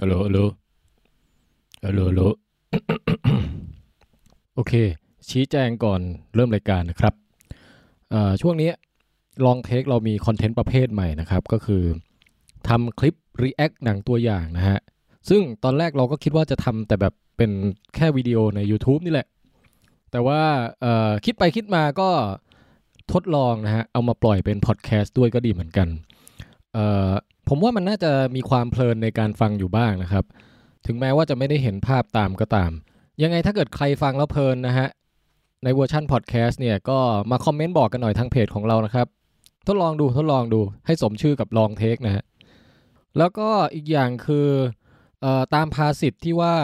ฮัลโหลฮัลโหลฮัลโหล ฮัลโหล โอเค ชี้แจงก่อนเริ่มรายการนะครับเอ่อช่วงนี้ลองเทคเรามีคอนเทนต์ประเภทใหม่นะครับ ก็คือทำคลิป React หนังตัวอย่างนะฮะ ซึ่งตอนแรกเราก็คิดว่าจะทำแต่แบบเป็นแค่วิดีโอใน YouTube นี่แหละ แต่ว่าเอ่อคิดไปคิดมาก็ทดลองนะฮะ เอามาปล่อยเป็นพอดแคสต์ด้วยก็ดีเหมือนกัน เอ่อผมว่ามันน่าจะมีความเพลินในการฟังอยู่บ้างนะครับ ถึงแม้ว่าจะไม่ได้เห็นภาพตามก็ตาม ยังไงถ้าเกิดใครฟังแล้วเพลินนะฮะ ในเวอร์ชั่นพอดแคสต์เนี่ยก็มาคอมเมนต์บอกกันหน่อยทางเพจของเรานะครับ ทดลองดูทดลองดูให้สมชื่อกับลองเทคนะฮะ แล้วก็อีกอย่างคือเอ่อตามภาษิตที่ว่า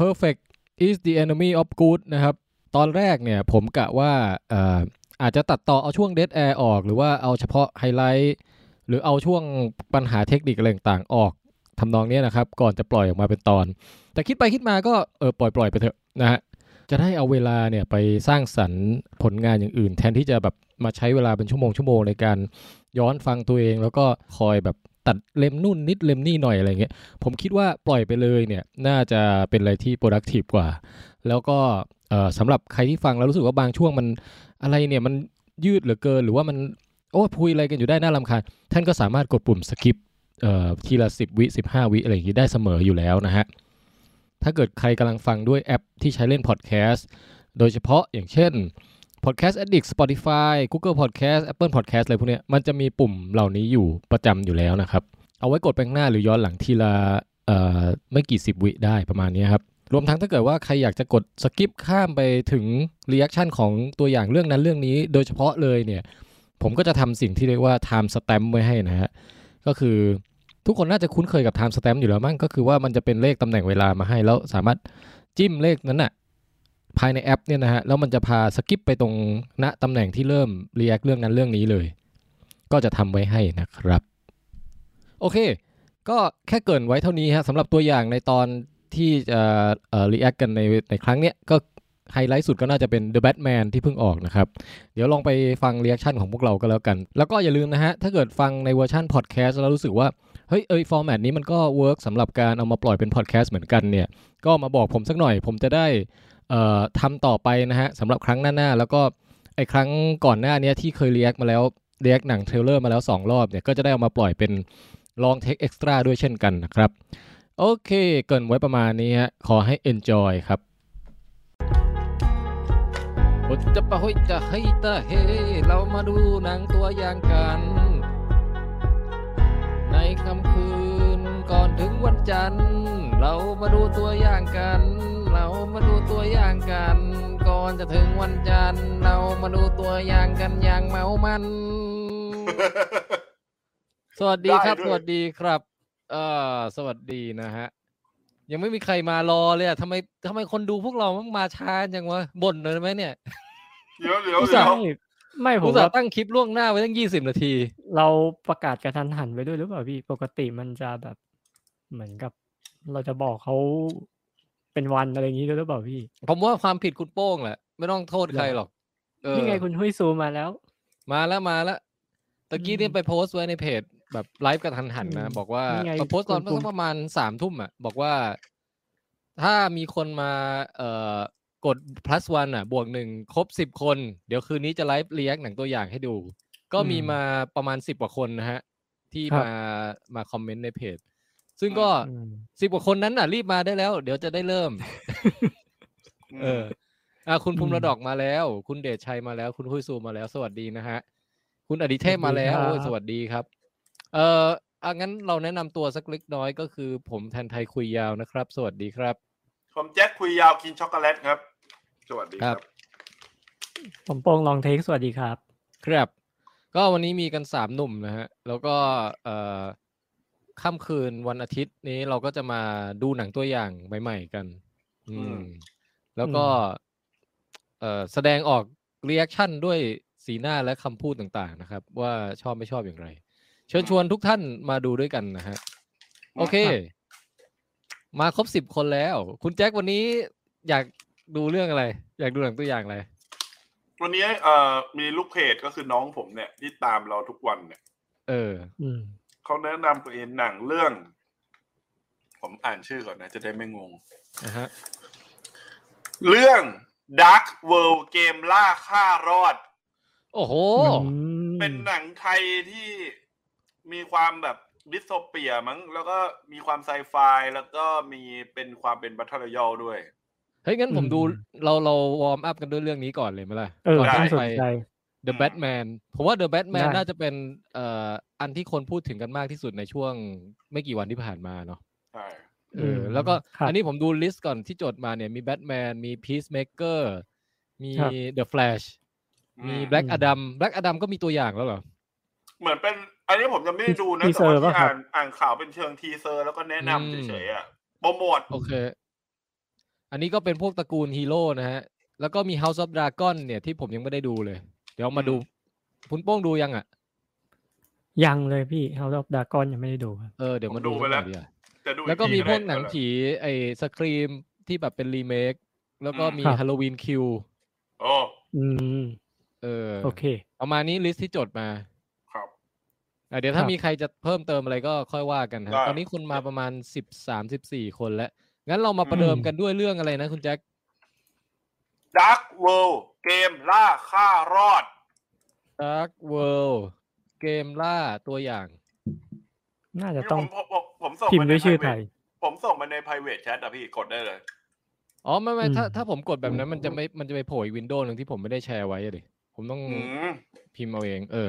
perfect is the enemy of good นะครับ ตอนแรกเนี่ยผมกะว่าเอ่ออาจจะตัดต่อเอาช่วง dead air ออก หรือว่าเอาเฉพาะไฮไลท์ หรือเอาช่วงปัญหาเทคนิคอะไรต่างๆออกทำนองเนี้ยนะครับ ก่อนจะปล่อยออกมาเป็นตอน แต่คิดไปคิดมาก็เออปล่อยปล่อยไปเถอะนะฮะจะได้เอาเวลาเนี่ยไปสร้างสรรค์ผลงานอย่างอื่น แทนที่จะแบบมาใช้เวลาเป็นชั่วโมงชั่วโมงในการย้อนฟังตัวเอง แล้วก็คอยแบบตัดเล็มนู่นนิดเล็มนี่หน่อยอะไรเงี้ยผมคิดว่าปล่อยไปเลยเนี่ยน่าจะเป็นอะไรที่ productive กว่า แล้วก็เอ่อสำหรับใครที่ฟังแล้วรู้สึกว่าบางช่วงมันอะไรเนี่ยมันยืดเหลือเกินหรือว่ามันโอ้พูดอะไรกันอยู่ได้น่ารำคาญ ท่านก็สามารถกดปุ่มสกิปทีละ 10 วิ 15 วิ อะไรอย่างนี้ได้เสมออยู่แล้วนะฮะ ถ้าเกิดใครกำลังฟังด้วยแอปที่ใช้เล่นพอดแคสต์โดยเฉพาะอย่างเช่น Podcast Addict Spotify Google Podcast Apple Podcast อะไรพวกเนี้ยมันจะมีปุ่มเหล่านี้อยู่ประจำอยู่แล้วนะครับ เอาไว้กดไปข้างหน้าหรือย้อนหลังทีละเอ่อไม่กี่สิบวิได้ประมาณนี้ครับ รวมทั้งถ้าเกิดว่าใครอยากจะกดสกิปข้ามไปถึงรีแอคชั่นของตัวอย่างเรื่องนั้นเรื่องนี้ โดยเฉพาะเลยเนี่ย ผมก็จะทำสิ่งที่เรียกว่า time stamp ไว้ให้นะฮะ ก็คือทุกคนน่าจะคุ้นเคยกับ time stamp อยู่แล้วมั้งก็คือว่ามันจะเป็นเลขตำแหน่งเวลามาให้แล้วสามารถจิ้มเลขนั้นน่ะภายในแอปเนี่ยนะฮะ แล้วมันจะพาสกิปไปตรงณตำแหน่งที่เริ่ม react เรื่องนั้นเรื่องนี้เลย ก็จะทำไว้ให้นะครับ โอเค ก็แค่เกรินไว้เท่านี้ฮะสำหรับตัวอย่างในตอนที่จะเอ่อ react กันในในครั้งเนี้ยก็ไฮไลท์สุดก็น่าจะเป็น The Batman ที่เพิ่งออกนะครับ เดี๋ยวลองไปฟังเรีแอคชั่นของพวกเราก็แล้วกัน แล้วก็อย่าลืมนะฮะ ถ้าเกิดฟังในเวอร์ชันพอดแคสต์แล้วรู้สึกว่า เฮ้ย เอยฟอร์แมตนี้มันก็เวิร์กสำหรับการเอามาปล่อยเป็นพอดแคสต์เหมือนกันเนี่ย ก็มาบอกผมสักหน่อย ผมจะได้เอ่อทำต่อไปนะฮะสำหรับครั้งหน้า ๆ แล้วก็ไอ้ครั้งก่อนหน้าเนี้ยที่เคยเรีแอคมาแล้วเรีแอคหนังเทรลเลอร์มาแล้ว 2 รอบเนี่ย ก็จะได้เอามาปล่อยเป็นลองเทคเอ็กซ์ตร้าด้วยเช่นกันนะครับ โอเค เกรินไว้ประมาณนี้ฮะ ขอให้ enjoy ครับ ผมจะปะเฮ้ยจะให้ตาเฮเรามาดูหนังตัวอย่างกัน ในค่ำคืนก่อนถึงวันจันทร์ เรามาดูตัวอย่างกัน เรามาดูตัวอย่างกัน ก่อนจะถึงวันจันทร์ เรามาดูตัวอย่างกันอย่างเมามัน สวัสดีครับ ได้ด้วย สวัสดีครับ เออสวัสดีนะฮะ ยังไม่มีใครมารอเลยอะทำไมทำไมคนดูพวกเรามันมาช้าจังวะบ่นเลยไหมเนี่ย เดี๋ยวเดี๋ยว อุต เดี๋ ส่า ยว ห์ ไม่ไม่ผ อุ ม ตส่า ว่า ห์ตั้งคลิปล่วงหน้าไว้ตั้งยี่สิบนาที เราประกาศกระทันหันไปด้วยหรือเปล่าพี่ปกติมันจะแบบเหมือนกับ เราจะบอกเขาเป็นวันอะไรอย่างนี้ด้วยหรือเปล่าพี่ ผมว่าความผิดคุณโป้งแหละ ไม่ต้องโทษใครหรอก เออ นี่ไงคุณหุ้ยซูมาแล้ว มาแล้วมาแล้วตะกี้นี่ อืม ไปโพสต์ไว้ในเพจ แบบไลฟ์กระทันหันนะ อืม บอกว่า นี่ไง ตอนโพสต์ตอน คุณปุ้ม ประมาณสามทุ่มอ่ะ บอกว่า ถ้ามีคนมา เอ่อกด plus one อ่ะ บวกหนึ่งครบสิบคน เดี๋ยวคืนนี้จะไลฟ์เลี้ยงหนังตัวอย่างให้ดู ก็มีมาประมาณสิบกว่าคนนะฮะ ที่ ครับ มามาคอมเมนต์ในเพจ ซึ่งก็ อืม สิบกว่าคนนั้นน่ะ รีบมาได้แล้ว เดี๋ยวจะได้เริ่ม เอออ่ะคุณภูมิระดอกมาแล้ว คุณเดชชัยมาแล้ว คุณคุยซูมาแล้ว สวัสดีนะฮะ คุณอดิเทพมาแล้วโอ้ยสวัสดีครับ เอ่ออ่ะงั้นเราแนะนำตัวสักเล็กน้อยก็คือ ผมแทนไทยคุยยาวนะครับ สวัสดีครับ ผมแจ็คคุยยาวกินช็อกโกแลตครับ สวัสดีคครัรับบ ผมโปงลองเทคสวัสดีครับ ครับ ก็วันนี้มีกันสามหนุ่มนะฮะ แล้วก็เอ่อค่ำคืนวันอาทิตย์นี้เราก็จะมาดูหนังตัวอย่างใหม่ๆกัน อื อื ม ม แล้วก็ เอ่อแสดงออกเรีแอคชั่นด้วยสีหน้าและคำพูดต่างๆนะครับ ว่าชอบไม่ชอบอย่างไร เชิญชวนทุกท่านมาดูด้วยกันนะฮะ โอเค มาครบสิบคนแล้ว คุณแจ็ควันนี้อยากดูเรื่องอะไร อยากดูหนังตัวอย่างอะไร วันนี้เอ่อมีลูกเพจก็คือน้องผมเนี่ย ที่ตามเราทุกวันเนี่ย เออ อืม เขาแนะนำตัวเองหนังเรื่อง ผมอ่านชื่อก่อนนะ จะได้ไม่งง นะฮะ เรื่อง Dark World เกมล่าฆ่ารอด โอ้โห อืม เป็นหนังไทยที่มีความแบบดิสโทเปียมั้ง แล้วก็มีความไซไฟแล้วก็มีเป็นความเป็นบัตเทิลรอยลด้วย เฮ้ยงั้นผมดูเราเราวอร์มอัพกันด้วยเรื่องนี้ก่อนเลยไหมล่ะ เออ ก่อน ได้ น่า ที่ ส ไป นใจ The Batman ผมว่า The Batman ได้ น่าจะเป็นเอ่ออันที่คนพูดถึงกันมากที่สุดในช่วงไม่กี่วันที่ผ่านมาเนาะ ใช่ เออแล้วก็ ครับ อันนี้ผมดูลิสต์ก่อนที่จดมาเนี่ยมี Batman มี Peacemaker มี ครับ The Flash อื มี Black อืม Adam Black Adam ก็มีตัวอย่างแล้วเหรอ เหมือนเป็น อันนี้ผมจะไม่ได้ดูนะ ที แต่ เซอร์ ว่าที่ ป่ะครับ อ่านอ่านข่าวเป็นเชิงทีเซอร์แล้วก็แนะนำ อืม เฉยๆอะโปรโมท โอเค อันนี้ก็เป็นพวกตระกูลฮีโร่นะฮะ แล้วก็มี House of Dragon เนี่ยที่ผมยังไม่ได้ดูเลย เดี๋ยวมาดูคุณโป้งดูยังอ่ะ ยังเลยพี่เฮาดอกดากอนยังไม่ได้ดูครับ เออเดี๋ยวมาดูสักหน่อยดีกว่า จะดูอี แล้วก็มี ที พวกหนัง ได้ ผีไอ้สครีมที่แบบเป็นรีเมค แล้วก็ อืม มี ครับ ฮาโลวีนคิว โอ้ อืม เออ โอเค ประมาณนี้ลิสต์ที่จดมา ครับ อ่ะเดี๋ยวถ้า ครับ มีใครจะเพิ่มเติมอะไรก็ค่อยว่ากันฮะ ได้ ตอนนี้คนมาประมาณสิบสามสิบสี่คนแล้ว งั้นเรามาประเดิมกันด้วยเรื่องอะไรนะคุณแจ็ค Dark World เกมล่าฆ่ารอด Dark World เกมล่าตัวอย่าง น่าจะต้อง ผมผมผมส่ง พิมพ์ด้วยชื่อไทย ผมส่งมาใน private chat อะพี่กดได้เลย อ๋อไม่ไม่ถ้า อืม ถ้าผมกดแบบนั้นมันจะไม่มันจะไปโผล่อีกวินโดว์หนึ่งที่ผมไม่ได้แชร์ไว้อะดิผมต้อง อืม พิมพ์เอาเองเออ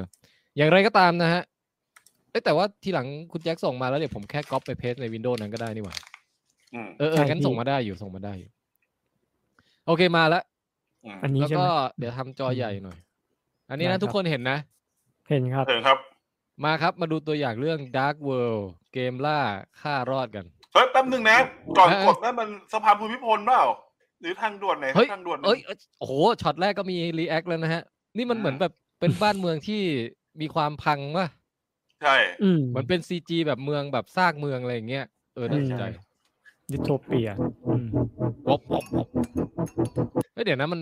อย่างไรก็ตามนะฮะเอ้ยแต่ว่าทีหลังคุณแจ็คส่งมาแล้วเดี๋ยวผมแค่ก๊อปไปเพสในวินโดว์นั้นก็ได้นี่หว่า อืม เออเออ ใช่ งั้น พี่ ส่งมาได้อยู่ส่งมาได้อยู่ โอเคมาแล้ว อืม อันนี้ แล้ว ใช่ไห ก็ ม เดี๋ยวทำจอใหญ่หน่อย อันนี้ ได้ครั นะ บ ทุกคนเห็นนะ เห็นครับ เถิงครับ มาครับมาดูตัวอย่างเรื่อง Dark World เกมล่าฆ่ารอดกัน เฮ้ยแป๊บนึงนะ ก่อน เออก ดนั่นมันสะพานภูมิพลเปล่า หรือทางด่วนไหน เฮ้ย ทางด่วนไหน เอ้ยเอ้ยโอ้โหช็อตแรกก็มีรีแอคแล้วนะฮะ นี่มัน อ่า เหมือนแบบเป็นบ้านเมืองที่มีความพังวะ ใช่ อืม เหมือนเป็นซีจีแบบเมืองแบบซากเมืองอะไรอย่างเงี้ยเออน่าสนใจ ดิโทเปียอืม วบวบวบเฮ้ยเดี๋ยวนะมัน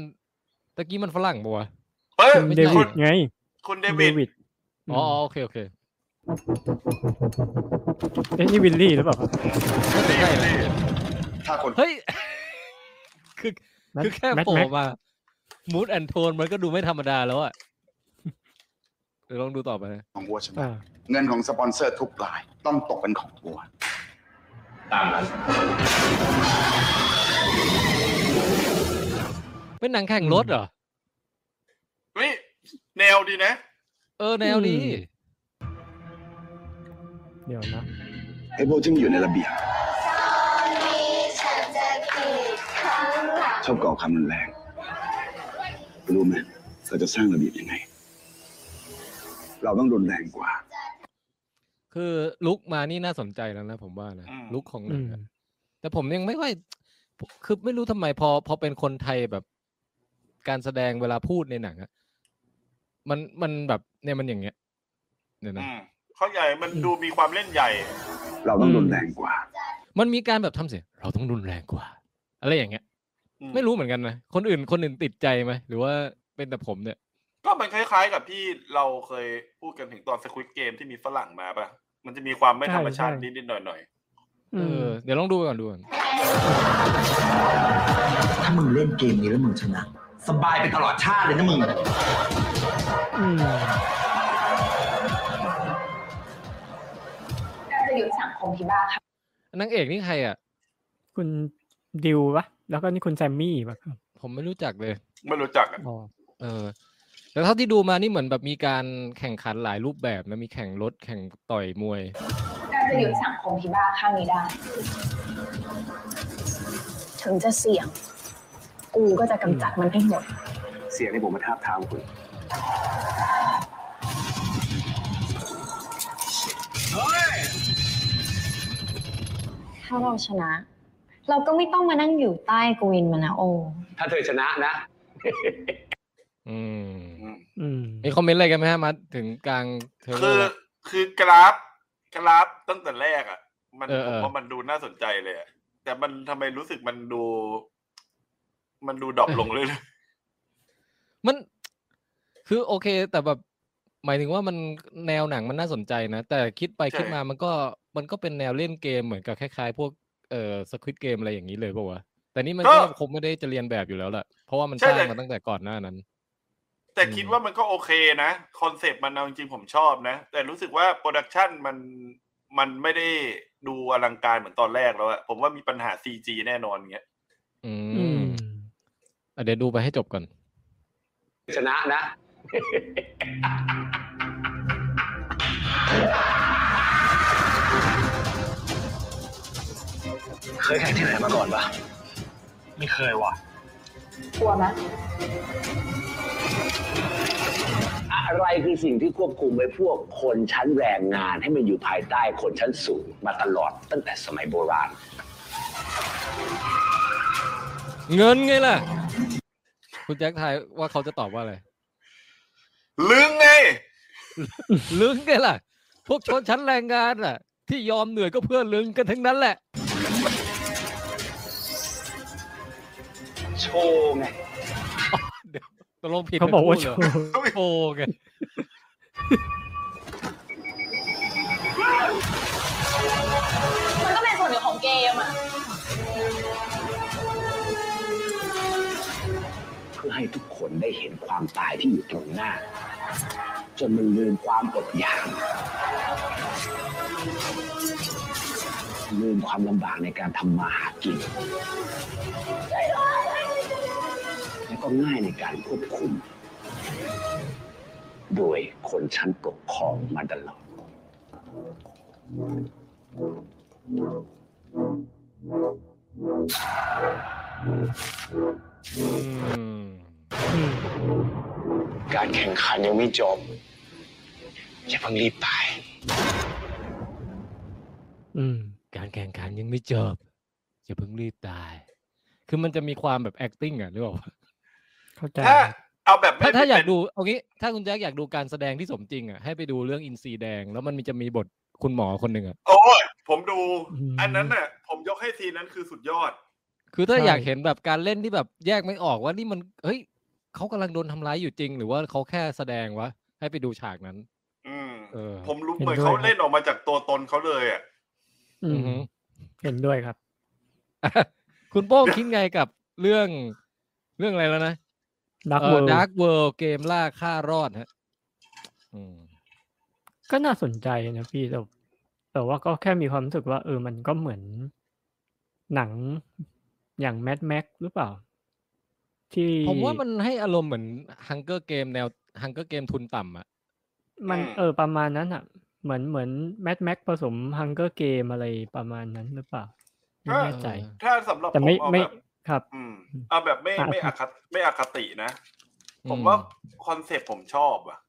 ตะกี้มันฝรั่งบัวะ เฮ้ย คุณเด ใช่ วิ คุ ด ณ ไง คุณเด คุณ วิด อ๋ออ๋อโอเคโอเค เอ๊ะนี่วิลลี่หรือเปล่าครับ น่าจะใช่นะ ถ้าคน เฮ้ย คือ แมท คือแค่ แมท โผล่ แม็ก มามูดแอนโทนมันก็ดูไม่ธรรมดาแล้ว อะเดี๋ยวลองดูต่อไปนะ ของวัวใช่ไหม อ่า เงินของสปอนเซอร์ทุกราย ต้องตกเป็นของวัวตามนั้น เป็นหนังแข่งรถเหรอ เฮ้ยแนวดีนะ เออแนวนี้ เดี๋ยวนะ ไอ้พวกที่มันอยู่ในระเบียบชอบก่อความรุนแรงรู้ไหมเราจะสร้างระเบียบยังไง เราต้องรุนแรงกว่า คือลุกมานี่น่าสนใจแล้วนะผมว่านะ อืม ลุกของหนังอะ อืม แต่ผมยังไม่ค่อยคือไม่รู้ทำไมพอพอเป็นคนไทยแบบ การแสดงเวลาพูดในหนังอะมันมันแบบเนี่ยมันอย่างเงี้ยเดี๋ยวนะ อืมเขาใหญ่มันดูมีความเล่นใหญ่ เราต้อง อืม รุนแรงกว่า มันมีการแบบทำเสียงเราต้องรุนแรงกว่า อะไรอย่างเงี้ย อืม ไม่รู้เหมือนกันนะคนอื่นคนอื่นติดใจไหมหรือว่าเป็นแต่ผมเนี่ย ก็มันคล้ายๆกับที่เราเคยพูดกันถึงตอนสควิ g เกมที่มีฝรั่งมาปะมันจะมีความไม่ธรรมชาติ ใช่ใช่ นิดๆหน่อย เอ อื อ ม เดี๋ยวลองดูไปก่อนดูก่อน ถ้ามึงเล่นเกมนี้แล้วมึงชนะ สบายไปตลอดชาติเลยนะมึง อืม เราจะยุดสังคมที่บ้าค่ะ นางเอกนี่ใครอ่ะ คุณดิวปะแล้วก็นี่คุณแซมมี่ปะครับ ผมไม่รู้จักเลย ๆ ไม่รู้จักอะ อ๋อ เออ แต่เท่าที่ดูมานี่เหมือนแบบมีการแข่งขันหลายรูปแบบนะมีแข่งรถแข่งต่อยมวย เราจะหยุดสังคมที่บ้าข้างนี้ได้ ถึงจะเสี่ยง กูก็จะกำจัดมันให้หมด เสียงที่ผมมาท้าบทามคุณ ถ้าเราชนะ เราก็ไม่ต้องมานั่งอยู่ใต้กวินมันนะโอ ถ้าเธอชนะนะ อืม อืม อืม มีคอมเมนต์อะไรกันไหมฮะมาถึงกลางเทรลเลอคือร์ละ คือกราฟ กราฟตั้งแต่แรกอะมัน เออ ผ เออ มว่ามันดูน่าสนใจเลยอะแต่มันทำไมรู้สึกมันดู มันดูดรอปลงเรื่อยๆ มันคือโอเค แต่แบบหมายถึงว่ามันแนวหนังมันน่าสนใจนะ แต่คิดไป ใช่ คิดมามันก็มันก็เป็นแนวเล่นเกมเหมือนกับคล้ายๆ พวก เอ่อสควิตเกมอะไรอย่างนี้เลยป่าวะแต่นี่มัน ก็ ก็คงไม่ได้จะเรียนแบบอยู่แล้วแหละเพราะว่ามัน ใช่ สร้าง แต่ มาตั้งแต่ก่อนหน้านั้น แต่ อืม คิดว่ามันก็โอเคนะ คอนเซปต์มันเอาจริงๆผมชอบนะ แต่รู้สึกว่าโปรดักชันมันมันไม่ได้ดูอลังการเหมือนตอนแรกแล้วอะผมว่ามีปัญหา CG แน่นอนเงี้ย อื อื ม ม อ่ะเดี๋ยวดูไปให้จบก่อน ชนะนะ เคยแข่งที่ไหนมาก่อนปะไม่เคยว่ะ กลัวไหม อะไรคือสิ่งที่ควบคุมไว้พวกคนชั้นแรงงานให้มันอยู่ภายใต้คนชั้นสูงมาตลอดตั้งแต่สมัยโบราณ เงินไงล่ะ คุณแจ็คทายว่าเขาจะตอบว่าอะไร ลึงไง ลึงไงล่ะ พวกชนชั้นแรงงานน่ะ ที่ยอมเหนื่อยก็เพื่อลึงกันทั้งนั้นแหละ โชว์ไง ตกลงผิด เขาบอกว่าโช ทั้ง ว์ คู่เลยโชว์ไง มันก็เป็นส่วนหนึ่งของเกมอ่ะ เพื่อให้ทุกคนได้เห็นความตายที่อยู่ตรงหน้า จนมันลืมความอดอยากลืมความลำบากในการทำมาหากิน และก็ง่ายในการควบคุม โดยคนชั้นปกครองมาตลอด อืม การแข่งขันยังไม่จบ อย่าเพิ่งรีบไป อืม การแข่งขันยังไม่จบอย่าเพิ่งรีบตาย คือมันจะมีความแบบ acting อ่ะหรือเปล่า เข้าใจ ถ้าเอาแบบไม่ ถ้าถ้าอยาก เป็น ดูเอางี้ ถ้าคุณแจ็คอยากดูการแสดงที่สมจริงอ่ะให้ไปดูเรื่องอินซีแดง แล้วมันมีจะมีบทคุณหมอคนหนึ่งอ่ะ โอ้ยผมดู อืม อันนั้นน่ะ ผมยกให้ซีนนั้นคือสุดยอด คือถ้า ใช่ อยากเห็นแบบการเล่นที่แบบแยกไม่ออกว่านี่มันเฮ้ยเขากำลังโดนทำร้ายอยู่จริง หรือว่าเขาแค่แสดงวะให้ไปดูฉากนั้น อืม เออ ผมรู้ เห็น เหมือน ด้วย เขา ครับ เล่นออกมาจากตัวตนเขาเลยอ่ะ อื อื ม อหือ เห็นด้วยครับ คุณโป้งคิดไงกับเรื่องเรื่องอะไรแล้วนะ ดัก เอ่ เวิ อ ร์ Dark World เกมล่าฆ่ารอดฮะอืม ก็น่าสนใจนะพี่แต่แต่ว่าก็แค่มีความรู้สึกว่า เออมันก็เหมือนหนังอย่างแมดแม็กหรือเปล่า ที่ ผมว่ามันให้อารมณ์เหมือน Hunger Game แนว Hunger Game ทุนต่ำอ่ะ มัน อืม เออประมาณนั้นอ่ะ เหมือนเหมือนแมดแม็กผสมฮังเกอร์เกมอะไรประมาณนั้นหรือเปล่าไม่แน่ใจ ถ้าสำหรับ แต่ ผม ไม่ เอา ไม่ แบบ ครับ อืมเอาแบบไม่ อ่ะ ไม่อคติไม่อคตินะ อืม ผมว่าคอนเซปต์ผมชอบอ่ะ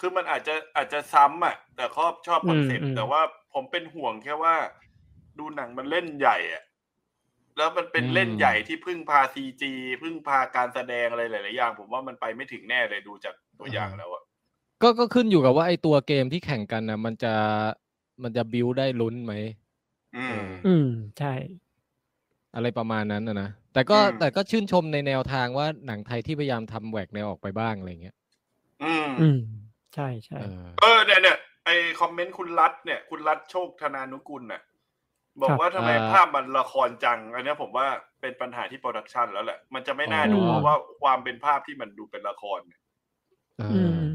คือมันอาจจะอาจจะซ้ำอ่ะ แต่ครอบชอบคอนเซป อื ต์ มอืม แต่ว่าผมเป็นห่วงแค่ว่า ดูหนังมันเล่นใหญ่อ่ะ แล้วมันเป็นเล่นใหญ่ที่พึ่งพาซีจีพึ่งพาการแสดงอะไรหลายๆอย่าง ผมว่ามันไปไม่ถึงแน่เลยดูจากตัวอย่างแล้วอ่ะ ก็ก็ขึ้นอยู่กับว่าไอตัวเกมที่แข่งกันนะมันจะมันจะบิวได้ลุ้นไหม อืม อืมใช่ อะไรประมาณนั้นนะนะแต่ก็ อืม แต่ก็ชื่นชมในแนวทางว่าหนังไทยที่พยายามทำแหวกแนวออกไปบ้างอะไรเงี้ย อืม อืม ใช่ใช่ เออ เออเนี่ยเนี่ยไอคอมเมนต์คุณรัฐเนี่ย คุณรัฐโชคธนานุกุลน่ะบอกว่าทำไม ครับ ภาพมันละครจัง อันเนี้ยผมว่าเป็นปัญหาที่โปรดักชันแล้วแหละ มันจะไม่น่าดู อ๋อ เพราะว่าความเป็นภาพที่มันดูเป็นละครเนี่ย เออ อืม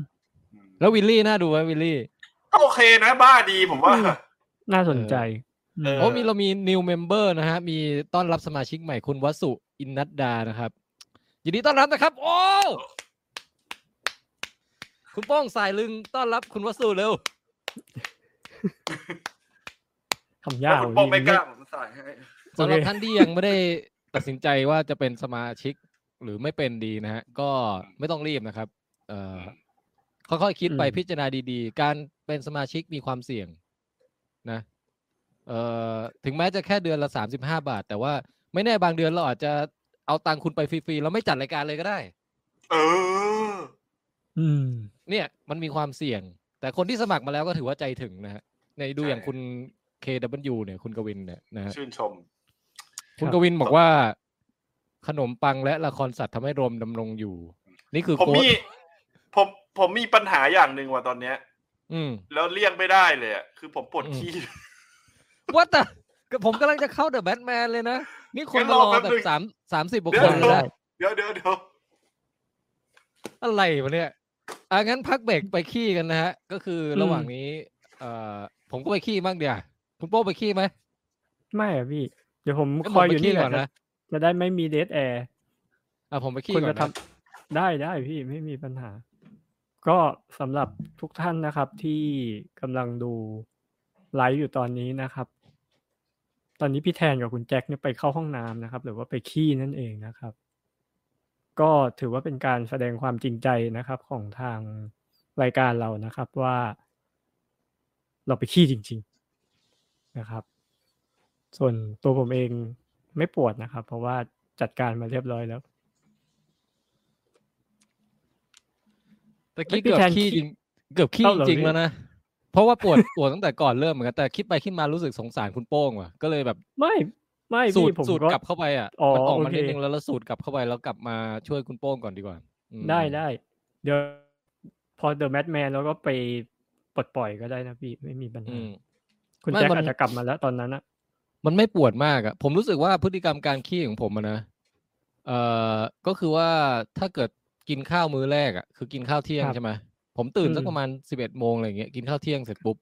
อืม แล้ววิลลี่น่าดูไหมวิลลี่ ก็โอเคนะบ้าดีผมว่า อืม น่าสนใจ เออ โอ้มีเรามี new member นะฮะ มีต้อนรับสมาชิกใหม่คุณวสุอินนัดดานะครับยินดีต้อนรับนะครับ โอ้คุณโป้องสายลึงต้อนรับคุณวสุเร็ว ทำยา ถ้ากคุณโป้งไม่กล้า เว้ย ผมใส่ให้ สำหรับ โอเค ท่านที่ยังไม่ได้ตัดสินใจว่าจะเป็นสมาชิกหรือไม่เป็นดีนะฮะ ก็ไม่ต้องรีบนะครับ เอ่อค่อยๆคิดไป อืม พิจารณาดีๆ การเป็นสมาชิกมีความเสี่ยงนะ เอ่อถึงแม้จะแค่เดือนละสามสิบห้าบาท แต่ว่าไม่แน่บางเดือนเราอาจจะเอาตังค์คุณไปฟรีๆแล้วไม่จัดรายการเลยก็ได้ เออ อืม เนี่ยมันมีความเสี่ยง แต่คนที่สมัครมาแล้วก็ถือว่าใจถึงนะฮะในดู ใช่ อย่างคุณ KW เนี่ยคุณกวินเนี่ยนะฮะ ชื่นชม คุณ ครับ กวินบอกว่า ขนมปังและละครสัตว์ทำให้รมดำรงอยู่ นี่คือ ผม โค้ด มีผมผมมีปัญหาอย่างหนึ่งว่ะตอนเนี้ย อืม แล้วเลี่ยงไม่ได้เลยอะคือผมปวด อืม ขี้ ว่าแต่ ก็ ผมกำลังจะเข้าเดอะแบทแมนเลยนะ นี่คน งั้น มาร ร อ อ แป๊บ แบบ นึง สามสามสิบกว่าคนเลยได้ เดี๋ยวเดี๋ยวเดี๋ยว อะไรวะเนี่ยอ่ะงั้นพักเบรกไปขี้กันนะฮะ ก็คือระหว่างนี้ เอ่อ ผมก็ไปขี้บ้างเดี๋ยวาคุณโป้ไปขี้ไหม ไม่อะพี่ เดี๋ยวผม งั้น ค ผม อยอ ไป ยู่ ขี้ นี่แหละ ก่อน จะ นะ จะได้ไม่มีเดทแอร์ อ่ะผมไปขี้ คุณ ก่อ จะ น ทำ นะ ได้ได้พี่ไม่มีปัญหา ก็สำหรับทุกท่านนะครับที่กำลังดูไลฟ์อยู่ตอนนี้นะครับ ตอนนี้พี่แทนกับคุณแจ็คเนี่ยไปเข้าห้องน้ำนะครับ หรือว่าไปขี้นั่นเองนะครับ ก็ถือว่าเป็นการแสดงความจริงใจนะครับ ของทางรายการเรานะครับว่า เราไปขี้จริง ๆนะครับ ส่วนตัวผมเองไม่ปวดนะครับ เพราะว่าจัดการมาเรียบร้อยแล้ว ตะกี้ พี่ เกือบ แทน ขี้ ขี้ จริง เกือบขี้ เอ้าเหรอ จริง พี่ แล้วนะ เพราะว่าปวด ปวดตั้งแต่ก่อนเริ่มเหมือนกัน แต่คิดไปคิดมารู้สึกสงสารคุณโป้งว่ะ ก็เลยแบบ ไม่ไม่ สู พี่ ด ผม สูด ก็ กลับเข้าไปอ่ะ อ๋อ มันออกมา โอเค นิดนึงแล้วแล้วสูดกลับเข้าไปแล้วกลับมาช่วยคุณโป้งก่อนดีกว่าอืม ได้ได้เดี๋ยวพอเดอะแมทแมนแล้วก็ไปปลดปล่อยก็ได้นะพี่ไม่มีปัญหา อืม คุณ ไม่ แจ็ค มัน อาจจะกลับมาแล้วตอนนั้นอะ มันไม่ปวดมากอะผมรู้สึกว่าพฤติกรรมการขี้ของผมอะนะ เอ่อ ก็คือว่าถ้าเกิดกินข้าวมื้อแรกอะคือกินข้าวเที่ยงใช่ไหมผมตื่นสักประมาณสิบเอ็ดโมงอะไรอย่างเงี้ยกินข้าวเที่ยงเสร็จปุ๊บ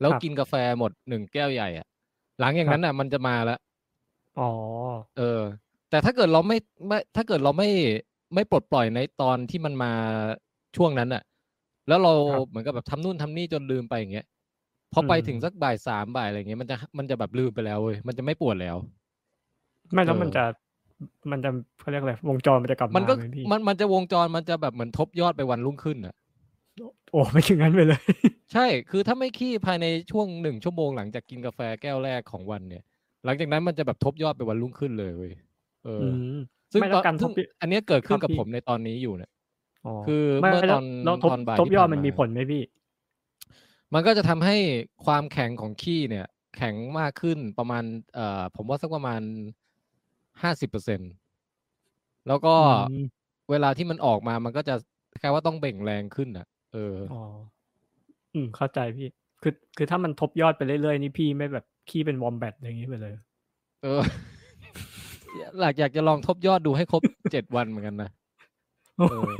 แล้วกินกาแฟหมดหนึ่งแก้วใหญ่อะหลังอย่างนั้นอะมันจะมาละ อ๋อ เออ แต่ถ้าเกิดเราไม่ไม่ ถ้าเกิดเราไม่ไม่ปลดปล่อยในตอนที่มันมาช่วงนั้นอะแล้วเราเหมือนกับแบบทำนู่นทำนี่จนลืมไปอย่างเงี้ยพอไปถึงสักบ่ายสามบ่ายอะไรเงี้ยมันจะมันจะแบบลืมไปแล้วเว้ยมันจะไม่ปวดแล้ว ไม่แล้ว เออ มันจะมันจะเขาเรียกอะไรวงจรมันจะกลับ มัน มา ก็ ไหมพี่ มันมันจะวงจรมันจะแบบเหมือนทบยอดไปวันรุ่งขึ้นอ่ะ โอ้ไม่ถึงงั้นไปเลย ใช่ คือถ้าไม่ขี้ภายในช่วงหนึ่งชั่วโมงหลังจากกินกาแฟแก้วแรกของวันเนี่ย หลังจากนั้นมันจะแบบทบยอดไปวันรุ่งขึ้นเลยเว้ยเอออ อืม ซึ่ง ไม่แล้ ต ว อน การทบ ซึ่งอันเนี้ยเกิดขึ้นกับ ครับพี่ ผมในตอนนี้อยู่เนี่ย อ๋อ คือ ไม่ เมื่อ แล้ว ตอน แล้วทบ ตอนบ่าย ทบ ที่ ยอด ผ่าน มันมี มา ผลไหมพี่ มันก็จะทำให้ความแข็งของขี้เนี่ย แข็งมากขึ้นประมาณ เอ่อ ผมว่าสักประมาณห้าสิบเปอร์เซ็นแล้วก็ อืม เวลาที่มันออกมามันก็จะแค่ว่าต้องเบ่งแรงขึ้นอ่ะ เออ อ๋ออืมเข้าใจพี่ คือคือถ้ามันทบยอดไปเรื่อยๆนี่พี่ไม่แบบขี้เป็นวอมแบตอย่างนี้ไปเลย เออ หลักอยากจะลองทบยอดดูให้ครบ เจ็ดวันเหมือนกันนะเออ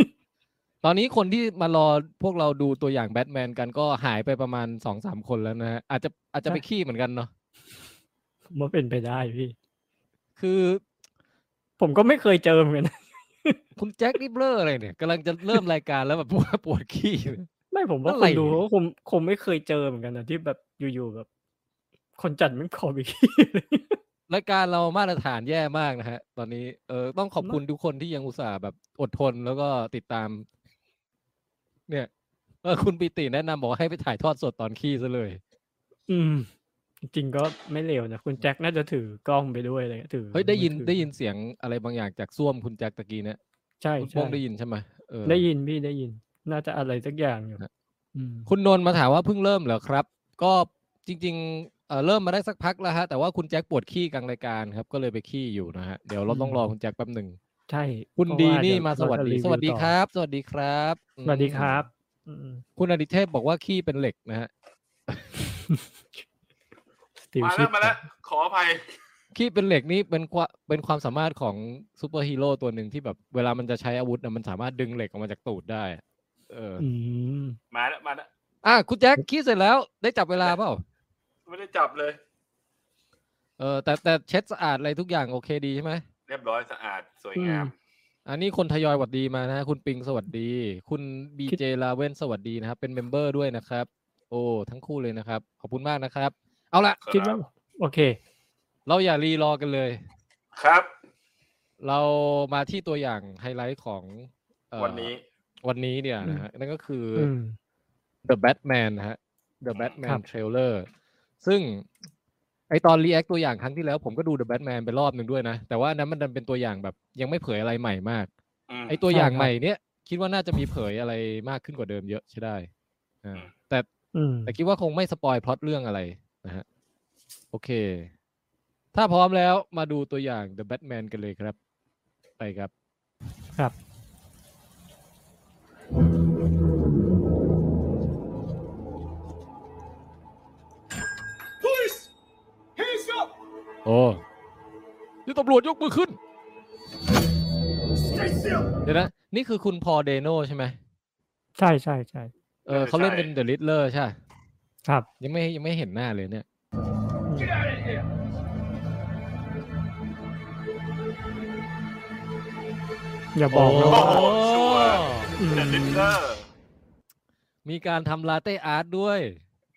ตอนนี้คนที่มารอพวกเราดูตัวอย่างแบทแมนกันก็หายไปประมาณสองสามคนแล้วนะฮะอาจจะอาจจะไปขี้เหมือนกันเนาะ มันเป็นไปได้พี่ คือ ผมก็ไม่เคยเจอเหมือนกัน คุณแจ็คริบเลอร์อะไรเนี่ยกำลังจะเริ่มรายการแล้วแบบ ว่าปวดขี้เลย ไม่ผมว่า อะ ค ไร นดู เนี่ย เขาคงคงไม่เคยเจอเหมือนกันนะที่แบบอยู่ๆแบบ คนจัดมันขอบิก รายการเรามาตรฐานแย่มากนะฮะ ตอนนี้เออต้องขอบคุณทุกคนที่ยังอุตส่าห์แบบอดทนแล้วก็ติดตาม เนี่ยเออคุณปิติแนะนำบอกให้ไปถ่ายทอดสดตอนขี้ซะเลย อืม จริงๆก็ไม่เลวนะ คุณแจ็คน่าจะถือกล้องไปด้วยเลยถือ เฮ้ยได้ยิน มือถือ ได้ยินเสียงอะไรบางอย่างจากส้วมคุณแจ็คตะกี้เนี่ย ใช่ คุณ ใช่ โป้งได้ยินใช่ไหมเออ ได้ยินพี่ได้ยิน น่าจะอะไรสักอย่างอยู่ ฮะ อืม คุณนนท์มาถามว่าเพิ่งเริ่มเหรอครับ ก็จริงๆเอ่อเริ่มมาได้สักพักแล้วฮะ แต่ว่าคุณแจ็คปวดขี้กลางรายการครับ ก็เลยไปขี้อยู่นะฮะเดี๋ยวเราต้อง อืม รอคุณแจ็คแป๊บหนึ่ง ใช่ คุณ เพราะ ดีนี่เย มาสวัส เรจะ ดี รี สวัสดี ต่อ ครับ สวัสดีครับอืม สวัสดีครับ อืม คุณอดิเทพบอกว่าขี้เป็นเหล็กนะฮะ Steel มาแล้ว Shift มาแล้ว ขออภัย ขี้เป็นเหล็กนี่เป็นความเป็นความสามารถของซูเปอร์ฮีโร่ตัวหนึ่งที่แบบเวลามันจะใช้อาวุธน่ะมันสามารถดึงเหล็กออกมาจากตูดได้อะเอออ อืม มาแล้วมาแล้ว อ่ะคุณแจ็คขี้เสร็จแล้วได้จับเวลาเปล่า ไม่ได้จับเลย เออแต่แต่เช็ดสะอาดอะไรทุกอย่างโอเคดีใช่ไหม เรียบร้อยสะอาดสวยงาม อืม อันนี้คนทยอยหวัดดีมานะฮะคุณปิงสวัสดี คุณบีเจลาเว่นสวัสดีนะครับ เป็นเมมเบอร์ด้วยนะครับ โอ้ทั้งคู่เลยนะครับ ขอบคุณมากนะครับ เอาละ ครับ คิดว่า โอเค เราอย่ารีรอกันเลย ครับ เรามาที่ตัวอย่างไฮไลท์ของเอ่อ วันนี้ วันนี้เนี่ยนะฮะนั่นก็คืออ ม The Batman นะฮะ The Batman ครับ Trailer ซึ่งไอตอนรีแอคตัวอย่างครั้งที่แล้ว ผมก็ดู The Batman ไปรอบหนึ่งด้วยนะ แต่ว่าอันนั้นมันดันเป็นตัวอย่างแบบยังไม่เผยอะไรใหม่มาก อืม ไอตัวอย่าง ใช่ครับ ใหม่เนี้ยคิดว่าน่าจะมีเผยอะไรมากขึ้นกว่าเดิมเยอะใช่ได้อ่า อืม แต่ อืม แต่คิดว่าคงไม่สปอยพล็อตเรื่องอะไรนะฮะโอเค ถ้าพร้อมแล้วมาดูตัวอย่าง The Batman กันเลยครับ ไปครับ ครับ Police! Hands up! โอ้ที่ตำรวจยกมือขึ้น เดี๋ยวนะ นี่คือคุณพอลเดโนใช่ไหม ใช่ใช่ใช่ เออเขาเล่นเป็นเดอะลิทเลอร์ใช่ปะ ครับ ยังไม่ยังไม่เห็นหน้าเลยเนี่ย อืมอย่าบอกนะ โอ้ ว่า โหชัวร์ อืม เดลิเตอร์ มีการทำลาเต้อาร์ตด้วย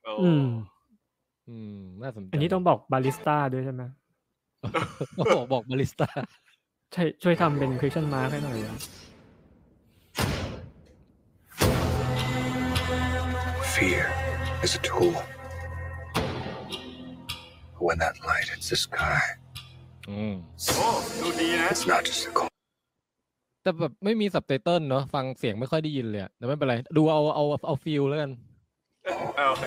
โอ้ อืม อืม น่าสนใจ อันนี้ต้องบอกบาริสต้าด้วยใช่ไหม โอ้โหบอกบาริสต้า ใช่ช่วยทำเป็นคริสชันมาร์ให้หน่อยนะ Fear is a tool. When that light hits the sky, อืม โอ้ดูดีนะ it's not just a cold. แต่แบบไม่มีสับไตเติลเนาะฟังเสียงไม่ค่อยได้ยินเลยอะแต่ไม่เป็นไร ดูเอาเอาเอาฟิลแล้วกัน อ่าโอเค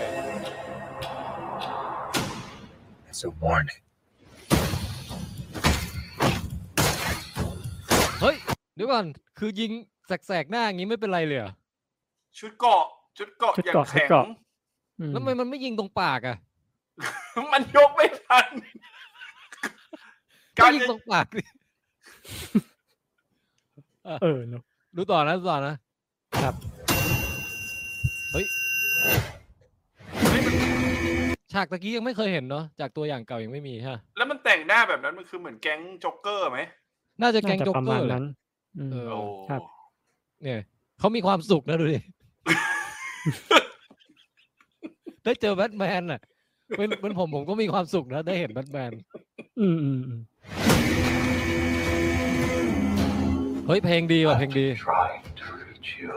It's a warning. เฮ้ย เดี๋ยวก่อน คือยิงแสกๆหน้าอย่างนี้ไม่เป็นไรเลยเหรอ ชุดเกาะ ชุดเกาะ ชุด อย่าง เกาะชุด แข็ง เกาะ อืม แล้วทำไมมันไม่ยิงตรงปากอ่ะ มันยกไม่ทัน ก็ การ ยิง จะ ตรงปากดิ เออเนอะ ดูต่อนะดูต่อนะครับ เฮ้ยฉากตะกี้ยังไม่เคยเห็นเนาะจากตัวอย่างเก่ายังไม่มีฮะ แล้วมันแต่งหน้าแบบนั้นมันคือเหมือนแก๊งจ็อกเกอร์ไหม น่าจะแกง น่าจะ โจ๊ก ประ เก มา อ ณ ร์แหละ นั้นอืม เออ โอ้ ครับ เนี่ยเขามีความสุขนะดูดิ ได้เจอแบทแมนอ่ะเป็นเป็นผมผมก็มีความสุขนะได้เห็นแบทแมน อืมอืมอืม เฮ้ยเพลงดีว่ะเพลงดี Trying to reach you.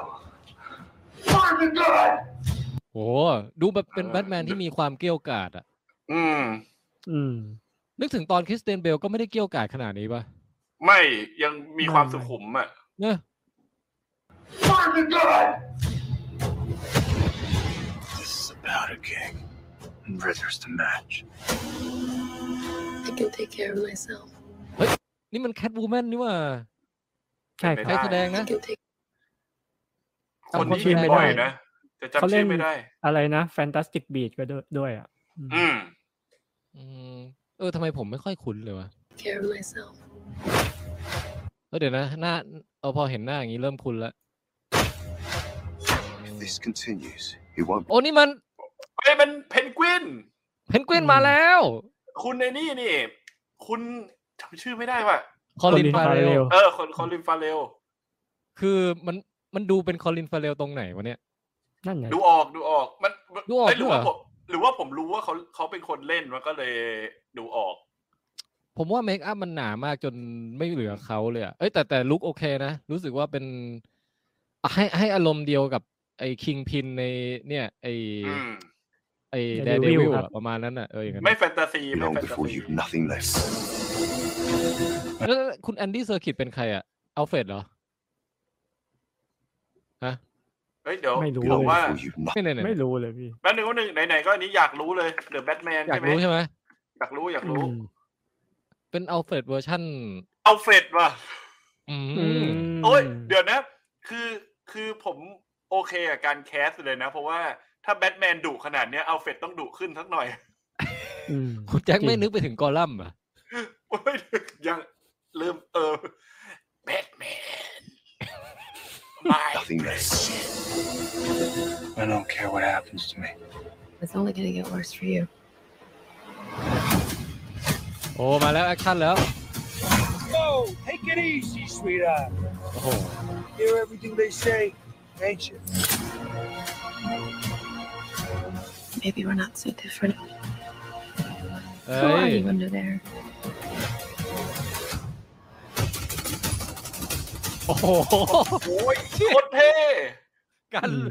โอ้ดูแบบเป็นแบทแมนที่มีความเกรี้ยวกราดอ่ะ อืม อืม นึกถึงตอนคริสเตียนเบลก็ไม่ได้เกรี้ยวกราดขนาดนี้ป่ะ ไม่ยังมีความ ไม่ สุขุมอ่ะ เนอะ About a king and brothers to match. I can take care of myself. นี่มันแคทวูแมนนี่ว่า ใช่ค ไม่ ใคร ได้ รับ แสดง I นะ can take คน จำ ที่ ชื่อ เห็น ไม่ บ่ ได้ อยนะจะ เขา จำ เล่ ชื่ น อไม่ได้ อะไรนะแฟนตาสติกบีดก็ด้วยด้วยอ่ะอืม อืม อืมเออทำไมผมไม่ค่อยคุ้นเลยวะ care of myself. เออเดี๋ยวนะหน้าเออพอเห็นหน้าอย่างนี้เริ่มคุ้นละ If this continues, he won't โอ้นี่มัน ไอ้ยมันเพนกวิน เพนกวินมาแล้ว คุณในนี่นี่ คุณจำชื่อไม่ได้ว่ะ คอลินฟาเรล Farrell เออ คนคอลินฟาเรล คือมันมันดูเป็นคอลินฟาเรลตรงไหนวะเนี่ย นั่นไง ดูออกดูออก มัน ดูออก เยหรือว่า ด้วยเหรอ ผมหรือว่าผมรู้ว่าเขาเขาเป็นคนเล่นมันก็เลยดูออก ผมว่าเมคอัพมันหนามากจนไม่เหลือเขาเลยอะเอ้ยแต่แต่ลุคโอเคนะ รู้สึกว่าเป็นอ่ะให้ให้อารมณ์เดียวกับไอ้คิงพินในเนี่ย ไอ้ อืม ไอ้แด Daredevil เดวิล ครับ ประมาณนั้นอ่ะเอออย่างนั้น ไม่แฟนตาซีไม่ be long แฟนตา before ซี you've nothing left. แล้วคุณแอนดี้เซอร์คิตเป็นใครอ่ะเอาเฟดเหรอ เฮ้ยเดี๋ยว ไม่รู้ บอก Long ว่า before you've nothing. ไม่เนี่ย ไม่รู้เลยพี่ แป๊บหนึ่งแป๊บหนึ่งไหนๆก็อันนี้อยากรู้เลยเดอะแบทแมน อยา ใช่ ก ไหม รู้ใช่ไหม อยากรู้อยาก อื รู้ ม เป็นเอาเฟดเวอร์ชั่น เอาเฟดว่ะ อืม โอ้ยเดี๋ยวนะ คือคือผมโอเคกับการแคสเลยนะ เพราะว่าถ้าแบทแมนดุขนาดเนี้ยเอาเฟดต้องดุขึ้นสักหน่อย อืม คุณแจ็คไม่ จริง นึกไปถึงกอลัมน์เหรอ่ะ โอ้ยยังเริ่มเออแบทแมนไม่ Nothing left. I don't care what happens to me. It's only gonna get worse for you. โอ้มาแล้วแอคชั่นแล้ว No, take it easy, sweetheart. โอ้โห Hear everything they say, ain't you? Maybe we're not so different. เอ้ Who are ย you under there? โอ้โห โอ้ยโคตรเท่ การ อืม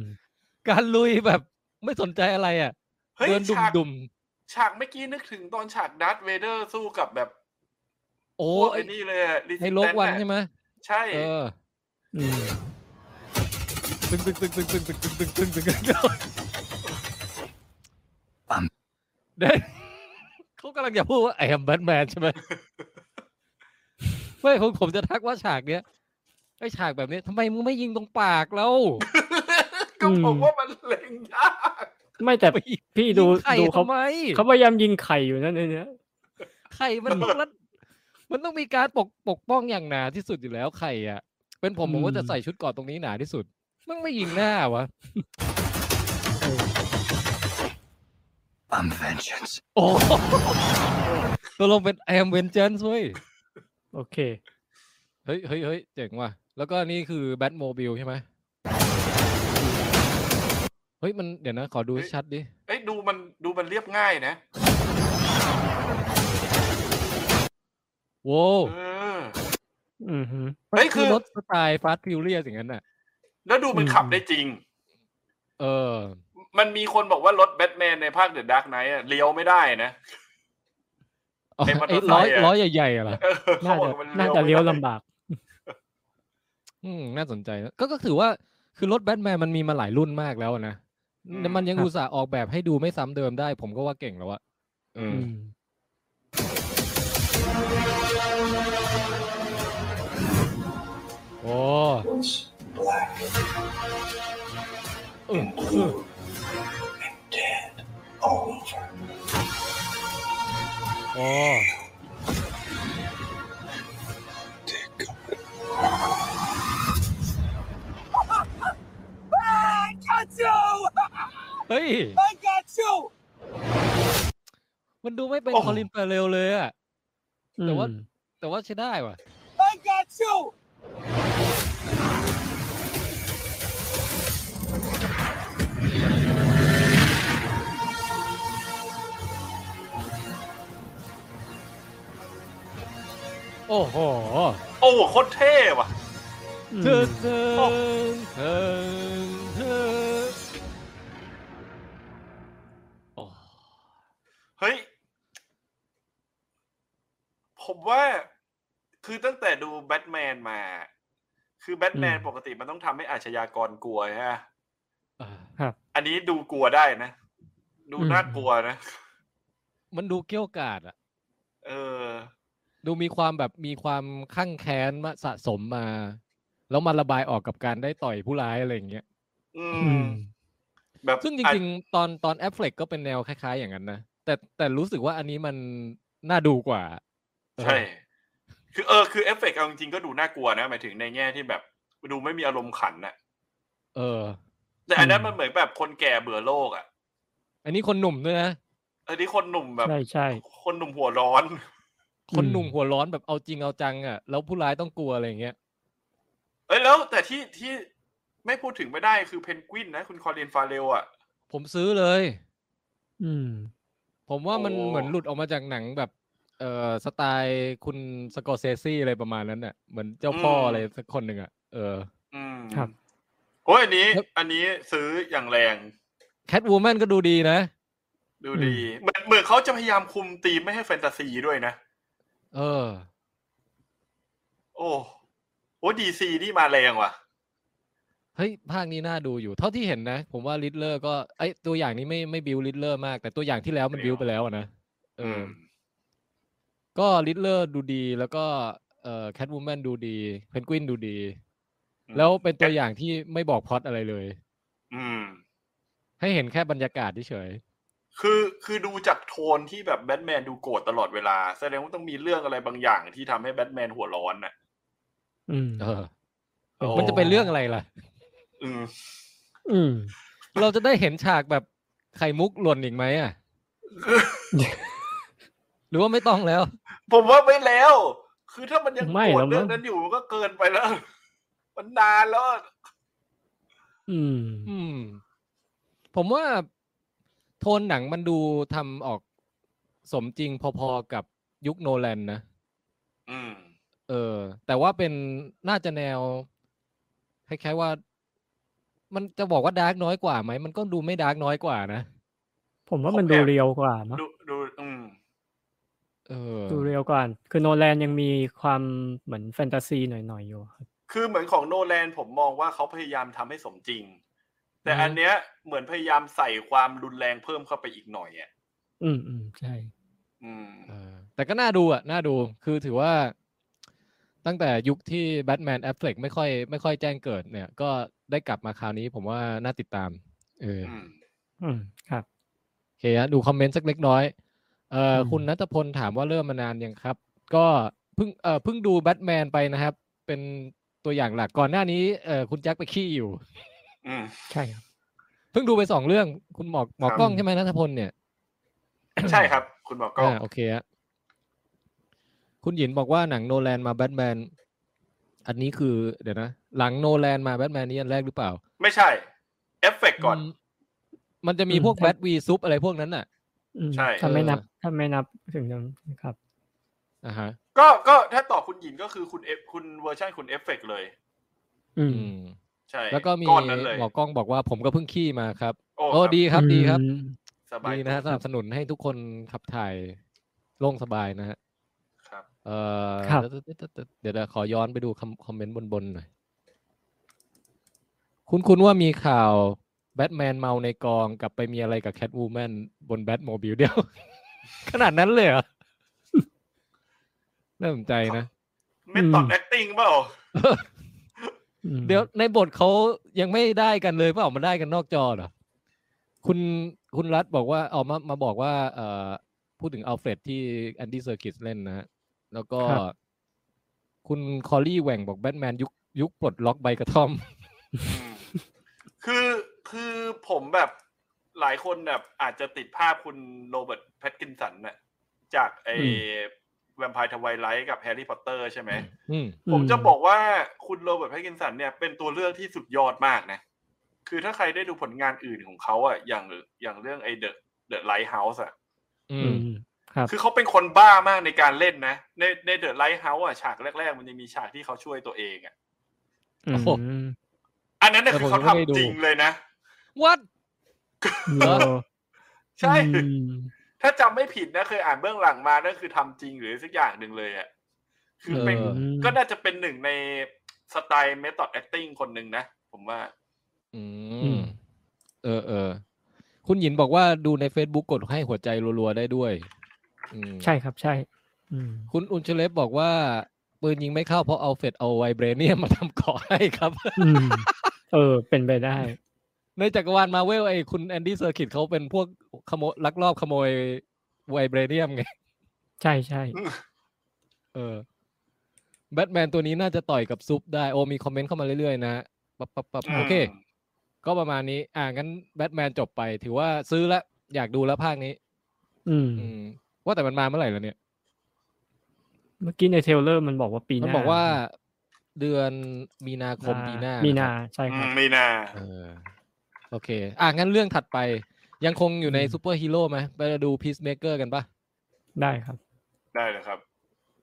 การลุยแบบไม่สนใจอะไรอ่ะ เฮ้ย เดินดุม ฉาก ดุม ฉากเมื่อกี้นึกถึงตอนฉากดัตเวเดอร์สู้กับแบบ ๆโอ้ พวก ไอ้ ไอ้นี่เลยอะ ไอ้โลก Resistance วัน อะ ใช่ไหม ใช่ เออ อืม ตึงตึงตึงตึงตึงตึงตึงตึงตึงตึงตึง ปั๊ม เด้เขากำลังจะพูดว่าไอ้แบทแมนใช่ไหมไม่ผมผมจะทักว่าฉากเนี้ยไอ้ฉากแบบเนี้ยทำไมมึงไม่ยิงตรงปากแล้ว ก็ผมว่ามันเล็งยาก ไม่แต่ ไปยิง พี่ดู ยิงไข่ ดูเขา ทำไม เขาพยายามยิงไข่อยู่นั่นในเนี้ย ไข่มันรัดมันต้องมีการปกปกป้องอย่างหนาที่สุดอยู่แล้วไข่อ่ะ เป็นผมผม อืม ก็จะใส่ชุดเกอดตรงนี้หนาที่สุด มันไม่ยิงหน้าวะ I'm vengeance โอ้ตัวลงเป็น I am vengeance เว้ย โอเค เฮ้ยเฮ้ยเฮ้ยเจ๋งว่ะ แล้วก็นี่คือแบทโมบิลใช่ไหมเฮ้ย มันเดี๋ยวนะ ขอดู เฮ้ย ชัดดิ เอ้ยดูมันดูมันเรียบง่ายนะ โว้ว เออ อือฮึ เฮ้ยคือ รถสไตล์ฟาสต์ฟิวเรียสอย่างนั้นน่ะ แล้วดูมันขับได้จริง เออ มันมีคนบอกว่ารถแบทแมนในภาคเดอะดาร์กไนท์เลี้ยวไม่ได้นะ อ๋อ ไอ้มอเตอ ไอ้ ร์ไซ ร้อย ค์อะ ล้อใหญ่ๆอะเหรอ เออเขา น่า บอก จะ มัน น่าจะเลี้ยวลำบาก อืมน่าสนใจนะก็ก็ถือว่าคือรถแบทแมนมันมีมาหลายรุ่นมากแล้วอะนะแต่มันยัง ครับ อุตส่าห์ออกแบบให้ดูไม่ซ้ำเดิมได้ ผมก็ว่าเก่งแล้วอะเออ อื อ ม โอ้ was black เออ dead all over. โอ้ Dick. เฮ้ย มันดูไม่เป็นคอลินเฟเรลเลยอะ แต่ว่า อืม แต่ว่าใช้ได้ว่ะ โอ้โห โอ้โหโคตรเท่ว่ะ อืม เธอเธอเธอเธอโอ้ เฮ้ย ผมว่าคือตั้งแต่ดูแบทแมนมา คือแบทแมนปกติมันต้องทำให้อาชญากรกลัวฮะ อ่า อันนี้ดูกลัวได้นะ ดูน่ากลัวนะ มันดูเกี้ยวกาดอะ เออ ดูมีความแบบมีความข้างแค้นมาสะสมมา แล้วมาระบายออกกับการได้ต่อยผู้ร้ายอะไรอย่างเงี้ย อื อื ม ม แบบ ซึ่งจริงๆ ตอนตอนแอฟเฟลกก็เป็นแนวคล้ายๆอย่างนั้นนะ แต่แต่รู้สึกว่าอันนี้มันน่าดูกว่า ๆใช่ คือเออ คือเอฟเฟกต์เอาจริงๆก็ดูน่ากลัวนะ หมายถึงในแง่ที่แบบ ดูไม่มีอารมณ์ขันน่ะ เออ แต่อันนั้นมันเหมือนแบบคนแก่เบื่อโลกอ่ะ อันนี้คนหนุ่มด้วยนะ อันนี้คนหนุ่มแบบ ใช่ใช่ คนหนุ่มหัวร้อน คนหนุ่ม อืม หัวร้อนแบบเอาจริงเอาจังอ่ะ แล้วผู้ร้ายต้องกลัวอะไรอย่างเงี้ย เอ้ยแล้วแต่ที่ที่ไม่พูดถึงไม่ได้คือเพนกวินนะ คุณคอลินฟาเรลอ่ะ ผมซื้อเลย อืม ผมว่ามัน โอ้ เหมือนหลุดออกมาจากหนังแบบเออสไตล์คุณสกอร์เซซี่อะไรประมาณนั้นอ่ะ เหมือนเจ้าพ่ออะไรสักคนหนึ่งอ่ะ เออ อืม ครับ โอ้ยอันนี้ แล้ว อันนี้ซื้ออย่างแรง แคทวูแมนก็ดูดีนะ ดูดี เหมือนเหมือนเขาจะพยายามคุมธีมไม่ให้แฟนตาซีด้วยนะ เออ โอ้โอ้ดีซีนี่มาแรงว่ะ เฮ้ยภาคนี้น่าดูอยู่ เท่าที่เห็นนะ ผมว่าลิ d เลอร์ก็ไอยตัวอย่างนี้ไม่ไม่บิวลิ d เลอร์มาก แต่ตัวอย่างที่แล้วมัน ไม่ บิว เอา ไปแล้วอะนะเอออ ม ก็ลิ d เลอร์ดูดีแล้วก็เอ่อแคทวูแมนดูดีเพนกวินดูดี แล้วเป็นตัวอย่างที่ไม่บอกพล็อตอะไรเลย อืม ให้เห็นแค่บรรยากาศเฉย คือคือดูจากโทนที่แบบแบทแมนดูโกรธตลอดเวลา แสดงว่าต้องมีเรื่องอะไรบางอย่างที่ทำให้แบทแมนหัวร้อนน่ะ อืม ๆเออ โอ้ มันจะเป็นเรื่องอะไรล่ะ อืม อืม เราจะได้เห็นฉากแบบไข่มุกหล่นอีกไหม อ่ะ หรือว่าไม่ต้องแล้ว ผมว่าไม่แล้ว คือถ้ามันยัง ไม่ โกรธ แล้วมั้ง เรื่องนั้นอยู่มันก็เกินไปแล้ว มันนานแล้ว อืม อืม ผมว่าโทนหนังมันดูทำออกสมจริงพอๆกับยุคโนแลนนะ อืม เออ แต่ว่าเป็นน่าจะแนวคล้ายๆว่า มันจะบอกว่าดาร์กน้อยกว่าไหม มันก็ดูไม่ดาร์กน้อยกว่านะ ผมว่ามัน ผมแอบ ดูเรียวกว่าเนอะ ดูดู อืม เออ ดูเรียวกว่า คือโนแลนยังมีความเหมือนแฟนตาซีหน่อยๆอยู่ครับ คือเหมือนของโนแลนผมมองว่าเขาพยายามทำให้สมจริง แต่ อือฮึ อันเนี้ยเหมือนพยายามใส่ความรุนแรงเพิ่มเข้าไปอีกหน่อยอ่ะ อืมอืมใช่ อืม เออแต่ก็น่าดูอ่ะ น่าดู คือถือว่า ตั้งแต่ยุคที่แบทแมนแอฟเฟลกไม่ค่อยไม่ค่อยแจ้งเกิดเนี่ย ก็ได้กลับมาคราวนี้ผมว่าน่าติดตาม เออ อืม อืมครับ โอเคฮะดูคอมเมนต์สักเล็กน้อย เอ อ่ออ ม คุณนัทพลถามว่าเริ่มมานานยังครับ ก็เพิ่งเอ่อเพิ่งดูแบทแมนไปนะครับ เป็นตัวอย่างหลักก่อนหน้านี้เอ่อคุณแจ็คไปขี้อยู่ อืม ใช่ครับ เพิ่งดูไปสองเรื่อง คุณหมอหมอ ครับ กล้องใช่ไหมนัทพลเนี่ย ใช่ครับ คุณหมอกล้อง อ่าโอเคฮะคุณหยินบอกว่าหนังโนแลนมาแบทแมนอันนี้คือเดี๋ยวนะ หลังโนแลนมาแบทแมนนี่อันแรกหรือเปล่า ไม่ใช่ เอฟเฟกต์ก่อน มมันจะมี อืม พวก ใช่ แบทวีซุปอะไรพวกนั้นน่ะ อืม ใช่ ถ้าไม่นับ เออ ถ้าไม่นับถึงนั้นนะครับ อ่าฮะ ก็ก็ถ้าตอบคุณหยินก็คือคุณเอฟคุณเวอร์ชันคุณเอฟเฟกต์เลย อื อื ม ม ใช่ แล้วก็มี ก้อนนั้นเลย หมอกล้องบอกว่าผมก็เพิ่งขี้มาครับ โอ้ โอ้ ครับ ดีครับดีครับ อืม สบาย ดีนะฮะสนับสนุนให้ทุกคนขับถ่ายโล่งสบายนะฮะ ครับ เอ่อเดี๋ยวเดี๋ยวขอย้อนไปดูคำคอมเมนต์บนๆหน่อยคุณคุณว่ามีข่าวแบทแมนเมาในกองกลับไปมีอะไรกับแคทวูแมนบนแบทโมบิลเดียว ขนาดนั้นเลยเหรอ น่าสนใจนะ เมนตอดแอคติ้งเปล่า อืม เดี๋ยวในบทเขายังไม่ได้กันเลยเปล่ามาได้กันนอกจอเหรอคุณคุณรัฐบอกว่าเอามามาบอกว่าเอ่อพูดถึงอัลเฟรดที่แอนดี้เซอร์กิสเล่นนะฮะแล้วก็คุณคอลลี่แหว่งบอกแบทแมนยุคยุคปลดล็อกใบกระท่อม อืมคือคือผมแบบหลายคนแบบอาจจะติดภาพคุณโรเบิร์ตแพตกินสันน่ะจากไอ อื แวมไพร์ทวายไลท์กับแฮร์รี่พอตเตอร์ใช่ไหม อืม ผมจะบอกว่าคุณโรเบิร์ตแพตกินสันเนี่ยเป็นตัวเลือกที่สุดยอดมากนะ คือถ้าใครได้ดูผลงานอื่นของเขาอ่ะอย่างอย่างเรื่องไอเดอะเดอะไลท์เฮาส์อ่ะ อื อื ม มครับ คือเขาเป็นคนบ้ามากในการเล่นนะ ในในเดอะไลท์เฮาส์อ่ะฉากแรก ๆ มันยังมีฉากที่เขาช่วยตัวเองอ่ะ อืม โอ้ อันนั้นน่ะ แต่ คือ ผมยั เขา ง ทำ ไม่ได้ดู จริงเลยนะ วัด เออ ใช่ อืม ถ้าจำไม่ผิดนะเคยอ่านเบื้องหลังมานั่นคือทำจริงหรือสักอย่างหนึ่งเลยอ่ะคือเป็น เออ ก็น่าจะเป็นหนึ่งในสไตล์เม t h อดแอคติ้งคนหนึ่งนะ ผมว่า อื อื ม ม เออเออคุณหยินบอกว่าดูใน Facebook กดให้หัวใจรัวๆได้ด้วย อืม ใช่ครับใช่ อืม คุณอุนเชเลฟบอกว่า ปืนยิงไม่เข้าเพราะเอาเฟดเอาไวเบรเนียมมาทำเกาะให้ครับ อืม เออ เป็นไปได้ ในจักรวาลมาเวลไอ้คุณแอนดี้เซอร์คิตเขาเป็นพวกขโมยลักลอบขโมยไวเบรเนียมไง ใช่ใช่ เออแบทแมนตัวนี้น่าจะต่อยกับซุปได้ โอ้มีคอมเมนต์เข้ามาเรื่อยๆนะปั๊บปั๊บปั๊บ อืม โอเค ก็ประมาณนี้ อ่างั้นแบทแมนจบไป ถือว่าซื้อละ อยากดูแล้วภาคนี้ อืม อืม ว่าแต่มันมาเมื่อไหร่แล้วเนี่ย เมื่อกี้ในเทรลเลอร์มันบอกว่าปีห มัน น้า บอกว่าเดือนมีนาคมปีหน้า มี มี นาใช่ อื ครับ มมีนา เออโอเค อ่ะ งั้นเรื่องถัดไป ยังคงอยู่ใน อืม ซูเปอร์ฮีโร่ไหมไปดูพีซเมเกอร์กันปะ ได้ครับ ได้เลยครับ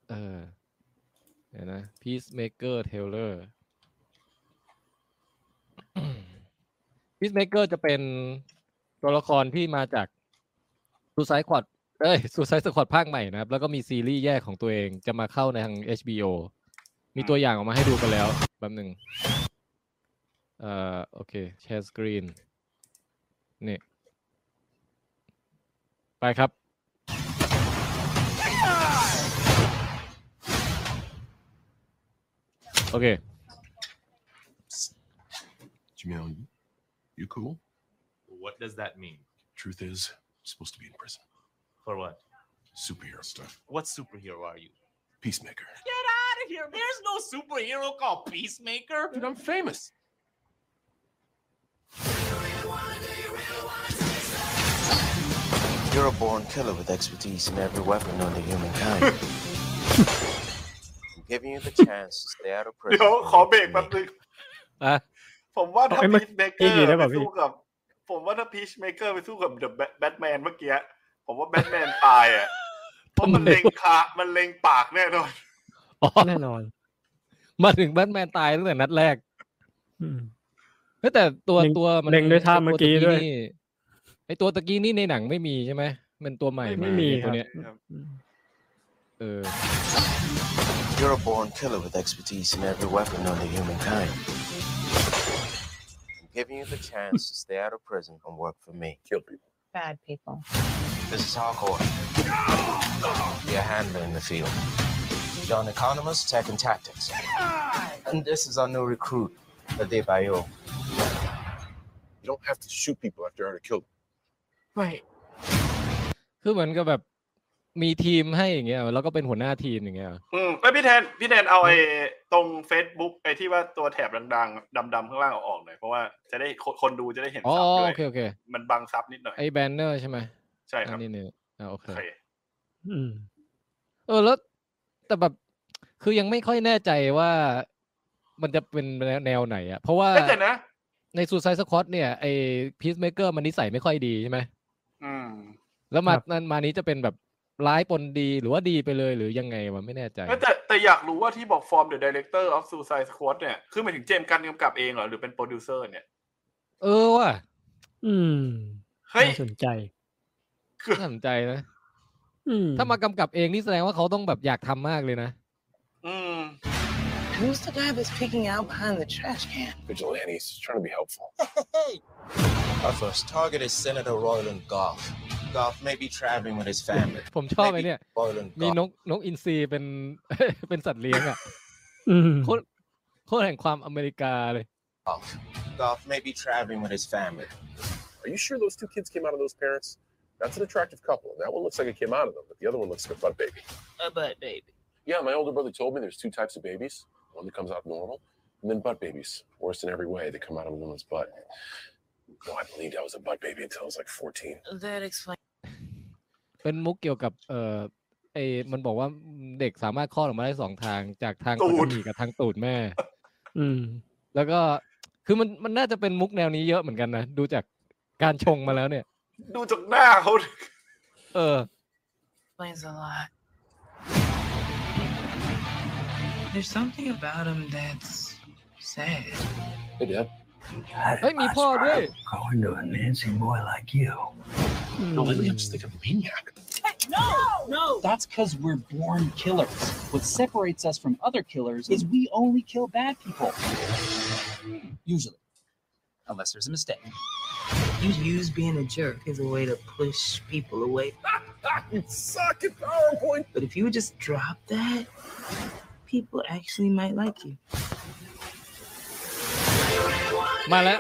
เออเดี๋ยวนะพีซเมเกอร์เทเล อร์พีซเมเกอร์จะเป็นตัวละครที่มาจากซูไซควอดเอ้ยซูไซสควอดภาคใหม่นะครับ แล้วก็มีซีรีส์แยกของตัวเองจะมาเข้าในทาง HBO มีตัวอย่างออกมาให้ดูกันแล้วแป๊บหนึ่งเอ่อโอเคแชร์สกรีน นี่ ไปครับ โอเค Jamil, you, you cool? What does that mean? Truth is, I'm supposed to be in prison. For what? Superhero stuff. What superhero are you? Peacemaker. Get out of here! There's no superhero called Peacemaker. Dude, I'm famous. You're a born killer with expertise in every weapon known to humankind. I'm giving you the chance to stay out of prison. เดี๋ยวขอเบรกแป๊บนึง อ่ะ ผมว่าถ้า เอ้ยมัน พีชเมเกอร์ ดีนะ ไป แบบนี้ สู้กับ ผมว่าถ้าพีชเมเกอร์ไปสู้กับเดอะแบทแมนเมื่อกี้ผมว่าแบทแมนตายอ่ะเพราะมัน ทำไม เล็งขามันเล็งปากแน่นอน อ๋อ แน่นอน มาถึงแบทแมนตายตั้งแต่นัดแรก อืม เฮ้ยแต่ตัว เล็ง ตัวมัน เล็งด้วยท่าเมื่อกี้ ตั ด้วย นี่ไอตัวตะกี้นี่ในหนังไม่มีใช่ไหมมันตัวใหม่ ไม่มี า ค ตัว รับ เนี้ย อืม เออ You're a born killer with expertise in every weapon known to humankind. I'm giving you the chance to stay out of prison and work for me. Kill people. bad people This is hardcore. You're a handler in the field. John Economist, Tech and Tactics. And this is our new recruit, Adebayo. You don't have to shoot people after you already killed them. Right. คือเหมือนกับแบบ มีทีมให้อย่างเงี้ยเหรอแล้วก็เป็นหัวหน้าทีมอย่างเงี้ยเหรอ อืมแล้วพี่แทนพี่แทนเอาไอ้ตรง Facebook ไอ้ที่ว่าตัวแถบดังๆดำๆข้างล่างเอาออกหน่อยเพราะว่าจะได้คนคนดูจะได้เห็น อ๋อ ซับด้ว โอย เคโอเค มันบังซับนิดหน่อย ไอ้แบนเนอร์ใช่ไหม ใช่ครับ อันนี่เนี่ยอ่าโอเค โอเค อืม เออแล้วแต่แบบคือยังไม่ค่อยแน่ใจว่ามันจะเป็นแนวไหนอะเพราะว่า เอ้ยแต่นะ ในซูซายสควอตเนี่ยไอพีซเมเกอร์มันนิสัยไม่ค่อยดีใช่ไหม อืม แล้วมา ครับ นั้นมานี้จะเป็นแบบร้ายปนดีหรือว่าดีไปเลยหรือยังไงวะไม่แน่ใจ เอ้ยแต่แต่อยากรู้ว่าที่บอก From the Director of Suicide Squad เนี่ย คือหมายถึงเจมส์กันกำกับเองเหรอ หรือเป็นโปรดิวเซอร์เนี่ย เออว่ะ อืม เฮ้ย น่าสนใจ น่าสนใจนะ อืม ถ้ามากำกับเองนี่แสดงว่าเขาต้องแบบอยากทำมากเลยนะ อืม Who's the guy that's peeking out behind the trash can? Vigilantes, trying to be helpful. Our first target is Senator Royland Goff. Goff may be traveling with his family. ผมชอบไอ้เนี่ย Royland มี Goff. นกนกอินทรีเป็น เป็นสัตว์เลี้ยงอ่ะ อืม โคตรโคตรแห่งความอเมริกาเลย Goff. Goff may be traveling with his family. Are you sure those two kids came out of those parents? That's an attractive couple, and that one looks like it came out of them, but the other one looks like a butt baby. A butt baby. Yeah, my older brother told me there's two types of babies one that comes out normal, and then butt babies. Worse in every way, they come out of a woman's butt. No, I believed I was a butt baby until I was like 14. That explains. เป็นมุกเกี่ยวกับ เออไอมันบอกว่าเด็กสามารถคลอดออกมาได้สองทางจากทาง ตู ปัต ด ตานีกับทางตูดแม่ อืม แล้วก็คือมันมันน่าจะเป็นมุกแนวนี้เยอะเหมือนกันนะ ดูจากการชงมาแล้วเนี่ย ดูจากหน้าเขา เออ explains a lot. There's something about him that's sad. Hey, Dad. เฮ้ยมีพ่อด้วย Going to a Nancy boy like you. No, lately I'm just like a maniac. No! No! That's because we're born killers. What separates us from other killers is we only kill bad people. Usually. Unless there's a mistake. You use being a jerk as a way to push people away. you suck at PowerPoint. But if you would just drop that, people actually might like you. มาแล้ว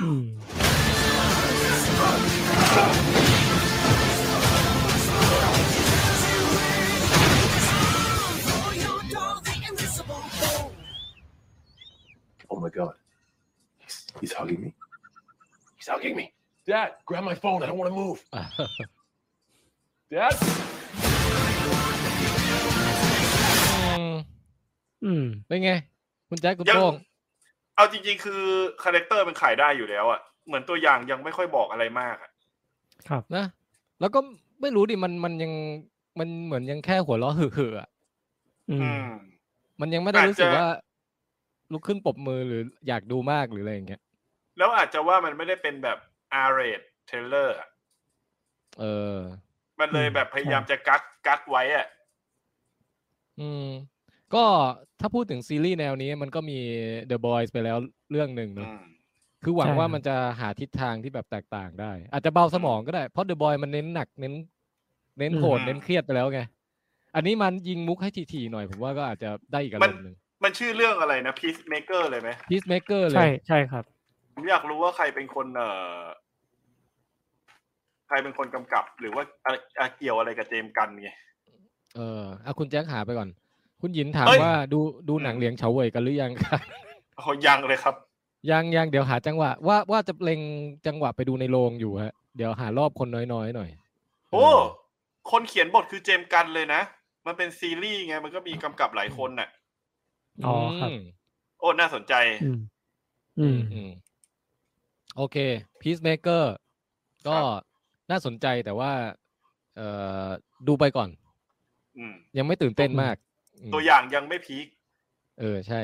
อืม Oh my God. He's, he's hugging me. He's hugging me. Dad, grab my phone. I don't want to move. Dad? อืม อืม เป็นไง คุณแจ็คคุณ ยัง โป้ง เอาจริงๆ คือคาแรคเตอร์มันขายได้อยู่แล้วอะเหมือนตัวอย่างยังไม่ค่อยบอกอะไรมากอะ นะ แล้วก็ไม่รู้ดิมันมันยังมันเหมือนยังแค่หัวเราะเหื่อๆอะ อื อื ม ม มันยังไม่ได้ อาจจะ รู้สึกว่า ลุกขึ้นปรบมือหรืออยากดูมากหรืออะไรอย่างเงี้ย แล้วอาจจะว่ามันไม่ได้เป็นแบบ R rated trailer อะ เออ มันเลยแบบพยายามจะกักกักไว้อะ อืม ก็ถ้าพูดถึงซีรีส์แนวนี้มันก็มี The Boys ไปแล้วเรื่องหนึ่ง อื เนอะ ม คือหวัง ใช่ ว่า ครับ มันจะหาทิศทางที่แบบแตกต่างได้ อาจจะเบาสมองก็ได้ เพราะ The Boy มันเน้นหนักเน้น เน้นโหด อืม เน้นเครียดไปแล้วไง อันนี้มันยิงมุกให้ทีๆหน่อย ผมว่าก็อาจจะได้อีกอารมณ์หนึ่ง มันชื่อเรื่องอะไรนะ Peacemaker เลยไหม Peacemaker เล ใช่ ย ใช่ครับ ผมอยากรู้ว่าใครเป็นคนเอ่อใครเป็นคนกำกับ หรือว่าอะอะเกี่ยวอะไรกับเจมส์กันไง เออเอาคุณแจ็คหาไปก่อน คุณหยินถาม เอ้ย ว่าดูดูหนังเหลียงเฉาเว่ยกันหรือยัง ครับ โอ้ยังเลยครับ ยังยังเดี๋ยวหาจังหวะ ว่าว่าจะเล็งจังหวะไปดูในโรงอยู่ฮะ เดี๋ยวหารอบคนน้อยๆหน่อย โอ้คนเขียนบทคือเจมส์กันเลยนะ มันเป็นซีรีส์ไง มันก็มีกำกับหลายคนน่ะ อ๋อครับ ม โอ้น่าสนใจ อืม อืม อืมโอเค Peacemaker ก็น่าสนใจแต่ว่า เอ่อดูไปก่อน อืม ยังไม่ตื่นเต้นมากอืม ตัวอย่างยังไม่พีค เออใช่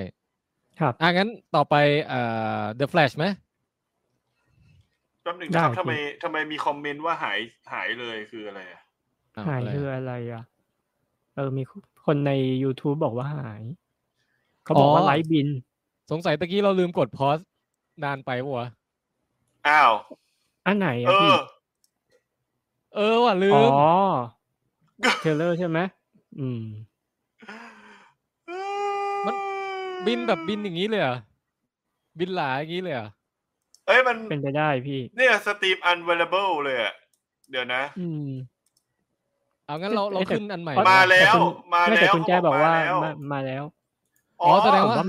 ครับ อ่ะงั้นต่อไปเอ่อ The Flash ไหม แป๊บหนึ่ง ได้ นะครับทำพี่ไมทำไมมีคอมเมนต์ว่าหายหายเลยคืออะไรอะ อ้หายวะไร คืออะไรอ่ะ เออมีคนใน YouTube บอกว่าหาย เขาบอกว่าไลฟ์บิน สงสัยตะกี้เราลืมกดพอสนานไปปะวะ อ้าว อันไหน เอ อ่ะพี่ อ เออว่ะลื อ๋อ ม เทรลเลอร์ใช่ไหมอืม มันบินแบบบินอย่างนี้เลยเหรอ่ะบินหลาอย่างนี้เลยเหรอ่ะ เอ้ยมัน เป็นไปได้พี่ เนี่ยสตรีม unavailable เลยอะเดี๋ยวนะ อืม เอางั้นเราเราขึ้นอันใหม่ มาแล้ว มา มา แล้ว แล้ว คุณแจ้บอกว่า เข มามาแล้ว อ๋อแสดงว่า ผม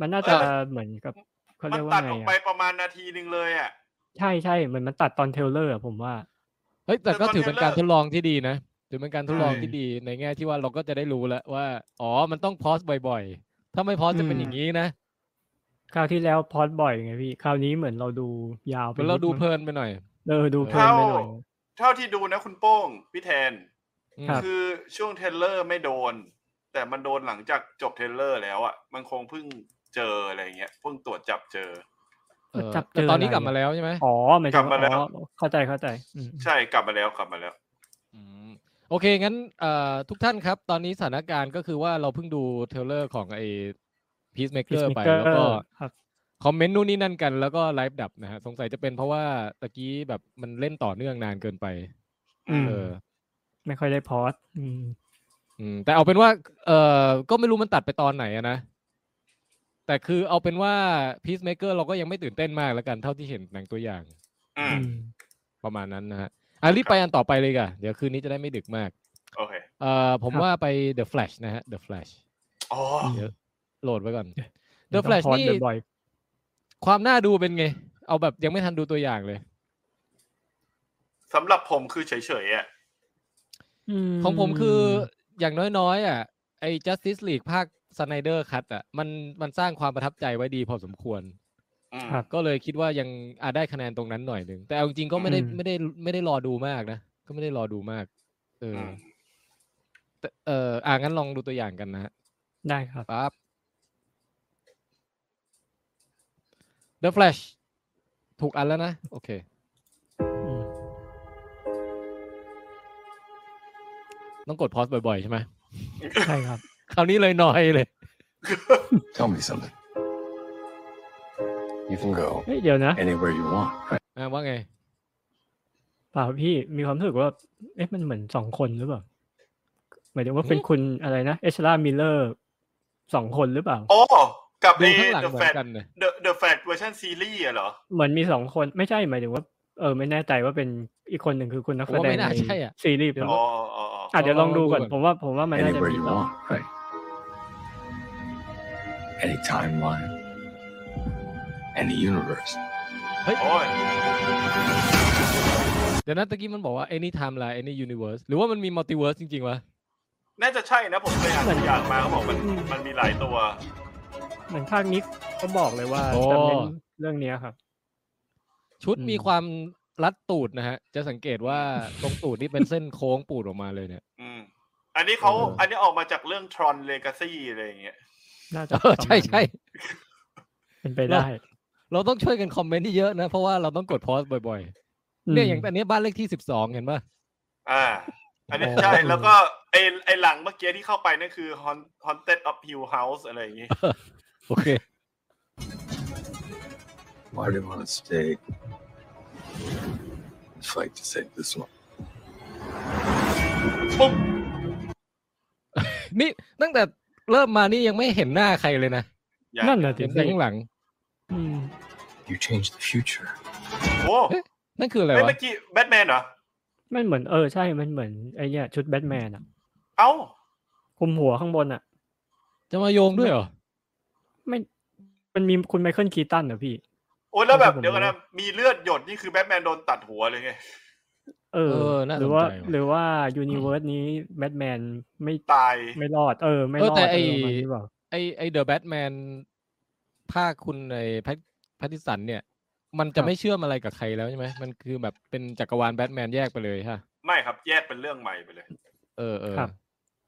มันน่าจะ เออ เหมือนกับเขา มั เรี น ยกว่า ตัด ไง ออก อะ ไปประมาณนาทีหนึ่งเลยอะ ใช่ใช่เหมือนมันตัดตอนเทรลเลอร์อะผมว่า เฮ้ยแต่ แต่ ก็ ตอน ถือเป็น เทรลเลอร์ การทดลองที่ดีนะถือเป็นการทดลอง ใช่ ที่ดีในแง่ที่ว่าเราก็จะได้รู้แล้วว่า อ๋อมันต้องพอสบ่อยๆ ถ้าไม่พอสจะเป็น อืม อย่างนี้นะ คราวที่แล้วพอดบ่อยไงพี่ คราวนี้เหมือนเราดูยาวไป เหมันเราดู ดง เพลินไปหน่อย เออดูเพลิน เท่า ไปหน่อย เท่าที่ดูนะคุณโป้งพี่แทน ครับ คือช่วงเทรลเลอร์ไม่โดน แต่มันโดนหลังจากจบเทรลเลอร์แล้วอะมันคงเพิ่งเจออะไรเงี้ยเพิ่งตรวจจับเจอ เออ จับเจ แต่ อ ตอนนี้กะไร ลับมาแล้วใช่ไหม อ๋อหมาย กลั ถึ บ ง มาแล้ว อ๋อเข้าใจเข้าใจ อืม ใช่กลับมาแล้วกลับมาแล้ว โอเคงั้นเอ่อทุกท่านครับ ตอนนี้สถานการณ์ก็คือว่าเราเพิ่งดูเทรลเลอร์ของไอ้พีซเมเกอร์ไป Peacemaker แล้วก็ ครับ คอมเมนต์นู่นนี่นั่นกันแล้วก็ไลฟ์ดับนะฮะสงสัยจะเป็นเพราะว่าตะกี้แบบมันเล่นต่อเนื่องนานเกินไป อืม เออ ไม่ค่อยได้พอดอืม อืมแต่เอาเป็นว่า เออก็ไม่รู้มันตัดไปตอนไหนอะนะ แต่คือเอาเป็นว่า Peacemaker เราก็ยังไม่ตื่นเต้นมากแล้วกันเท่าที่เห็นหนังตัวอย่าง อืม ประมาณนั้นนะฮะอ่ะรีบไปอันต่อไปเลยก่ะ เดี๋ยวคืนนี้จะได้ไม่ดึกมาก โอเค เอ่อผม ครับ ว่าไป The Flash นะฮะ The Flash อ๋อ เดี๋ยวโหลดไว้ก่อน มั The นต้อง Flash พอด นี่ บ่อย ความน่าดูเป็นไง เอาแบบยังไม่ทันดูตัวอย่างเลย สำหรับผมคือเฉยๆอะ ๆอื ของผมคืออย่างน้อยๆอ่ะไอ้ Justice League ภาค Snyder Cut อ่ะมันมันสร้างความประทับใจไว้ดีพอสมควร อืม ครับ ก็เลยคิดว่ายังอาจได้คะแนนตรงนั้นหน่อยหนึ่งแต่เอาจริงๆก็ไม่ได้ อืม ไม่ได้ไม่ได้รอดูมากนะ ก็ไม่ได้รอดูมาก เอออ ม แต่เอออ่างั้นลองดูตัวอย่างกันนะฮะ ได้ครับ ปั๊บ The Flash ถูกอันแล้วนะ โอเค อืม ต้องกดพอสบ่อยๆใช่ไหม ใช่ครับ คราวนี้เลยน้อยเลย Tell me something. You can go เฮ้ยเดี๋ยวนะ anywhere you want, right? อ่ะว่าไง เปล่าพี่มีความรู้สึกว่า เอ๊ะมันเหมือนสองคนหรือเปล่า หมายถึงว่าเป็น อืม คุณอะไรนะเอชลามิลเลอร์สองคนหรือเปล่า อ๋อกับ ดู เอ ข้างหลัง The เหมือน Fat กันเนี่ย The The Fat version series อะเหรอ เหมือนมีสองคนไม่ใช่หมายถึงว่า เออไม่แน่ใจว่าเป็นอีกคนหนึ่งคือคุณนักแส ผม ด ว่าไม่ ง น่าใช่อะ ซีรีส์หรือ อ๋อเปอ๋ล่าออ๋อ อ่ะเดี๋ยวลองดูก่อน ลองดูก่อน ผมว่าผมว่ามันน่าจะ anywhere มี you เนาะ want, right? Any timeline, any universe. โอ้ย เดี๋ยวนะตะกี้มันบอกว่า any timeline any universe หรือว่ามันมี multiverse จริงๆวะ น่าจะใช่นะผมไปอ่านตัวอย่างมาเขาบอกมัน อืม มันมีหลายตัว เหมือนภาคนี้เขาบอกเลยว่า โอ้ จะเน้นเรื่องเนี้ยครับ ชุด อืม มีความรัดตูดนะฮะ จะสังเกตว่าตรงตูดนี่เป็นเส้นโค้งปูดออกมาเลยเนี่ย อืม อันนี้เขา เอออั อันนี้ออกมาจากเรื่อง Tron Legacy อะไรอย่างเงี้ย น่าจะ เออใช่ใช่ เป็นไปได้ เราต้องช่วยกันคอมเมนต์ที่เยอะนะ เพราะว่าเราต้องกดโพสต์บ่อย อื ๆ ม เนี่ยอย่างอันเนี้ยบ้านเลขที่สิบสองเห็นป่ะ อ่า อันนี้ โอ้ ใช่ แล้วก็ไอไอหลังเมื่อกี้ที่เข้าไปนั่นคือ Haunt- Haunted of Hill House อะไรอย่างงี้ โอเค Why do you want to stay? Fight to save this one. ปุ๊บ นี่ตั้งแต่เริ่มมานี่ยังไม่เห็นหน้าใครเลยนะ อย่าง นั่นแหละสิ เห็นแต่ข้างหลัง อืม You change the future. โอ้ เอ๊ะ นั่นคืออะเฮ้ยไระวเมื่อกี้แบทแมนเหรอ มันเหมือนเออใช่มันเหมือนไอเนี่ยชุดแบทแมนอะ เอ้า คลุมหัวข้างบนอะ จะมาโยงด้วยเหรอ ไม่ มันมีคุณไมเคิลคีตันเหรอพี่ โอ้ยแล้วแบบ ผม เดี๋ยวกันนะ มีเลือดหยดนี่คือแบทแมนโดนตัดหัวเลยไง เออ เออน่าสนใจ หรือว่า ว่ะ หรือว่ายูนิเวิร์สนี้แบทแมนไม่ ตาย ไม่รอด เออ ไม่ เอ ร อ อด แต่ไอ ประมาณนี้เปล่า ไอไอเดอะแบทแมนภาคคุณไอแพทแพทติสันเนี่ย มันจะไม่เชื่อมอะไรกับใครแล้วใช่ไหมมันคือแบบเป็นจักรวาลแบทแมนแยกไปเลยฮะ ไม่ครับแยกเป็นเรื่องใหม่ไปเลย เออเออ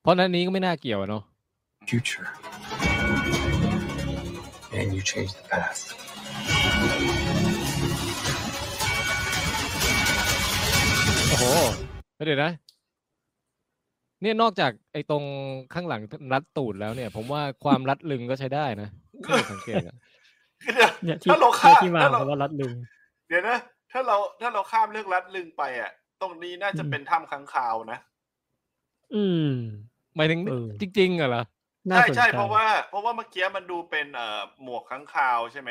เพราะนั้นนี้ก็ไม่น่าเกี่ยวอะเนาะ Future. And you change the past. โอ้โหเดี๋ยวนะ เนี่ยนอกจากไอ้ตรงข้างหลังรัดตูดแล้วเนี่ย ผมว่าความรัดลึงก็ใช้ได้ นะถ้าเราสังเกตอะ เนี่ยที่ ถ้าเราฆ่า เนี่ยที่มา ถ้า ข เรา องว่ารัดลึง เดี๋ยวนะ ถ้าเราถ้าเราข้ามเรื่องรัดลึงไปอ่ะ รงนี้น่าจะเป็นถ้ำค้างคาวนะ อืม หมายถึงจริงๆเหรอ ใช่ใช่เพราะว่าเพราะว่าเมื่อกี้มันดูเป็นเอ่อหมวกค้างคาวใช่ไหม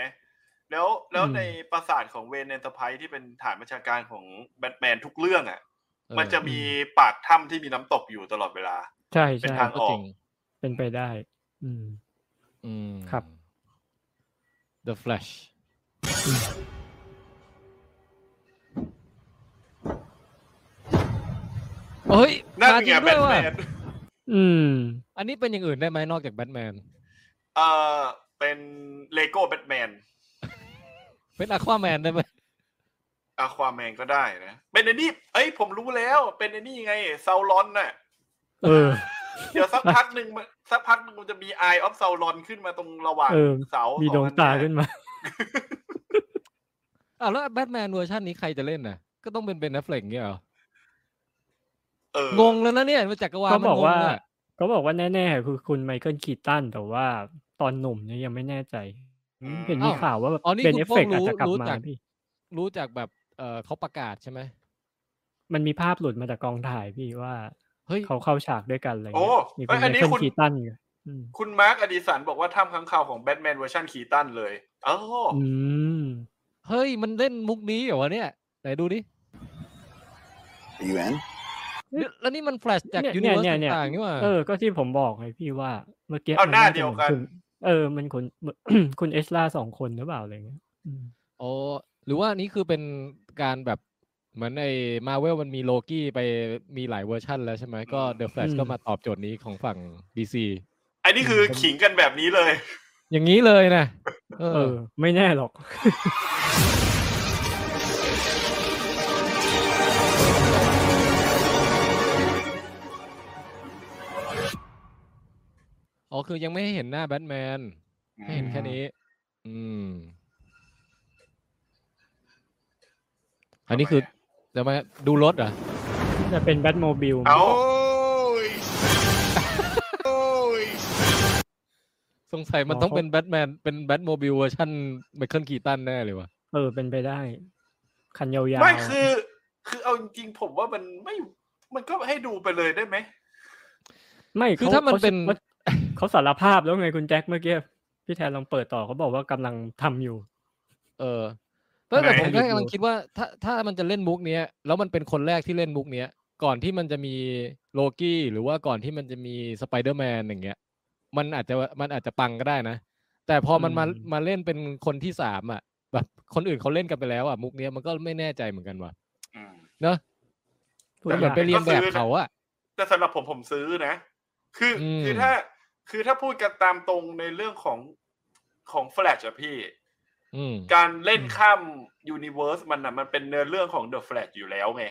แล้วแล้ว อืม ในปราสาทของเวนเอนเตอร์ไพรส์ที่เป็นฐานบัญชาการของแบทแมนทุกเรื่องอ่ะ มันจะมีปากถ้ำที่มีน้ำตกอยู่ตลอดเวลา ใช่ เป็น ใช่ ทางออก เป็นไปได้ อืม อืม ครับ The Flash เฮ้ย นั่น มาจ ไง ริงด้วยว่ะ Batman อืม อันนี้เป็นอย่างอื่นได้ไหมนอกจากแบทแมน เออเป็นเลโก้แบทแมน เป็นอะควาแมนได้ไหม อะควาแมนก็ได้นะ เป็นไอ้นี่เอ้ยผมรู้แล้ว เป็นไอ้นี่ไงซาวรอนน่ะ เออ เดี๋ยวสักพักหนึ่งมันสักพักหนึ่งมันจะมี Eye of Sauron ขึ้นมาตรงระหว่าง เออ เสา มี มี ดวงตาขึ้นมา อ้าวแล้วแบทแมนเวอร์ชันนี้ใครจะเล่นน่ะ ก็ต้องเป็นเป็นแอฟเฟลกเงี้ยเหรอ งงแล้วนะเนี่ยมันจักรวาล เขา มัน บอก งง ว่า อะ เขาบอกว่าแน่ๆคือคุณไมเคิลคีตันแต่ว่าตอนหนุ่มเนี่ยยังไม่แน่ใจ เห็นมีข่าวว่าแบบ อ๋อนี่ เบคุนเอ ณ ฟ พว เฟ ก กอาจ รู้ จะกลับ รู้ มา จาก พี่ รู้จากแบบเออเขาประกาศใช่ไหม มันมีภาพหลุดมาจากกองถ่ายพี่ว่า เฮ้ย เขาเข้าฉากด้วยกันอะไร โอ้ เงี้ยมีคุณ เย ไมเคิล คุณ คีตันอยู่ คุณมาร์คอดิสันบอกว่าถ้ำค้างคาวของแบทแมนเวอร์ชันคีตันเลยโอ้าว อืม เฮ้ย มันเล่นมุกนี้เหรอวะเนี่ย ไหนดูดิ Are you in? แล้วนี่มันแฟลชจากยูนิ เนี่ เวย อร์ เนี่ย ส เนี่ย ต่างๆนี่หว่า เออ ก็ที่ผมบอกไงพี่ว่าเมื่อกี้ เอาหน้า จะ เดียวกัน คุณเออ มันคุณ คุณเอชลาสองคนหรือเปล่าอะไรเงี้ย โอ้หรือว่านี่คือเป็นการแบบเหมือนไอ้มาเวลมันมีโลกี้ไปมีหลายเวอร์ชันแล้วใช่ไหมก็เดอะแฟลช อืม ก็มาตอบโจทย์นี้ของฝั่ง DC อันนี้คือขิงกันแบบนี้เลย อย่างนี้เลยนะเอ เอ อ อ ไม่แน่หรอก อ๋อคือยังไม่ให้เห็นหน้าแบทแมนให้เห็นแค่นี้ อืม อันนี้คือจะมาดูรถเหรอ จะเป็นแบทโมบิล เอา สงสัยมันต้องเป็นแบทแมนเป็นแบทโมบิลเวอร์ชันไมเคิลกีตันแน่เลยวะ เออ เป็นไปได้ คันยาวๆ ไม่คือ คือเอาจริงๆผมว่ามันไม่มันก็ให้ดูไปเลยได้ไหม ไม่ คือ ข ถ้ามัน ข เป็น ขาเขาสารภาพแล้วไงคุณแจ็คเมื่อกี้พี่แทนลองเปิดต่อเขาบอกว่ากำลังทำอยู่ เออแล้วแต่ ไหน ผมก็กำลังคิดว่า ถ้าถ้ามันจะเล่นมุกเนี้ยแล้วมันเป็นคนแรกที่เล่นมุกเนี้ยก่อนที่มันจะมีโลกี้หรือว่าก่อนที่มันจะมีสไปเดอร์แมนอย่างเงี้ย มันอาจจะมันอาจจะปังก็ได้นะ แต่พอมันมามาเล่นเป็นคนที่สามอ่ะ แบบคนอื่นเขาเล่นกันไปแล้วอ่ะมุกเนี้ยมันก็ไม่แน่ใจเหมือนกันว่ะเนอะมันเหมือนไปเรียนแบบเขาอ่ะ แต่สำหรับผมผมซื้อนะ คืออ ม คือถ้า คือถ้าพูดกันตามตรงในเรื่องของของแฟลชอะพี่ อืม การเล่นข้ามยูนิเวอร์สมันอ่ะมันเป็นเนื้อเรื่องของเดอะแฟลชอยู่แล้วไง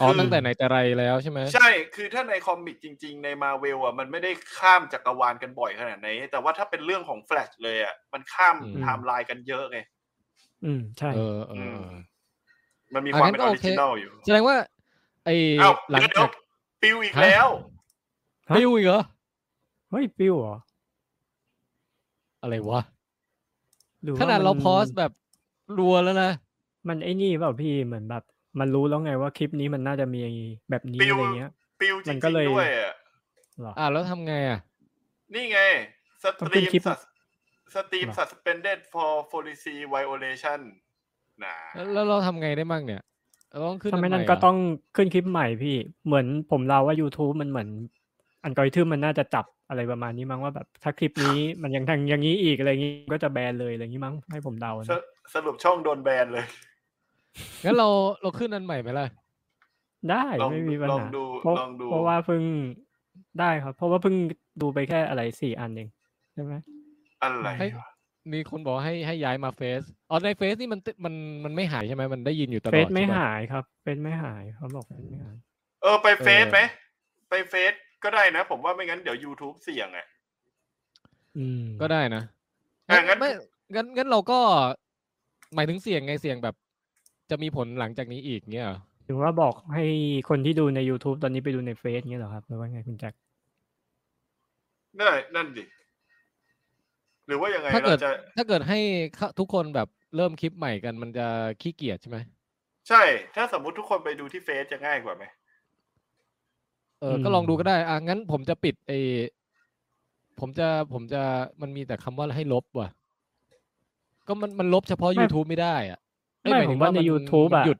อ๋อตั้งแต่ไหนแต่ไรแล้วใช่ไหม ใช่คือถ้าในคอมิกจริง ๆ ในมาเวลอ่ะมันไม่ได้ข้ามจักรวาลกันบ่อยขนาดนี้แต่ว่าถ้าเป็นเรื่องของแฟลชเลยอ่ะมันข้าม อืม ไทม์ไลน์กันเยอะไง อืม ใช่ เออเอออ มันมี อ่ะ ความ งั้ เป็นออริจินอลอยู่ แสดงว่า ไอ้ เอ้า หลัง เดี๋ยว จาก ๆปิวอีก ฮะ แล้ว ปิ้วอีกเหรอ เฮ้ยปิ้วเหรอ อะไรวะ หรือว่ ขนาด มัน เราพอสแบบรัวแล้วนะ มันไอ้นี่เปล่าพี่เหมือนแบบ มันรู้แล้วไงว่าคลิปนี้มันน่าจะมีแบบนี้อะไรเงี้ย ปิวจริ มัน ง ก็เลย ๆด้วยอะ เหรอ อ่าแล้วทำไงอ่ะ นี่ไง ส มัน ต เป็ รี น ม คลิป สตรีม suspended for policy violation นะ แล้วแล้วเราทำไงได้มั่งเนี่ยเราต้องขึ้น ถ้า อั ไม่ ให นั้น เหร ก็ต้องขึ้นคลิปใหม่พี่ เหมือนผมเล่าว่า YouTube มันเหมือน อันกริทึมมันน่าจะจับอะไรประมาณนี้มั้งว่าแบบ ถ้าคลิปนี้มันยังทางอย่างนี้อีกอะไรอย่างงี้ก็จะแบนเลยอะไรอย่างงี้มั้งให้ผมเดา ส นะ สรุปช่องโดนแบนเลย งั้นเราเราขึ้นอันใหม่ไหมล่ะ ได้ ลอง ไม่มีปัญ ลอง หา ดู เพราะ ลองดู เพราะว่าเพิ่งได้ครับ เพราะว่าเพิ่งดูไปแค่อะไรสี่อันเองใช่ไหม อะไร ให้มีคนบอกให้ให้ย้ายมาเฟซอ๋อในเฟซนี่มันติมันมันไม่หายใช่ไหมมันได้ยินอยู่ตลอด เฟซไม่ ใช่ปะ หายครับเฟซไม่หายเขาบอกเฟซไม่หาย เออไปเฟซ เออ ไหมไปเฟซก็ได้นะ ผมว่าไม่งั้นเดี๋ยว YouTube เสี่ยงอ่ะ อืม ก็ได้นะ อ่ะงั้น ไม่งั้นงั้นเราก็ หมายถึงเสียงไงเสียงแบบ จะมีผลหลังจากนี้อีกเงี้ยเหรอ ถึงว่าบอกให้คนที่ดูใน YouTube ตอนนี้ไปดูในเฟซเงี้ยเหรอครับหรือว่าไงคุณแจ็ค นั่นนั่นดิ หรือว่ายังไง ถ้าเกิด จะ ถ้าเกิดให้เข้าทุกคนแบบเริ่มคลิปใหม่กันมันจะขี้เกียจใช่ไหม ใช่ ถ้าสมมุติทุกคนไปดูที่เฟซจะง่ายกว่าไหม เอออ ม ก็ลองดูก็ได้ อ่ะงั้นผมจะปิดไอผมจะผมจะมันมีแต่คำว่าให้ลบว่ะ ก็มันมันลบเฉพาะ ไม่ YouTube ไม่ได้อ่ะเอ้ย ไม่ หยถึ ผ ง มว่าใน มั YouTube มัน อะ หยุด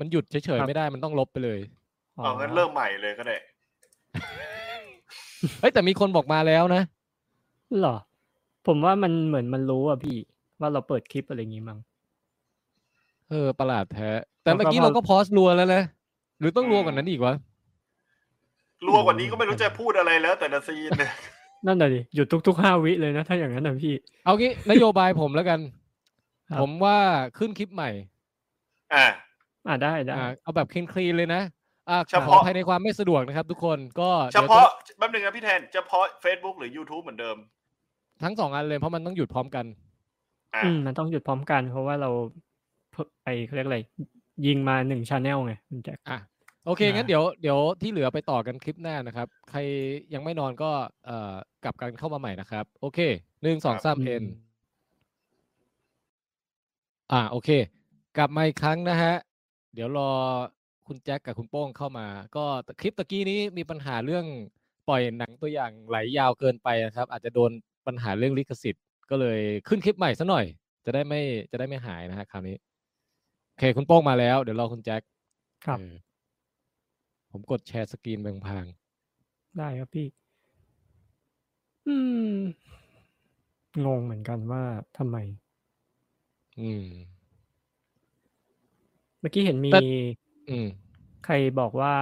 มันหยุดเฉย ครั ๆ บ ไม่ได้ มันต้องลบไปเลย เอางั้นเริ่มใหม่เลยก็ได้ เฮ้ยแต่มีคนบอกมาแล้วนะ หรอ ผมว่ามันเหมือนมันรู้อ่ะพี่ ว่าเราเปิดคลิปอะไรอย่างงี้มั้ง เออประหลาดแท้ แต่ แล้วก็ เมื่อกี้ มา เราก็พอสรัวแล้วนะหรือต้องรัวกว่านั้นอีกวะ รัวกว่านี้ก็ไม่รู้จะพูดอะไรแล้ว แต่ละซีนเนี่ย นั่นน่ะดิหยุดทุกๆห้าวิเลยนะ ถ้าอย่างนั้นนะพี่ เอา งี้นโยบายผมแล้วกัน ครับ ผมว่าขึ้นคลิปใหม่ อ่า อ่าได้ได้ อ่ะเอาแบบคลีนๆเลยนะอ่ะ เฉ ข พาะ อภายในความไม่สะดวกนะครับ ทุกคนก็ เฉ ดี๋ยวจ พาะแป๊บนึงนะพี่แทน เฉพาะ Facebook หรือ YouTube เหมือนเดิม ทั้งสองอันเลยเพราะมันต้องหยุดพร้อมกัน อ่ะ อืมมันต้องหยุดพร้อมกันเพราะว่าเราเพิ่งไอเขาเรียกอะไร ยิงมาหนึ่งชาแนลไงคุณแจ็ค อ่ะ โอเค งั้น อ่า เดี๋ยวเดี๋ยวที่เหลือไปต่อกันคลิปหน้านะครับ ใครยังไม่นอนก็เอ่อกลับกันเข้ามาใหม่นะครับ โอเคหนึ่งสองสามเอ็นอ่าโอเค กลับมาอีกครั้งนะฮะ เดี๋ยวรอคุณแจ็คกับคุณโป้งเข้ามา ก็คลิปตะกี้นี้มีปัญหาเรื่องปล่อยหนังตัวอย่างไหลยาวเกินไปนะครับ อาจจะโดนปัญหาเรื่องลิขสิทธิ์ ก็เลยขึ้นคลิปใหม่ซะหน่อย จะได้ไม่จะได้ไม่หายนะฮะคราวนี้โอเค คุณโป้งมาแล้วเดี๋ยวรอคุณแจ็ค ครับ เออผมกดแชร์สกรีนไปพัง ได้ครับพี่ อืม งงเหมือนกันว่าทำไม ๆอืม เมื่อกี้เห็นมี แต่อืม ใครบอกว่า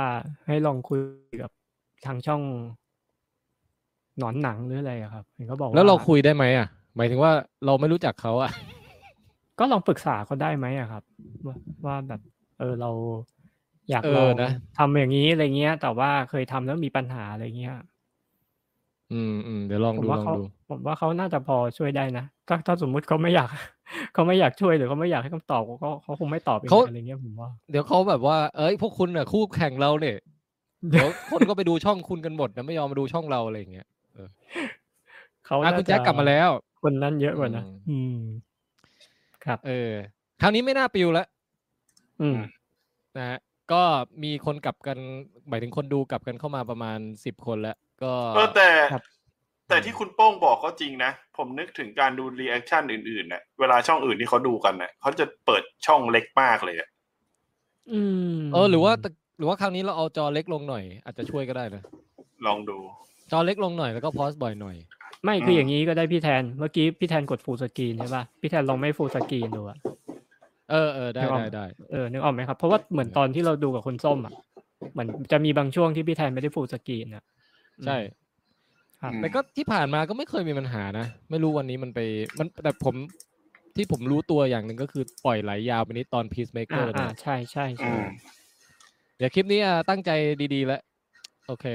ให้ลองคุยกับทางช่อง หนอนหนังหรืออะไรอะครับเห็นเขาบอก แล้วเราคุยได้ไหมอ่ะ หมายถึงว่าเราไม่รู้จักเขาอ่ะ ก็ลองปรึกษาเขาได้ไหมอะครับ ว่าว่าแบบ เออเราอยาก เออ ลอง นะ ทำอย่างนี้อะไรเงี้ย แต่ว่าเคยทำแล้วมีปัญหาอะไรเงี้ย อืมอืมเดี๋ยวลอง ผม ดู ว่า ลอง เขา ดู ผมว่าเขาน่าจะพอช่วยได้นะถ้าถ้าสมมุติเขาไม่อยาก เขาไม่อยากช่วยหรือเขาไม่อยากให้คำตอบเขาก็เขาคงไม่ตอบอง เขา อะไรเงี้ยผมว่า เดี๋ยวเขาแบบว่า เอ้ยพวกคุณอ่ะคู่แข่งเรา เนี่ยเดี๋ยวคนก็ไปดูช่องคุณกันหมดนะไม่ยอมมาดูช่องเราอะไรอย่างเงี้ยเออ เขา อ่ะ น่า คุณแจ็ค จะ กลับมาแล้ว คนนั้นเยอะกว่านะอืม ครับ เออ คราวนี้ไม่น่าปิวแล้ว อืม นะฮะก็มีคนกลับกันหมายถึงคนดูกลับกันเข้ามาประมาณสิบคนแล้วก็ เออแต่แต่ที่คุณโป้งบอกก็จริงนะ ผมนึกถึงการดูรีแอคชั่นอื่นๆน่ะเวลาช่องอื่นที่เขาดูกันน่ะเขาจะเปิดช่องเล็กมากเลยอะ อืม เออหรือว่าแต่หรือว่าคราวนี้เราเอาจอเล็กลงหน่อย อาจจะช่วยก็ได้นะ ลองดู จอเล็กลงหน่อยแล้วก็พอสบ่อยหน่อย ไม่คืออย่างนี้ก็ได้พี่แทน เมื่อกี้พี่แทนกดฟูลสกรีนใช่ป่ะพี่แทนลองไม่ฟูลสกรีนดูอะ เออเออได้ นึกออก ได้ได้ เออนึกออกไหมครับเพราะว่าเหมือนตอนที่เราดูกับคนส้มอ่ะเหมือนจะมีบางช่วงที่พี่แทนไม่ได้ฟูลสกรีนอะ ใช่ ครับ แต่ก็ที่ผ่านมาก็ไม่เคยมีปัญหานะ ไม่รู้วันนี้มันไป มันแต่ผมที่ผมรู้ตัวอย่างหนึ่งก็คือปล่อยไหลยาวไปนิดตอน อ่า Peacemaker อ่า นะ ใช่ใช่ใช่ เดี๋ยวคลิปนี้อ่ะตั้งใจดีๆแล้ว โอเค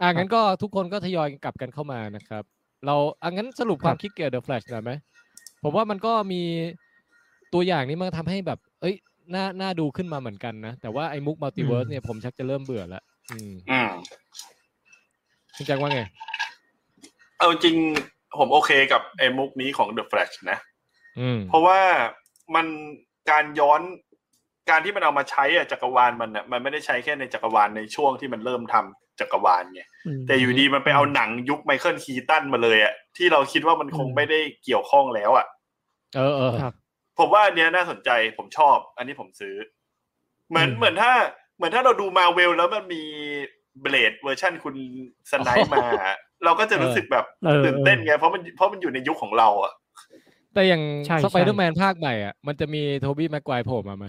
อ่ะงั้นก็ทุกคนก็ทยอยกลับกันเข้ามานะครับ เราอ่ะงั้นสรุปความคิดเกี่ยวกับ The Flash หน่อยไหม ผมว่ามันก็มีตัวอย่างนี้มันทำให้แบบ เอ้ยน่าน่าดูขึ้นมาเหมือนกันนะ แต่ว่าไอ้มุกมัลติเวิร์ส อืม เนี่ยผมชักจะเริ่มเบื่อแล้วอืม อืม คุณแจ็คว่าไง เอาจริงผมโอเคกับไอ้มุกนี้ของ The Flash นะ อืม เพราะว่ามันการย้อนการที่มันเอามาใช้อะจักรวาลมันอะมันไม่ได้ใช้แค่ในจักรวาลในช่วงที่มันเริ่มทำจักรวาลไง อืม แต่อยู่ดีมันไปเอาหนังยุคไมเคิลคีตันมาเลยอะที่เราคิดว่ามันคงไม่ได้เกี่ยวข้องแล้วอะ เออเออ ครับ ผมว่าอันเนี้ยน่าสนใจผมชอบ อันนี้ผมซื้อ เหมือน อืม เหมือนถ้า เหมือนถ้าเราดูมาเวลแล้วมันมีเบลดเวอร์ชันคุณสไนป์มา เราก็จะรู้สึกแบบ เออ ตื่นเต้นไงเพราะมันเพราะมันอยู่ในยุคของเราอะ แต่อย่าง ใช่ ส ใช่ ไปเดอร์แมนภาคใหม่อ่ะมันจะมีโทบี้แม็กควายโผล่มาไหม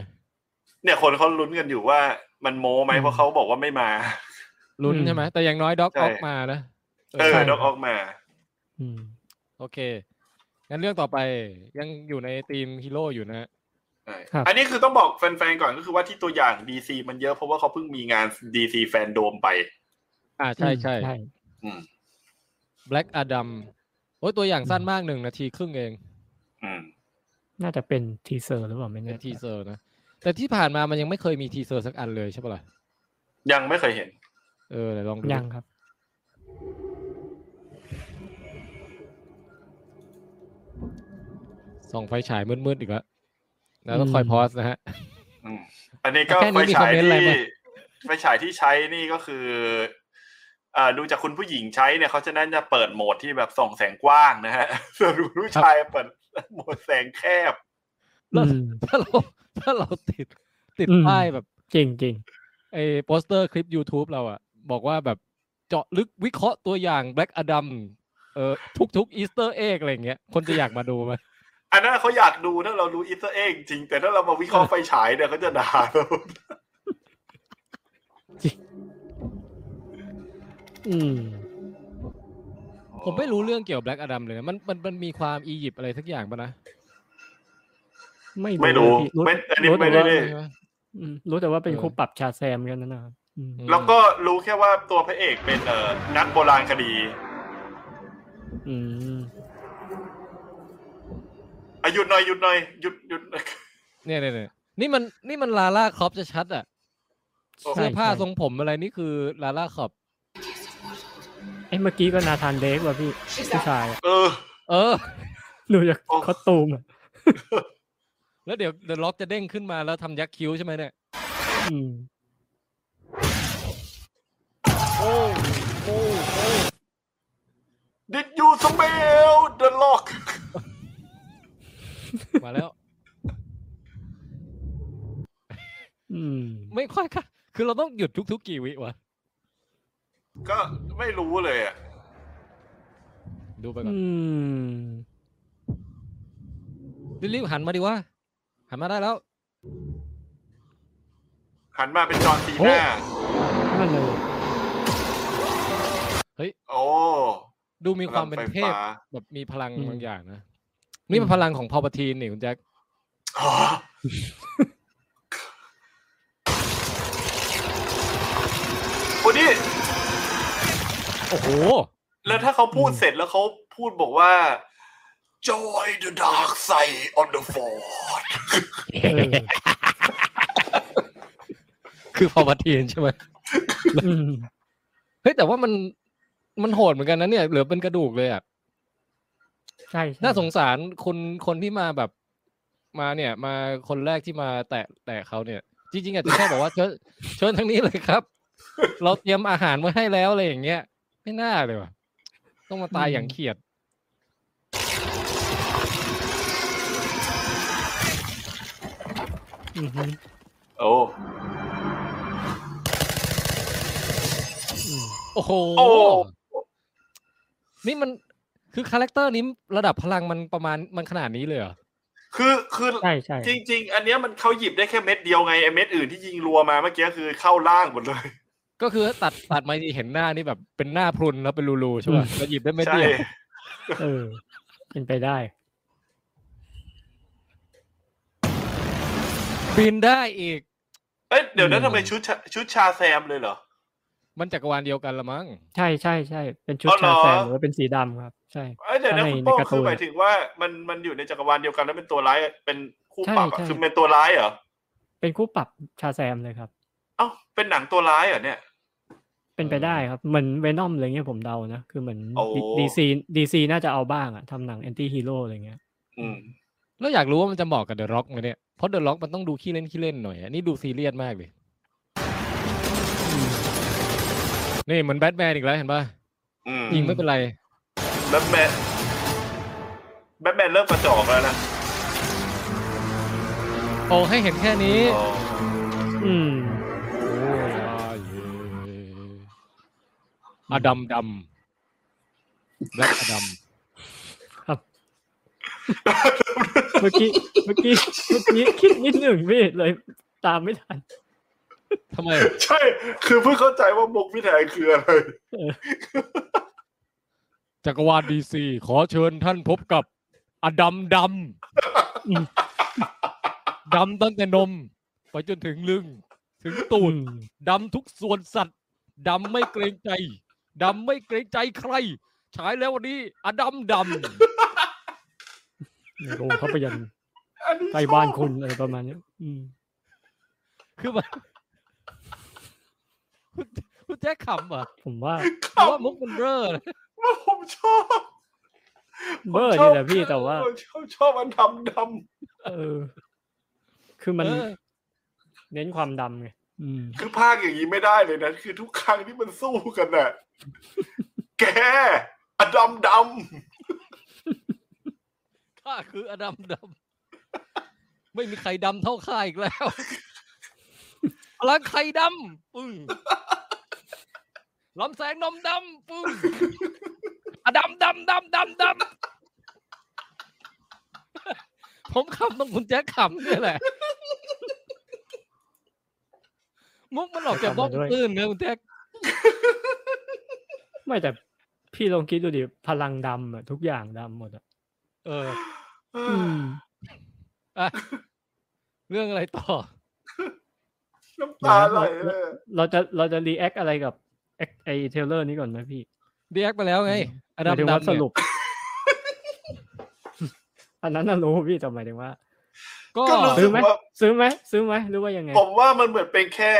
เนี่ยคนเขาลุ้นกันอยู่ว่ามันโม้ไหมเพราะเขาบอกว่าไม่มา ลุ้น อืม ใช่ไหมแต่อย่างน้อยด็อก ใช่ ออกมานะ เออดอกออกมา อืม โอเค งั้นเรื่องต่อไปยังอยู่ในทีมฮีโร่อยู่นะฮะ ครับ อันนี้คือต้องบอกแฟนๆก่อนก็คือว่าที่ตัวอย่าง DC มันเยอะเพราะว่าเขาเพิ่งมีงาน DC แฟนโดมไป อ่าใช่ใช่ ใช่ อืม แบล็กอดัมโอ้ยตัวอย่างสั้นมากหนึ่งนาทีครึ่งเอง อืม น่าจะเป็นทีเซอร์หรือเปล่าไม่ เป็ แน่ น ใจ ทีเซอร์นะ แต่ที่ผ่านมามันยังไม่เคยมีทีเซอร์สักอันเลยใช่ปะล่ะ ยังไม่เคยเห็น เออเดี๋ยวลองดู ยังครับ ส่องไฟฉายมืดๆอีกแล้วแล้วต้องคอย อืม พอสนะฮะ อืมอันนี้ก็ แค่นี้มีไฟฉาย คอมเมนต์อะไร ที่ ไหม ไฟฉายที่ใช้นี่ก็คือเอ่อดูจากคุณผู้หญิงใช้เนี่ยเขาจะนั้นจะเปิดโหมดที่แบบส่องแสงกว้างนะฮ ะส่วนคุณผู้ชายเปิดโหมดแสงแคบ แล้วถ้าเราถ้าเราติดติด อืม ป้ายแบบ จริงจริง ไอ้โปสเตอร์คลิป YouTube เราอะบอกว่าแบบเจาะลึกวิเคราะห์ตัวอย่าง Black Adam เอ่อทุกๆ Easter egg อะไรอย่างเงี้ยคนจะอยากมาดูไหม อันนั้นเขาอยากดูถ้าเรารู้อิสเองจริง แต่ถ้าเรามาวิเคราะห์ไฟฉายเนี่ยเขาจะด่าเรา อืม ผมไม่รู้เรื่องเกี่ยวกับ Black Adam เลยนะมันมันมันมีความอียิปต์อะไรทักอย่างปะนะ ไม่ ไม่รู้ไม่อันนี้ไม่ได้ รู้แต่ เล ว่าย อืมรู้แต่ว่าเป็น เออ คู่ปรับชาแซมกันนะครับ แล้วก็รู้แค่ว่าตัวพระเอกเป็นเอ่อนักโบราณคดี อืม อายุดหน่อยหยุดหน่อยหยุดหยุด เนี่ยเนี่ยเนี่ยนี่มันนี่มันลาล่าครอปจะชัดอ่ะ ใช่ เสื้อผ้า ใช่ ทรงผมอะไรนี่คือลาล่าครอป ไอ้เมื่อกี้ก็นาธานเดกว่ะพี่ผู้ชายอะ เออ เออ ดูจากคอสตูมอะ แล้วเดี๋ยวเด e l ล็อกจะเด้งขึ้นมาแล้วทำยักษ์คิ้วใช่ไหมเนี่ย อืม Did you smell the lock มาแล้ว อืม ไม่ค่อยค่ะ คือเราต้องหยุดทุกๆกี่วิวะ ก็ไม่รู้เลยอ่ะ ดูไปก่อน อืม รีบๆหันมาดิวะหันมาได้แล้ว หันมาเป็นจอห์นซีน่า นั่นเลย เฮ้ย โอ้ ดูมีความเป็นเทพ พลังไฟฟ้า แบบมีพลัง อืม บางอย่างนะ นี่เป็นพลังของพอปทีนนี่คุณแจ็ค อ๋อโอ้นี่ โอ้โห แล้วถ้าเขาพูดเสร็จแล้วเขาพูดบอกว่า Joy the dark side on the fort คือพอปทีนใช่ไหม อืม เฮ้ยแต่ว่ามันมันโหดเหมือนกันนะเนี่ยเหลือเป็นกระดูกเลยอ่ะ ใช่ใช่ น่าสงสารคนคนที่มาแบบมาเนี่ย มาคนแรกที่มาแตะแตะเขาเนี่ย จริงๆอาจจะแค่บอกว่าเชิญเชิญทั้งนี้เลยครับ เราเตรียมอาหารไว้ให้แล้วอะไรอย่างเงี้ยไม่น่าเลยว่ะต้องมาตายอย่างเขียด อือฮึ โอ้ โอ้โห โอ้ นี่มันคือคาแรคเตอร์นี้ระดับพลังมันประมาณมันขนาดนี้เลยเหรอ คือคือ ใช่ใช่ จริง ๆ อันเนี้ยมันเขาหยิบได้แค่เม็ดเดียวไงไอเม็ดอื่นที่ยิงรัวมาเมื่อกี้คือเข้าล่างหมดเลย ก็คือตัดตัดมาที่เห็นหน้านี่แบบเป็นหน้าพรุนแล้วเป็นรูๆใช่ป่ะแล้วหยิบได้ไม่ ใช่ เดียว เออ เป็นไปได้ บินได้อีก เอ้ยเดี๋ยวนั้ อื น ม ทำไมชุดชาชุดชาแซมเลยเหรอ มันจักรวาลเดียวกันละมั้ง ใช่ใช่ใช่เป็นชุด อ๋อเหร ชา อ แซมหรือว่าเป็นสีดำครับ ใช่ เอ้ยเดี๋ยวนะ ข้าง คุณในใน โป้ง การ์ คื ตู อน หมายถึงว่ามันมันอยู่ในจักรวาลเดียวกันแล้วเป็นตัวร้ายเป็นคู่ ใช่ ปรับอะ ใช่ คือเป็นตัวร้ายเหรอ เป็นคู่ปรับชาแซมเลยครับ เอ้าเป็นหนังตัวร้ายเหรอเนี่ย เป็นไปได้ครับ เหมือนเวนอมอะไรเงี้ยผมเดานะ คือเหมือน โอ้ ดีซีดีซีน่าจะเอาบ้างอะทำหนังแอนตี้ฮีโร่อะไรเงี้ย อืม แล้วอยากรู้ว่ามันจะเหมาะกับเดอะร็อกไหมเนี่ย เพราะเดอะร็อกมันต้องดูขี้เล่นขี้เล่นหน่อยอะนี่ดูซีเรียสมากเลย นี่เหมือนแบทแมนอีกแล้วเห็นป่ะ อืม ยิงไม่เป็นไร แบทแมนแบทแมนเริ่มกระจอกแล้วนะ โอ้ให้เห็นแค่นี้ อ๋อ อืม อะดำดำแบล็กอะด ครับ เมื่อกี้เมื่อกี้เมื่อกี้คิดนิดหนึ่งพี่เลยตามไม่ทัน ำทำไม ใช่ คือเพิ่งเข้าใจว่ามุกพี่แทนคืออะไร จักรวาลดีซีขอเชิญท่านพบกับอดำด อืม ำดำตั้งแต่นม ไปจนถึงลึง ถึงตูนดำทุกส่วนสัตว์ดำไม่เกรงใจดำไม่เกรงใจใคร ฉายแล้ววันนี้อดำด ในโรงภาพยนตร์ อันนี้ ใกล้บ้านคุณอะไรประมาณเนี้ยอืม ำ คือมัน คุณคุณแจ๊คขำเหรอ่ะ ผมว่า เพราะว่ามุกมันเบ้อนะ ว่าผมชอบ เบอร์นี่แหละพี่แต่ว่า ชอบชอบอันดำด เออ คือมัน เออ เน้นความดำไงอืม คือภาคอย่างนี้ไม่ได้เลยนะ คือทุกครั้งที่มันสู้กันน่ะ แกอดำด ข้าคืออดำดำ ไม่มีใครดำเท่าข้าอีกแล้ว พลังไข่ดำปึ้งลำแสงนมดำปึ้งอดำดำดำดำดำ ผมขำต้องคุณแจ๊คขำเนี่ยแหละ มุกมันออกจากบ้อง ขำมาด้วย ตื้นนะคุณแจ๊ค ไม่แต่พี่ลองคิดดูดิพลังดำอะทุกอย่างดำหมดอะ เออ อืม อ่ะเรื่องอะไรต่อ ำน้ำตาไหลเลย เราจะเราจะรีแอคอะไรกับไอ้ไอเทรลเลอร์นี้ก่อนไหมพี่ เรียกไปแล้วไงอ หดำมายถึงว่า ดำ ส เนี่ย รุป อันนั้นน่ะรู้พี่แต่หมายถึงว่า ก็ ก็รู้ ซื้ สึ อก ไหม ว่า ซื้อไหมซื้อไหมหรือว่ายังไง ผมว่ามันเหมือนเป็นแค่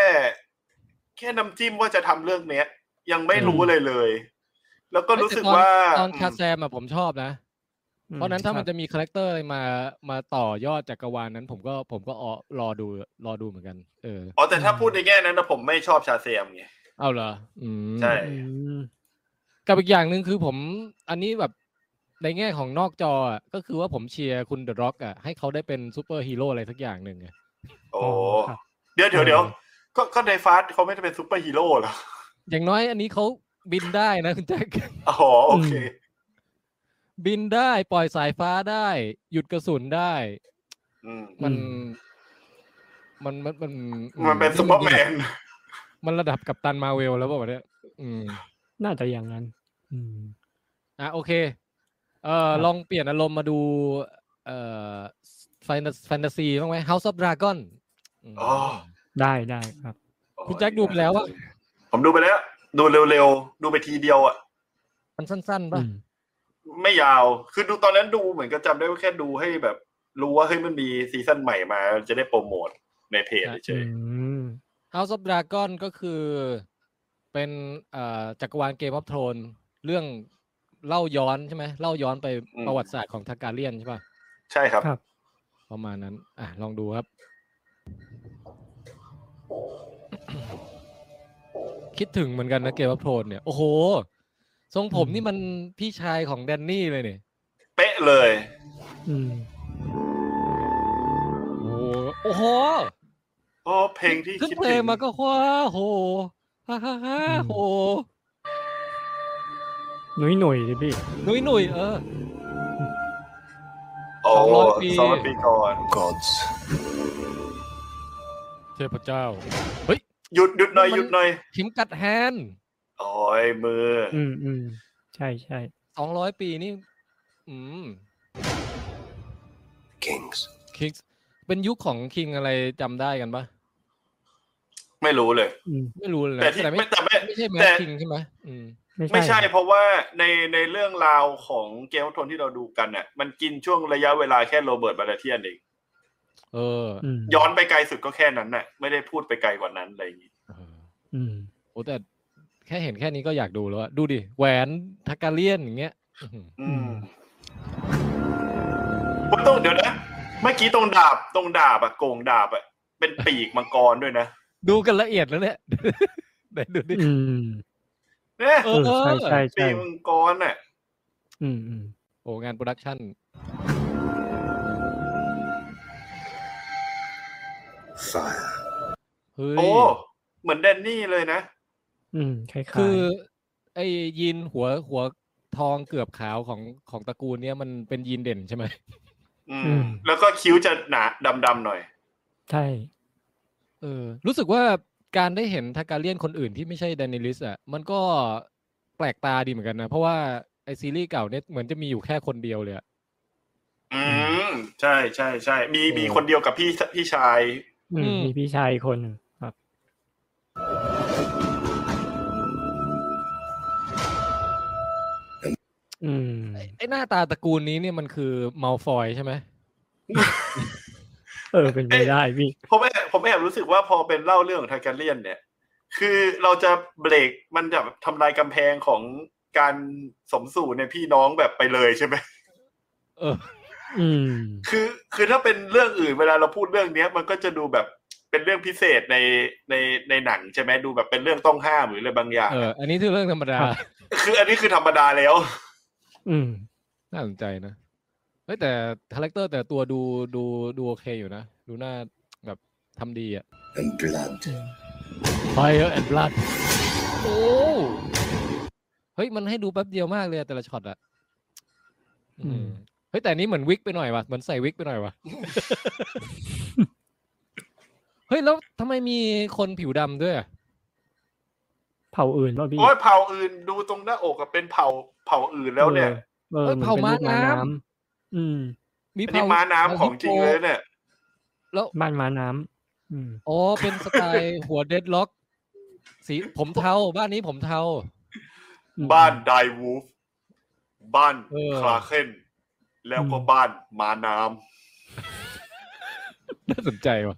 แค่น้ำจิ้มว่าจะทำเรื่องเนี้ย ยังไม่รู้เลยเลย แล้วก็รู้สึกว่า แต่ตอนตอนคาแซมอะผมชอบนะ อืม เพราะฉะนั้นถ้า ครับ มันจะมีคาแรคเตอร์อะไรมามาต่อยอดจักรวาลนั้น ผมก็ผมก็ออรอดูรอดูเหมือนกัน เออ อ๋อแต่ถ้าพูดในแง่นั้นนะผมไม่ชอบชาเซมไง เอาเหรออืม ใช่ กับอีกอย่างหนึ่งคือผม อันนี้แบบในแง่ของนอกจออะก็คือว่าผมเชียร์คุณเดอะร็อกอ่ะให้เขาได้เป็นซูเปอร์ฮีโร่อะไรสักอย่างหนึ่งไง โอ้เดี๋ยวเดี๋ยวเดี๋ยวก็ก็ในฟาสต์เขาไม่ได้เป็นซูเปอร์ฮีโร่เหรอ อย่างน้อยอันนี้เขาบินได้นะคุณแจ็ค อ๋อโอเค บินได้ปล่อยสายฟ้าได้ หยุดกระสุนได้ อืม มัน อื มันมันมัน มันเป็นซูเปอร์แมน มันระดับกับตันมาเวลแล้วเปล่าวะเนี่ยอืม น่าจะอย่างนั้น อืม อ่ะโอเค เอ่อ ครับ ลองเปลี่ยนอารมณ์มาดู เอ่อแฟนตาซีบ้างไหม House of Dragon ม อ๋อ ได้ได้ครับ คุณแจ็คดูไปแล้วว่า ผมดูไปแล้ว ดูเร็วๆ ดูไปทีเดียวอ่ะ มันสั้นๆป่ะ ไม่ยาว คือดูตอนนั้นดูเหมือนก็จำได้ว่าแค่ดูให้แบบ รู้ว่าเฮ้ยมันมีซีซั่นใหม่มา จะได้โปรโมทในเพจเฉย House of Dragon ก็คือเป็นเอ่อจักรวาลเกม of ฟ h r o n นเรื่องเล่าย้อนใช่ไหมเล่าย้อนไป อืม ประวัติศาสตร์ของทาการเลียนใช่ป่ะ ๆใช่ครับ ครับ ประมาณนั้น อ่ะ ลองดูครับ คิดถึงเหมือนกันนะเกมวัพโพนเนี่ย โอ้โห ทรงผมนี่มันพี่ชายของแดนนี่เลยเนี่ย เป๊ะเลย อืม โอ้โหโอ้โห โอ้เพลงที่ ขึ้น คิด เพล ถึ ง ง มาก็ว้าโหฮ่าฮ่าฮ่าโห หนุ่ยหนุ่ยดิพี่ หนุ่ยหนุ่ยเออ โอ้ สองร้อยปี สองร้อยปีก่อน Gods. เทพเจ้า เฮ้ย หยุดหยุดหน่อย มัน หยุดหน่อย เข็มกัดแฮนด์ โอ้ยมืออ อืมอืมใช่ใช่ สองร้อยปีนี่ อืม Kings. คิงเป็นยุคของคิงอะไรจำได้กันปะ ไม่รู้เลย อืม ไม่รู้เลยนะ แต่ที่ แต่ไม่ แต่ไม่ ไม่ใช่แม แต่ ทคิงใช่ไหมอืม ไม่ใช่ ไม่ใช่เพราะว่าในในเรื่องราวของเกมทนที่เราดูกันเนี่ยมันกินช่วงระยะเวลาแค่โรเบิร์ตบาราเทียนเอง เออ อืม ย้อนไปไกลสุดก็แค่นั้นน่ะไม่ได้พูดไปไกลกว่านั้นอะไรอย่างงี้ เออ อืม โอ้แต่แค่เห็นแค่นี้ก็อยากดูแล้วอะดูดิ แหวนทากาเลียนอย่างเงี้ยอื้อหือ อืมผมต้องเดี๋ยวนะเมื่อกี้ตรงดาบตรงดาบอะโกงดาบอะเป็นปีกมังกรด้วยนะ ดูกันละเอียดแล้วเนี่ย ไหนดูดิ อืม เนี่ย เอ เอ อ อใช่ใช่ ปี ใช่ กมังกรน่ะ อืมอืม โอ้งานโปรดักชั่น Fire. เฮ้ย โอ้เหมือนแดนนี่เลยนะ อืมคล้ายๆ คือไอ้ยีนหัวหัวทองเกือบขาวของของตระกูลเนี้ยมันเป็นยีนเด่นใช่ไหม อื อื ม ม แล้วก็คิ้วจะหนาดำๆหน่อย ใช่ เออ รู้สึกว่าการได้เห็นทากาเลียนคนอื่นที่ไม่ใช่แดนิลิสอ่ะ มันก็แปลกตาดีเหมือนกันนะ เพราะว่าไอซีรีส์เก่าเนี่ยเหมือนจะมีอยู่แค่คนเดียวเลยอะ อืม ใช่ใช่ใช่มี เออ มีคนเดียวกับพี่พี่ชาย อืม อืม มีพี่ชายอีกคนหนึ่งครับ อืม ไอหน้าตาตระกูลนี้เนี่ยมันคือมัลฟอยใช่ไหม เออเป็นไปได้พี่ ผมแอบผมแอบรู้สึกว่าพอเป็นเล่าเรื่องของทาการเลียน เนี่ย คือเราจะเบรกมันจะแบบทำลายกำแพงของการสมสู่ในพี่น้องแบบไปเลยใช่ไหม เออ อืม คือคือถ้าเป็นเรื่องอื่นเวลาเราพูดเรื่องเนี้ย มันก็จะดูแบบ เป็นเรื่องพิเศษในในในหนังใช่ไหมดูแบบเป็นเรื่องต้องห้ามหรืออะไรบางอย่าง เออ อันนี้คือเรื่องธรรมดา คืออันนี้คือธรรมดาแล้ว อืม น่าสนใจนะ เฮ้ยแต่คาแรคเตอร์แต่ตัวดูดูดูโอเคอยู่นะ ดูหน้าแบบทำดีอ่ะ and blood. Fire and blood โอ้เฮ้ยมันให้ดูแป๊บเดียวมากเลยอะแต่ละช็อตอะอืมเฮ้ยแต่อันนี้เหมือนวิกไปหน่อยว่ะเหมือนใส่วิกไปหน่อย ว่ะ เฮ้ยแล้วทำไมมีคนผิวดำด้วยอะ เผ่าอื่นป่ะพี่ โอ้ยเผ่าอื่นดูตรงหน้าอกอะเป็นเผ่าเผ่าอื่นแล้วเนี่ย เออ เอ้ย น เผ่า ป็ ม้า ลูก น้ำ อืม มี อันนี้ม้าน้ำของจริงเลยเนี่ย แล้ว บ้านม้าน้ำอืม อ๋อ เป็นสไตล์หัวเดดล็อก สีผมเทา บ้านนี้ผมเทา บ้านไดวูฟบ้าน เออ คลาเคนแล้วก็บ้านม้าน้ น่าสนใจว่ะ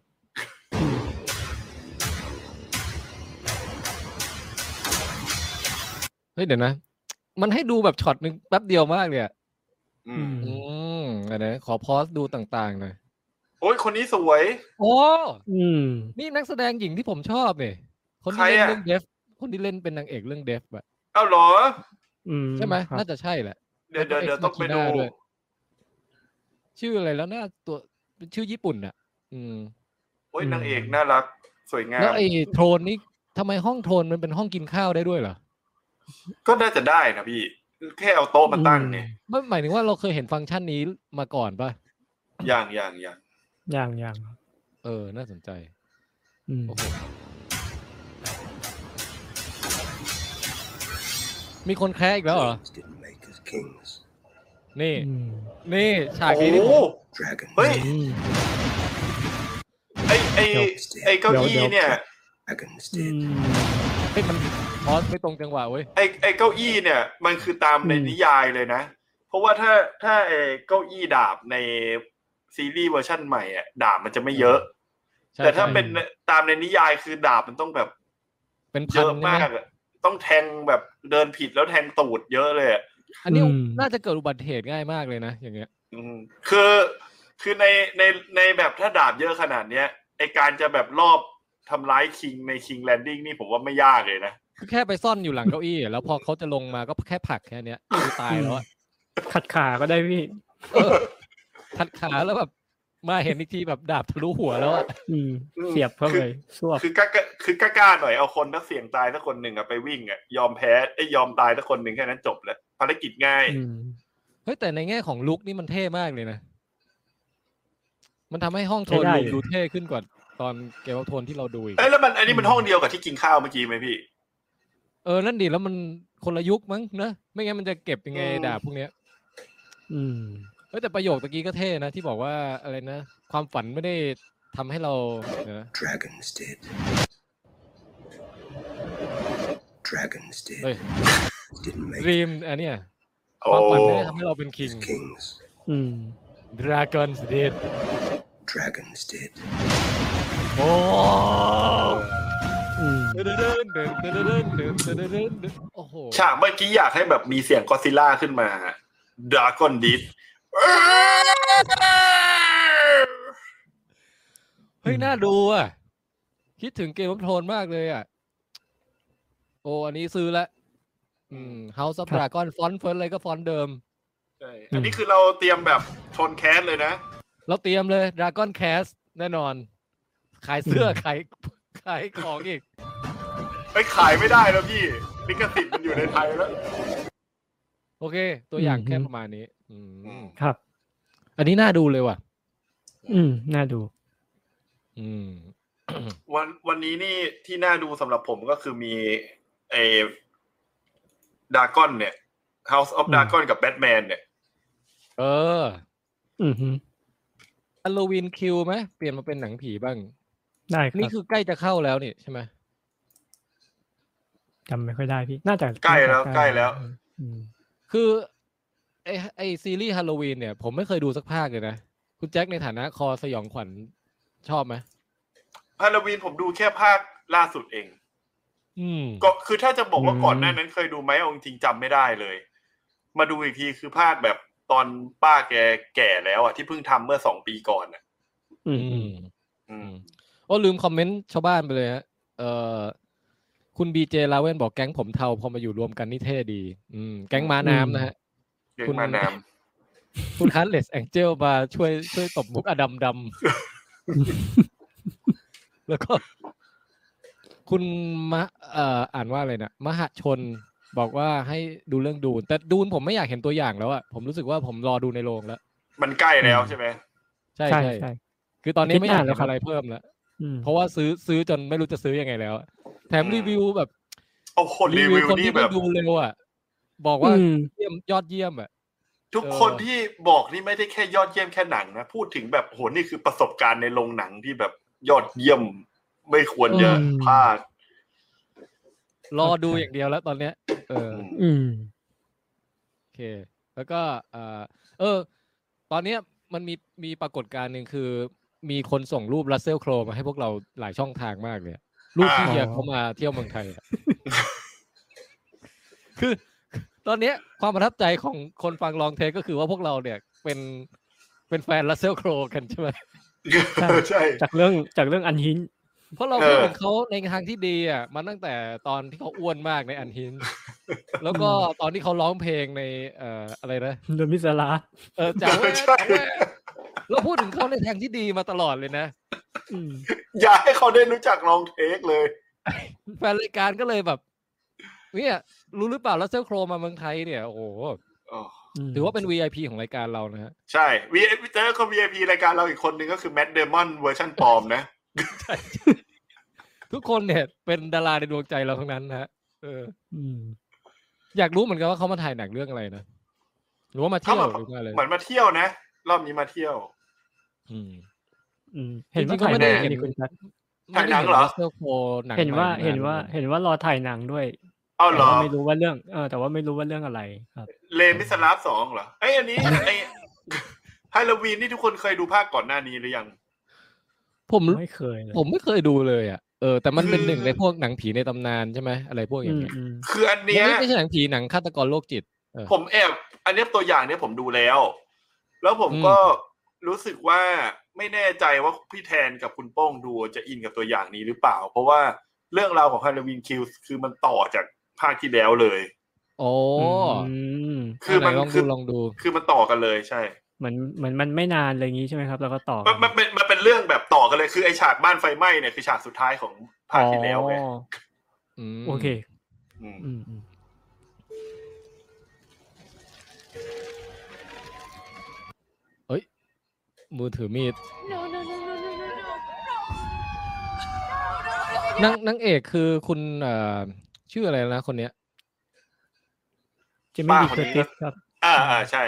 เฮ้ยเดี๋ยวนะ มันให้ดูแบบช็อตหนึ่งแป๊บเดียวมากเลยอะ ำอืม อืมเดี๋ยวนะขอพอสดูต่างๆหน่อย โอ้ยคนนี้สวย โอ้ อืม นี่นักแสดงหญิงที่ผมชอบเนี่ยคนที่ ใคร เล่น อะ เรื่องเดฟ คนที่เล่นเป็นนางเอกเรื่องเดฟอะ เอ้าเหรอ อืม ใช่ไหม ครับ น่าจะใช่แหละ เดี๋ยวเดี๋ยวเดี๋ยวต้องไปดู Ex Machina ด้วย ชื่ออะไรแล้วนะตัวชื่อญี่ปุ่นอะอืม โอ้ยนางเอกน่ารัก สวยงา แล้ว ม ไอ้โทนนี่ทำไมห้องโทนมันเป็นห้องกินข้าวได้ด้วยเหรอ ก็น่าจะได้นะพี่ แค่เอาโต๊ะมาตั้งเนี่ย ไม่หมายถึงว่าเราเคยเห็นฟังก์ชันนี้มาก่อนป่ะ อย่างอย่างอย่าง อย่างอย่างครับ เออ น่าสนใจ อืม โอ้โห มีคนแคะอีกแล้วเหรอ Didn't make us kings. นี่ อืม นี่ฉาก โอ้ นี้ที่ผมโหเฮ้ย ไอไอไอเก้า เดี๋ อี้ ยว เนี่ย Dragons อื did. ม เฮ้ยมันพอสไม่ตรงจังหวะเว้ย ไอไอเก้าอี้เนี่ย มันคือตามใน อืม นิยายเลยนะ เพราะว่าถ้าถ้าไอเก้าอี้ดาบในซีรีส์เวอร์ชั่นใหม่อ่ะดาบมันจะไม่เยอะ ใช่ แต่ถ้า ใช่ เป็นตามในนิยายคือดาบมันต้องแบบ เป็น เย พัน อะ ใช่ไห มากอะต้องแทงแบบเดินผิดแล้วแทงตูดเยอะเลยอะ อันนี้ อืม น่าจะเกิดอุบัติเหตุง่ายมากเลยนะ อย่างเงี้ย อืมคือคือในในในแบบถ้าดาบเยอะขนาดเนี้ยไอการจะแบบรอบทำร้ายคิงในคิงแลนดิ้งนี่ผมว่าไม่ยากเลยนะ คือแค่ไปซ่อนอยู่หลังเก้าอี้อะแล้วพอเขาจะลงมาก็แค่ผลักแค่เนี้ยคือตายแล้วอะ ขัดขาก็ได้พี่ เออขัดขาแล้วแบบมาเห็นอีกทีแบบดาบทะลุหัวแล้วอะ อืม อืม เสียบเข้าไปสวบ คือกล้าคือกล้าๆหน่อยเอาคนนักเสี่ยงตายสักคนหนึ่งอะไปวิ่งอะยอมแพ้ไอ้ยอมตายสักคนหนึ่งแค่นั้นจบแล้วภารกิจง่าย อืม เฮ้ยแต่ในแง่ของลุคนี่มันเท่มากเลยนะ มันทำให้ห้องโทน ใช้ได้ ดูดูเท่ขึ้นกว่าตอนเกมโทนที่เราดูอีก เอ้ยแล้วมันอันนี้มันห้องเดียวกับที่กินข้าวเมื่อกี้ไหมพี่ เออนั่นดีแล้วมันคนละยุคมั้งนะไม่งั้นมันจะเก็บยังไง อืม ดาบพวกเนี้ย อืม เฮ้ยแต่ประโยคตะกี้ก็เท่นะที่บอกว่าอะไรนะ ความฝันไม่ได้ทำให้เราเดี๋ยวนะ Dragons did. Dragons did. เฮ้ย Didn't make รีมอันเนี้ย โอ้ ความฝันไม่ได้ทำให้เราเป็นคิง us kings. อืม ดราก้อนสเดด Dragons did. โอ้ อืม โอ้โห ฉากเมื่อกี้อยากให้แบบมีเสียงกอดซิลล่าขึ้นมาดากอนดิส เฮ้ย อืม น่าดูอ่ะ คิดถึงเกมวัฟโทนมากเลยอ่ะ โอ้อันนี้ซื้อละอืม House of Dragon ฟอนต์เฟิร์สเลยก็ฟอนต์เดิม อันนี้คือเราเตรียมแบบชนแคสเลยนะ เราเตรียมเลย Dragon Cast แน่นอน ขายเสื้อ ขาย ขายของอีก ไปขายไม่ได้แล้วพี่ลิขสิทธิ์มันอยู่ในไทยแล้ว โอเค ตัวอย่างแค่ อือฮึ ประมาณนี้ อืม ครับ อันนี้น่าดูเลยว่ะ อืม น่าดู อืม วันวันนี้นี่ที่น่าดูสำหรับผมก็คือมีไอ้ดากอนเนี่ย House of อืม Dragon กับแบทแมนเนี่ย เออ อืมฮึ ฮ l โลวีนคิวไหมเปลี่ยนมาเป็นหนังผีบ้าง ได้ครับ นี่คือใกล้จะเข้าแล้วนี่ใช่ไหม จำไม่ค่อยได้พี่ น่าจะ ใกล้แล้ว น่าจะ ใกล้แล้ว อืม คือไอไอซีรีส์ฮาโลวีนเนี่ย ผมไม่เคยดูสักภาคเลยนะ คุณแจ็คในฐานะคอสยองขวัญชอบไหม ฮาโลวีนผมดูแค่ภาคล่าสุดเอง อืม ก็คือถ้าจะบอกว่า อืม ก่อนหน้านั้นเคยดูไหมเอาจริงๆจำไม่ได้เลย มาดูอีกทีคือภาคแบบตอนป้าแกแก่แล้วอ่ะที่เพิ่งทำเมื่อสองปีก่อนอ่ะ อื อื ม ม อืม โอ้ลืมคอมเมนต์ชาวบ้านไปเลยฮะเออคุณบีเจลาเวนบอกแก๊งผมเทาพอมาอยู่รวมกันนี่เท่ดี อืม แก๊งม้าน้ำนะฮะ แก๊งม้าน้ คุณฮาร์เลสแองเจลมาช่วยช่วยตบมุกอดัม ดำ แล้วก็ คุณมะเอ่ออ่านว่าอะไรนะมหชนบอกว่าให้ดูเรื่องดูน แต่ดูนผมไม่อยากเห็นตัวอย่างแล้วอะผมรู้สึกว่าผมรอดูในโรงแล้ว มันใกล้แล้วใช่ไหม ใช่ ใช่ ใช่ ใช่ คือตอนนี้ไม่อยาก อาทิตย์หเห็นน้าแล้วครับ อะไรเพิ่มแล้ว อืม เพราะว่าซื้อซื้อจนไม่รู้จะซื้อยังไงแล้วอะแถมรีวิวแบบ โอ้คนรีวิว คน นี่ ที่ แบ ไม่ บ ดูเร็วอ่ะ บอกว่า อืม เยี่ยมยอดเยี่ยมอ่ะ ทุกคนที่บอกนี่ไม่ได้แค่ยอดเยี่ยมแค่หนังนะ พูดถึงแบบโหนี่คือประสบการณ์ในโรงหนังที่แบบยอดเยี่ยมไม่ควรจะ อืม พลาด รอดูอย่างเดียวแล้วตอนเนี้ย เออ อืม โอเค แล้วก็เออเออ ตอนเนี้ยมันมีมีปรากฏการณ์หนึ่งคือ มีคนส่งรูปรัสเซลโครมาให้พวกเราหลายช่องทางมากเลยอะรูปที่ อ่า เฮียเขามาเที่ยวเมืองไทยอะคือ ตอนเนี้ยความประทับใจของคนฟังลองเทคก็คือว่าพวกเราเนี่ย เป็นเป็นแฟนรัสเซลโครกันใช่ไหม ใช่ ใช่ จากเรื่องจากเรื่องอันหิน เพราะเรา เออ พูดถึงเขาในทางที่ดีอ่ะมาตั้งแต่ตอนที่เขาอ้วนมากในอันฮิน แล้วก็ตอนที่เขาร้องเพลงในเอ่ออะไรนะ เดอะมิสลา เออจ๋าแว่จ๋าแว่เราพูดถึงเขาในทางที่ดีมาตลอดเลยนะ อย่าให้เขาได้รู้จักลองเทคเลย แฟนรายการก็เลยแบบ เนี่ยรู้หรือเปล่าแล้วเซลโครมาเมืองไทยเนี่ย โอ้โห อ๋อ ถือว่าเป็น VIP ของรายการเรานะฮะ ใช่วีไอพีเจอคนวีไอพีรายการเราอีกคนหนึ่งก็คือแมดเดมอนเวอร์ชันปลอมนะ ทุกคนเนี่ยเป็นดาราในดวงใจเราทั้งนั้นนะฮะเออ อืม อยากรู้เหมือนกันว่าเขามาถ่ายหนังเรื่องอะไรนะ หรือว่ามาเที่ยวหรือมาอะไร เหมือนมาเที่ยวนะ รอบนี้มาเที่ยว อืม อืม เห็นจว่าริงๆก็ ถ่าย ไม่ ห ได้ นัง เห็น นี่คุณชัด ถ่ายหนังเหรอ ไม่ได้เห็น Russell Crowe หนัง เห็นว่า ใม่ม เห็นว่า ลยะ เห็นว่ารอถ่ายหนังด้วย เอาเหรอ แต่ว่ไม่รู้ว่าเรื่องเออแต่ว่าไม่รู้ว่าเรื่องอะไรครับ เลมิสลาฟสองเหรอไอยอัน นี้ไอฮาโลวีนนี่ทุกคนเคยดูภาคก่อนหน้านี้หรือยัง ผม ไม่เคยเลย ผมไม่เคยดูเลยอ่ะเออแต่มันเป็น คือ หนึ่งในพวกหนังผีในตำนานใช่ไหมอะไรพวกอย่างเงี้ย คืออันเนี้มัยนไม่ไม่ใช่หนังผีหนังฆาตกรโรคจิตเออ ผมแอบอันเนี้ยตัวอย่างเนี้ยผมดูแล้ว แล้วผม อืม ก็รู้สึกว่าไม่แน่ใจว่าพี่แทนกับคุณโป้งดูจะอินกับตัวอย่างนี้หรือเปล่า เพราะว่าเรื่องราวของฮาโลวีนคิวคือมันต่อจากภาคที่แล้วเลย โอ้ คือมัน ไหลอง คื ดู อ ลองดู คือมันต่อกันเลยใช่ เหมือนเหมือนมันไม่นานอะไรอย่างงี้ใช่ไหมครับ แล้วก็ต่อ มันมันเป็นมันเป็นเรื่องแบบต่อกันเลยคือไอฉากบ้านไฟไหม้เนี่ยคือฉากสุดท้ายของภาคที่แล้วไง อ๋อโอเค อืมอืม เอ้ย มือถือมีด No, no, no, no, no, no, no. นางนางเอกคือคุณเอ่อชื่ออะไรนะคนเนี้ย จะไม่ ป้า มี คน เกิด นี้ ติ นะ สครับ อ่าอ่าใช่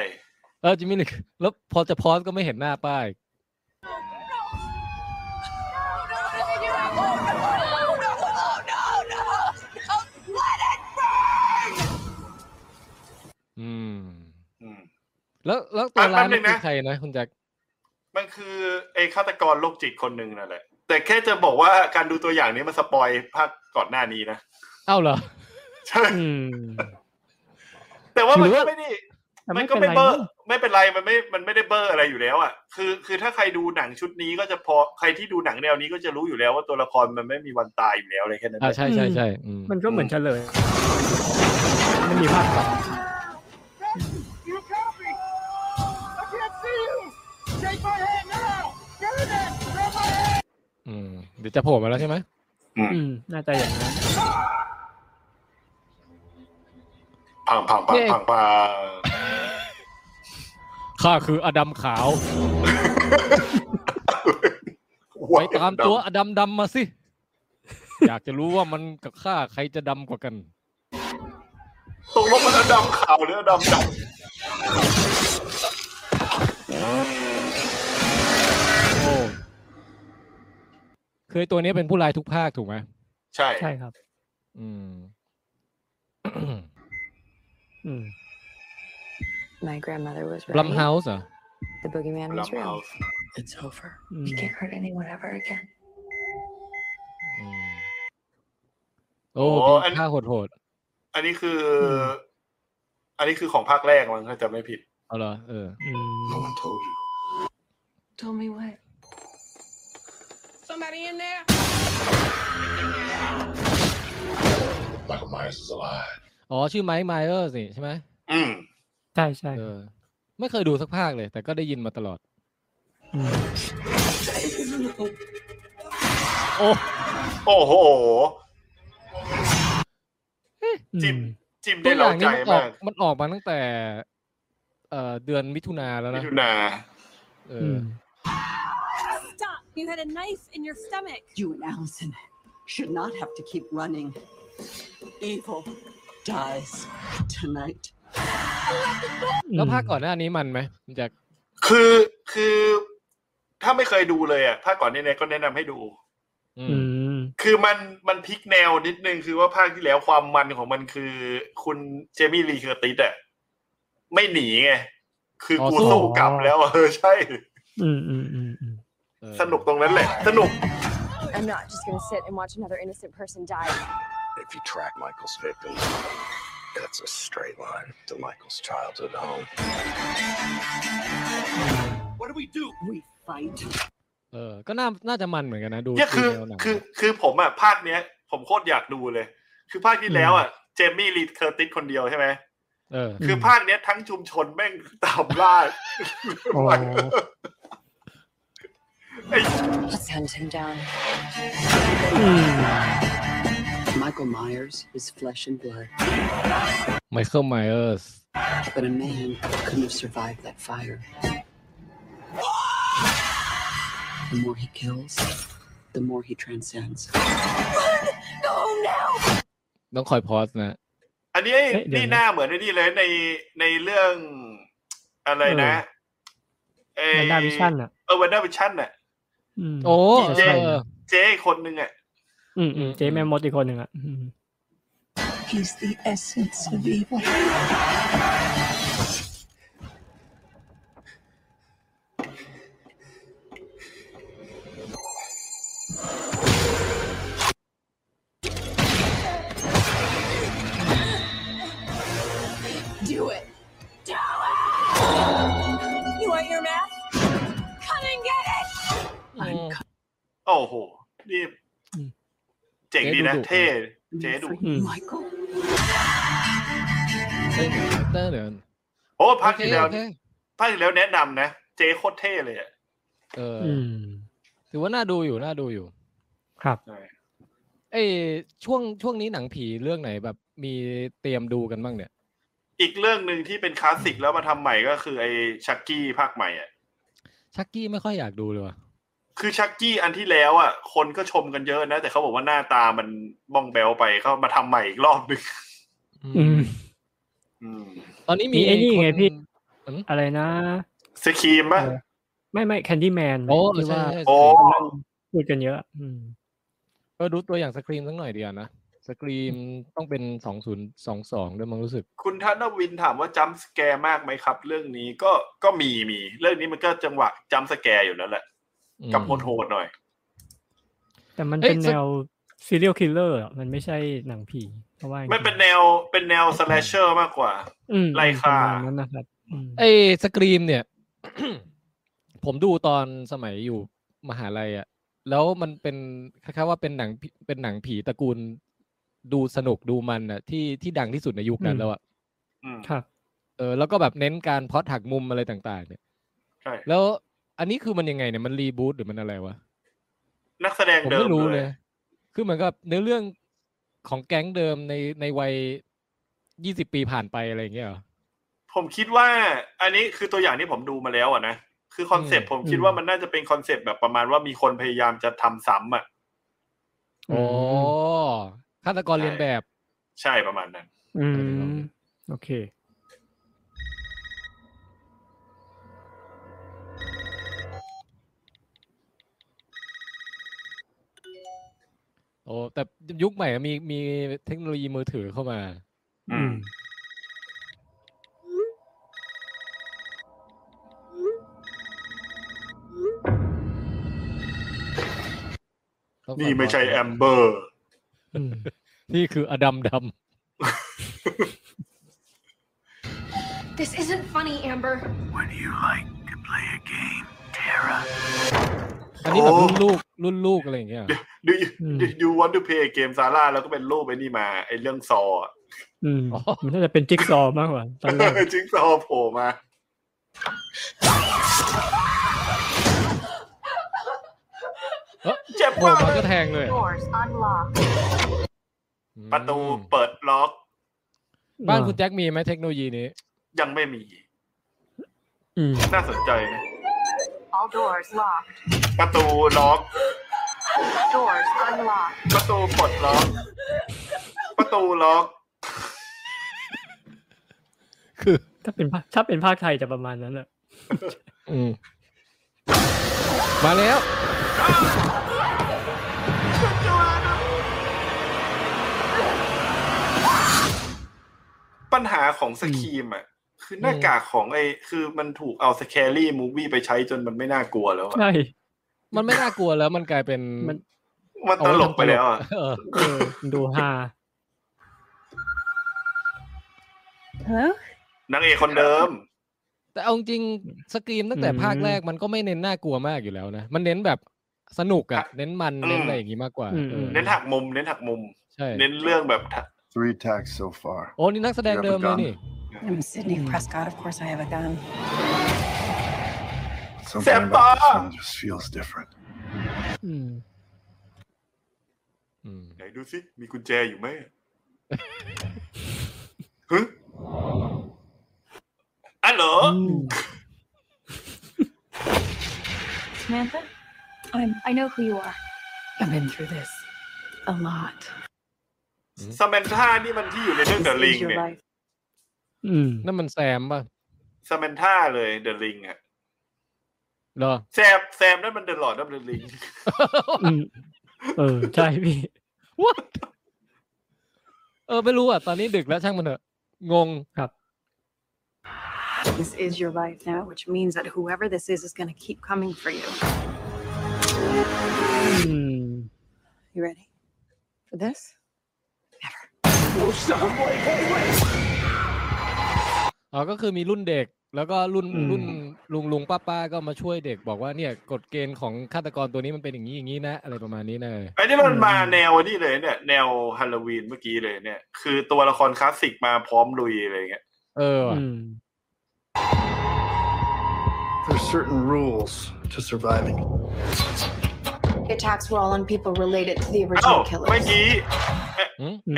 เออจิมมี่ลิกแล้วพอจะพอสก็ไม่เห็นหน้าป้าอีก No, no, no, no, no. Don't let it burn. อืม อืม แล้วแล้วตัว อ่ะ ร้าน แป๊บนึงนะ เป็นใครนะคุณแจ็ค มันคือไอฆาตกรโรคจิตคนหนึ่งนั่นแหละ แต่แค่จะบอกว่าการดูตัวอย่างนี้มันสปอยภาคก่อนหน้านี้นะ เอ้าเหรอ ใช่ อืม แต่ว่ามัน หรือ ก็ ว่า ไม่ได้ แต่ไม่ มันก็ไม่ เป็นไร เบอร์ มั้ง ไม่เป็นไรมันไม่ มันไม่ได้เบอร์อะไรอยู่แล้วอ่ะคือ คือถ้าใครดูหนังชุดนี้ก็จะพอใครที่ดูหนังแนวนี้ก็จะรู้อยู่แล้วว่าตัวละครมันไม่มีวันตายอยู่แล้วอะไรแค่นั้น อ่าใช่ใช่ใช่อืม มันก็เหมือนเฉลยไม่มีภาพต่อ You got me! I can't see you! Take my hand now! Damn it! Grab my hand! อืมเดี๋ยวจะโผล่มาแล้วใช่ไหม อืม น่าจะอย่างนั้น พังพังพังพังพัง ข้าคืออดัมขาว ไปตามตัวอดัมดำมาสิ อยากจะรู้ว่ามันกับข้าใครจะดำกว่ากัน ตรงว่ามันดำขาวหรือดำดำ โอ้คือไอ้ตัวนี้เป็นผู้ลายทุกภาคถูกไหม ใช่ ใช่ครับ อื ม อืม My grandmother was right. Blumhouse เหรอ The boogeyman was real. Blumhouse. It's over. Mm. You can't hurt anyone ever again. โอ้ โอ้ มี อัน ค่าโหด อันนี้คือออันนี้คือของภาคแรกมั้งถ้าจะไม่ผิด ๆเอาเหรอเออ Told me what? So Somebody in there? Michael Myers is alive. อ๋อ ชื่อไมค์ไมเออร์สิใช่ไหม อืม ใช่ใช่ เออ ไม่เคยดูสักภาคเลย แต่ก็ได้ยินมาตลอด โอ้โอ้โห จิม จิ้ม ตั ได้ วอ เรา ย่าง ใจ นี้มันออ มาก ก มันออกมาตั้งแต่ เอ่อเดือนมิถุนาแล้ว มิ นะ ถุนา เอออ Stop! You had a knife in your stomach. You and Allison should not have to keep running. Evil dies tonight. แล้วภาคก่อนหน้านี้มันไหมมันจะ คือคือถ้าไม่เคยดูเลยอ่ะภาคก่อนเนี่ยก็แนะนำให้ดู อื อื ม ม คือมันมันพลิกแนวนิดนึงคือว่าภาคที่แล้วความมันของมันคือ คุณเจมี่ลีเคอร์ติสอ่ะไม่หนีไง คืออ อ กู สู้ สู้กลับแล้วอะเออใช่ อืมอืมอืมอืม สนุกตรงนั้นแหละ สนุก I'm not just gonna sit and watch another innocent person die. If you track Michael's victims, that's a straight line to Michael's childhood home. What do we do? We fight. เออ ก็น่าน่าจะมันเหมือนกันนะ ดู เนี่ยคือ แนวหนัง คือคือผมอ่ะภาคเนี้ย ผมโคตรอยากดูเลย คือภาคที่แล้วอ่ะเจมี่ลีเคอร์ติสคนเดียวใช่ไหม เออ คือภาคเนี้ยทั้งชุมชนแม่ง ตามล่า โอ้ Let's hunt him down. Michael Myers is flesh and blood, ไมเคิลไมเออร์ส but a man couldn't have survived that fire. The more he kills, the more he transcends. Go now! ต้องคอยพอสนะ อันนี้ เอ๊ะเดี๋ยวนะ นี่หน้าเหมือนไอ้นี่เลยในในเรื่องอะไรนะเอ แมนดาวิชั่นอ่ะ เออวันด้าวิชั่นน่ะ อืม โอ้ เจ๊ เออ เจ๊คนหนึ่งอ่ะ อืมอืมเจ๊แม่มดอีกคนหนึ่งอ่ะอืม He's the essence of evil. Do it! You want your mask? Come and get it! โอ้โห นี่เจ๋งดีนะ เจ๊ดุๆ เท่เจ๊ดุ Michael, เต้นเต้นเดี๋ยว โอ้ภาคที่แล้ว โอเค ภาคที่แล้วแนะนำนะ เจ๊โคตรเท่เลยอ่ะ เอออ อืม ถือว่าน่าดูอยู่น่าดูอยู่ ครับ เอยช่วงช่วงนี้หนังผีเรื่องไหนแบบมีเตรียมดูกันบ้างเนี่ย อีกเรื่องหนึ่งที่เป็นคลาสสิกแล้วมาทำใหม่ก็คือไอ้ชักกี้ภาคใหม่อ่ะ ชักกี้ไม่ค่อยอยากดูเลยว่ะ คือชักกี้อันที่แล้วอ่ะ คนก็ชมกันเยอะนะ แต่เขาบอกว่าหน้าตามันบ้องแบวไปเขามาทำใหม่อีกรอบหนึง อืม อืม ตอนนี้ มี มี ไอ้นี่ไง ค พี่ อืม อะไรนะ สครีมป่ะ ไม่ไม่แคนดี้แมน โอ้ ที่ ใช่ ว่า ใช่ โอ้ พูดกันเยอะ อืม เออดูตัวอย่างสกรีมสักหน่อยดีกว่านะสกรีมต้องเป็นสองศูนย์สองสองด้วยมั้งรู้สึก คุณธนวินถามว่าจัมป์สแกร์มากไหมครับ เรื่องนี้ก็ก็มีมี เรื่องนี้มันก็จังหวะจัมป์สแกร์อยู่นั่นแหละ อืม กับโหดๆหน่อย แต่มัน เอ้ย เป็น สั แน ก ว serial killer อะมันไม่ใช่หนังผีเพราะว่า ไม่เป็นแนวเป็นแนวสแลชเชอร์มากกว่า อืม ไล่ฆ่า ประมณนั้นนะครับอืม ไอสกรีมเนี่ย ผมดูตอนสมัยอยู่มหาลัยอะแล้วมันเป็นคล้ายๆว่าเป็นหนังผีเป็นหนังผีตระกูล ดูสนุกดูมันอะที่ที่ดังที่สุดในยุคนั้นแล้วอะ อืม ครับ เออแล้วก็แบบเน้นการพล็อตหักมุมอะไรต่าง ๆ เนี่ย ใช่ แล้วอันนี้คือมันยังไงเนี่ยมันรีบูตหรือมันอะไรวะ นักแสดง ผม เดิม ไม่รู้ เล เลย ย คือเหมือนกับเนื้อเรื่องของแก๊งเดิมในในวัยยี่สิบปีผ่านไปอะไรอย่างเงี้ยเหรอ ผมคิดว่า อันนี้คือตัวอย่างที่ผมดูมาแล้วอ่ะนะ คือคอนเซปต์ อืม ผมคิดว่ามันน่าจะเป็นคอนเซปต์แบบประมาณว่ามีคนพยายามจะทำซ้ำอ่ะ โอ้ฆาตกรเรียนแบบ ใช่ประมาณนั้น อืมโอเค โอ้แต่ยุคใหม่อะมีมีเทคโนโลยีมือถือเข้ามา อืม นี่ไม่ใช่แอมเบอร์ อืม นี่คืออดัมด This isn't funny, Amber. When you like to play a game, Tara. ำ อันนี้แบบรุ่นลูกรุ่นลูกอะไรอย่างเงี้ย ดูดูดูวันดูเพย์เกมซาร่าแล้วก็เป็นรูปไอ้นี่มาไอ้เรื่องซออะ อืมมันน่าจะเป็นจิ๊กซอว์มากกว่าตอนแรก จิ๊กซอโผล่มา เจ็บ โผล่มาก็แทงเลย Doors unlocked. ประตูเปิดล็อก บ้านคุณแจ็คมีไหมเทคโนโลยีนี้ ยังไม่มี อืม น่าสนใจนะ All doors locked. ประตูล็อก Doors unlocked. ประตูปลดล็อก ประตูล็อก คือ ถ้าเป็นภาคถ้าเป็นภาคไทยจะประมาณนั้นแหละ อืมมาแล้ว ปัญหาของสครีมอ่ะ คือหน้ากากของไอ้คือมันถูกเอาสแครี่มูวี่ไปใช้จนมันไม่น่ากลัวแล้วอะ ใช่ มันไม่น่ากลัวแล้วมันกลายเป็น มันตลกไปแล้วอะ เออ เออดูฮา Hello? นางเอกคนเดิม แต่เอาจริงๆสกรีมตั้งแต่ภาคแรกมันก็ไม่เน้นน่ากลัวมากอยู่แล้วนะ มันเน้นแบบสนุกอะเน้นมันเน้นอะไรอย่างงี้มากกว่าเออ เน้นหักมุม เน้นหักมุม ใช่ เน้นเรื่องแบบ Three attacks so far. โอ้นี่นักแสดงเดิมเลยนี่ I'm Sydney Prescott. Of course, I have a gun. Something about this one just feels different. ไหนดูสิ มีกุญแจอยู่ไหมฮึอัลโหล Samantha, I'm. I know who you are. I've been through this a lot. สแมนธานี่มันที่อยู่ในเรื่องเดอะลิง This is your เนี่ย life. นั่นมันแซมป่ะ สแมนธาเลยเดอะลิงอะ เหรอ แซมแซมนั่นมันเดอะหลอดนั่นเดอะลิง อืมเออ ใช่พี่ What? เออไม่รู้อ่ะ ตอนนี้ดึกแล้วช่างมันเถอะ งง ครับ This is your life now, which means that whoever this is is going to keep coming for you. อืม You ready for this? Oh, stop. Wait, hey, wait. อ๋อก็คือมีรุ่นเด็ก แล้วก็รุ่นรุ่นลุงลุงป้าป้าก็มาช่วยเด็กบอกว่าเนี่ยกฎเกณฑ์ของฆาตกรตัวนี้มันเป็นอย่างนี้อย่างนี้นะ อะไรประมาณนี้นะ ไอ้นี่มันมาแนวนี่เลยเนี่ย แนวฮาโลวีนเมื่อกี้เลยเนี่ย คือตัวละครคลาสสิกมาพร้อมลุยอะไรเงี้ย เออว่ะ There's certain rules to surviving. The attacks were all on people related to the เอ้า original killers. เมื่อกี้ไ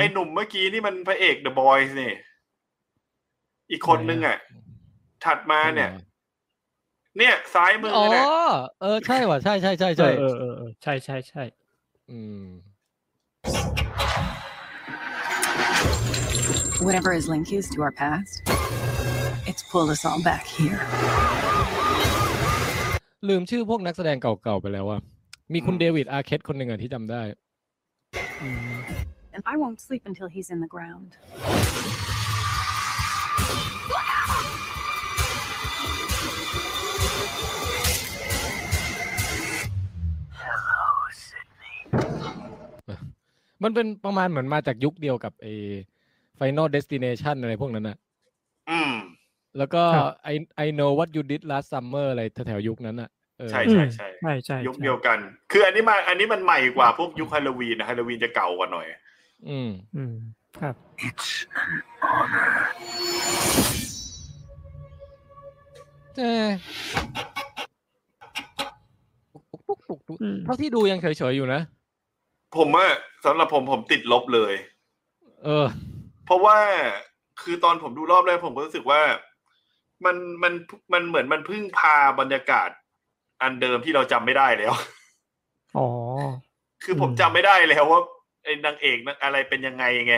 อ้ไอ้หนุ่มเมื่อกี้นี่มันพระเอกเดอะบอยส์นี่ อีกคนนึงอ่ะ ถัดมาเนี่ย เนี่ย ซ้ายมือ อ๋อ เนี่ย เออ ใช่ว่ะ ใช่ใช่ใช่ เอ ใช่ อเออเออเออใช่ใช่ใช่ อืม Whatever his link is to our past, it's pulled us all back here. ลืมชื่อพวกนักแสดงเก่าๆไปแล้วว่ะ มีคุณเดวิดอาร์เคตคนหนึ่งอ่ะที่จำได้ And I won't sleep until he's in the ground. มันเป็นประมาณเหมือนมาจากยุคเดียวกับไอ้ Final Destination อะไรพวกนั้นอ่ะ อืม แล้วก็ ครับ ไอไอ know what you did last summer อะไรแถวๆยุคนั้นอ่ะเออ ใช่ใช่ใช่ ใช่ใช่ ยุคเดียวกัน คืออันนี้มา อันนี้มันใหม่กว่าพวกยุคฮาโลวีนนะฮาโลวีนจะเก่ากว่าหน่อย อืม อืม ครับ เออตุกตุกตุกตุกเท่าที่ดูยังเฉยๆอยู่นะ ผมว่าสำหรับผมผมติดลบเลย เออ เพราะว่าคือตอนผมดูรอบแรกผมก็รู้สึกว่า มันมันมันเหมือนมันพึ่งพาบรรยากาศ อันเดิมที่เราจำไม่ได้แล้ว อ๋อ คือผมจำไม่ได้แล้วว่าไอ้นางเอกนางอะไรเป็นยังไงไง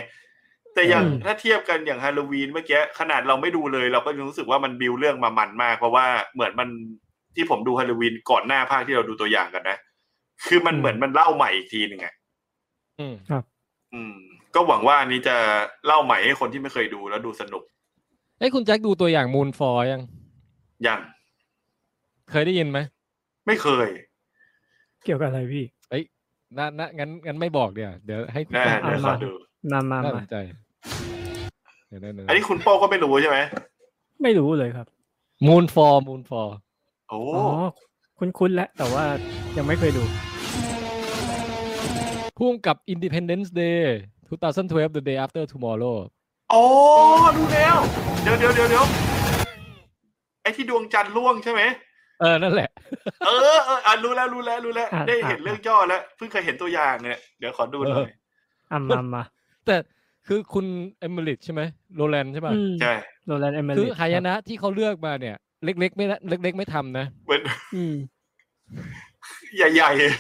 แต่อย่าง อืม ถ้าเทียบกันอย่างฮาโลวีนเมื่อกี้ขนาดเราไม่ดูเลย เราก็ยังรู้สึกว่ามันบิวเรื่องมามันมาก เพราะว่าเหมือนมันที่ผมดูฮาโลวีนก่อนหน้าภาคที่เราดูตัวอย่างกันนะ คือมันเหมือนมันเล่าใหม่อีกทีหนึ่งอะ อืม ครับ อืม ก็หวังว่าอันนี้จะเล่าใหม่ให้คนที่ไม่เคยดูแล้วดูสนุก เอ้ยคุณแจ็คดูตัวอย่างมูนฟอยัง ยัง เคยได้ยินไหม ไม่เคย เกี่ยวกับอะไรพี่ เอ้ยน่าน่างั้นงั้นไม่บอกเดี๋ยวเดี๋ยวให้คุณ ได้ แจ็ค เดี๋ยวขอดู มามา น่าส มา นใจ เดี๋ยวได้เลย อันนี้คุณโป้ก็ไม่รู้ใช่ไหม ไม่รู้เลยครับ มูนฟอร์มูนฟอร์ โอ้ อ๋อ คุ้นๆแล้วแต่ว่ายังไม่เคยดู พุ่มกับ Independence Day 2012 The Day After Tomorrow อ๋อดูแล้วเดี๋ยวเดี๋ยวเดี๋ยวเดี๋ยวไอ้ที่ดวงจันทร์ร่วงใช่ไหม เออ นั่นแหละ เออเอออ่ะรู้แล้วรู้แล้วรู้แล้ว อ่ะ ได้เห็น อ่ะ เรื่องย่อแล้วเพิ่งเคยเห็นตัวอย่างเนี่ยเดี๋ยวขอดูหน่อย อ่ะมามา แต่คือคุณเอมิลิตใช่ไหมโรแลนด์ใช่ป่ะ ใช่ โรแลนด์เอเม คื ริ อก หายนะที่เขาเลือกมาเนี่ย เล็ก ๆ ไม่นะเล็ก ๆ ไม่ทำนะ เหมือน อืม ใหญ่ เล็ก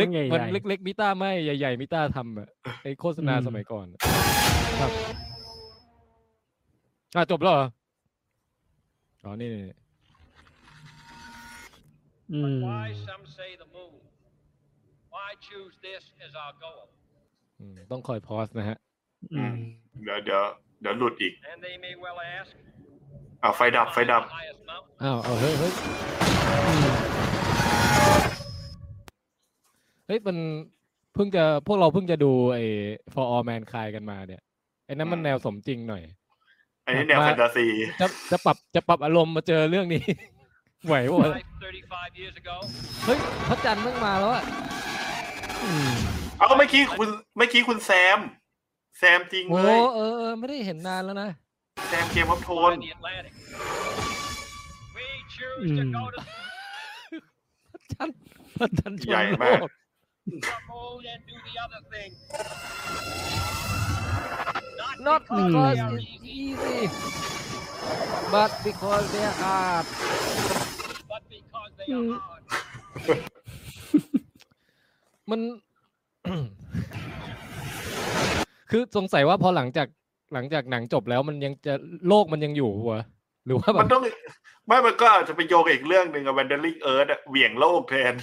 ต้องใหญ่ๆ มันเล็ก ๆ มิต้าไม่ใหญ่ ๆ มิต้าทำอะไอโฆษณา อืม สมัยก่อนอะครับอ่ะจบแล้วเหรออ๋อนี่นี่นี่ อืม Some say the moon. Why choose this as our goal? อืมต้องคอยพอสนะฮะ อืม ๆเดี๋ยวเดี๋ยวเดี๋ยวหลุดอีก And they may well ask, อ่ะไฟดับไฟดับ อ้าวเอาเฮ้ยเฮ้ยเฮ้ย มันเพิ่งจะพวกเราเพิ่งจะดูไอ้ For All Mankind กันมาเนี่ยไอ้นั้นมันแนวสมจริงหน่อย อันนี้แนว ม แฟนตาซี จะจะปรับจะปรับอารมณ์มาเจอเรื่องนี้ ไหวปะวะ life 35 years ago, เฮ้ยพระจันทร์เพิ่งมาแล้วอะอืม เอาเมื่อกี้คุณเมื่อกี้คุณแซม แซมจริง โอ้ เลย เออเออ ไม่ได้เห็นนานแล้วนะ แซมเกมวับโทน the Atlantic. We choose อื to ม go to พระจันทร์พระจันทร์ชน ใหญ่ โล มาก ก the moon and do the other thing. not because because they are it's easy but because they are hard but because they are hard. มัน คือสงสัยว่าพอหลังจากหลังจากหนังจบแล้วมันยังจะโลกมันยังอยู่วะหรือว่าแบ มั บ นต้องไม่มันก็อาจจะไปโยงกับอีกเรื่องหนึ่งกับแวนเดอร์ลิงเอิร์ธอะเหวี่ยงโลกแทน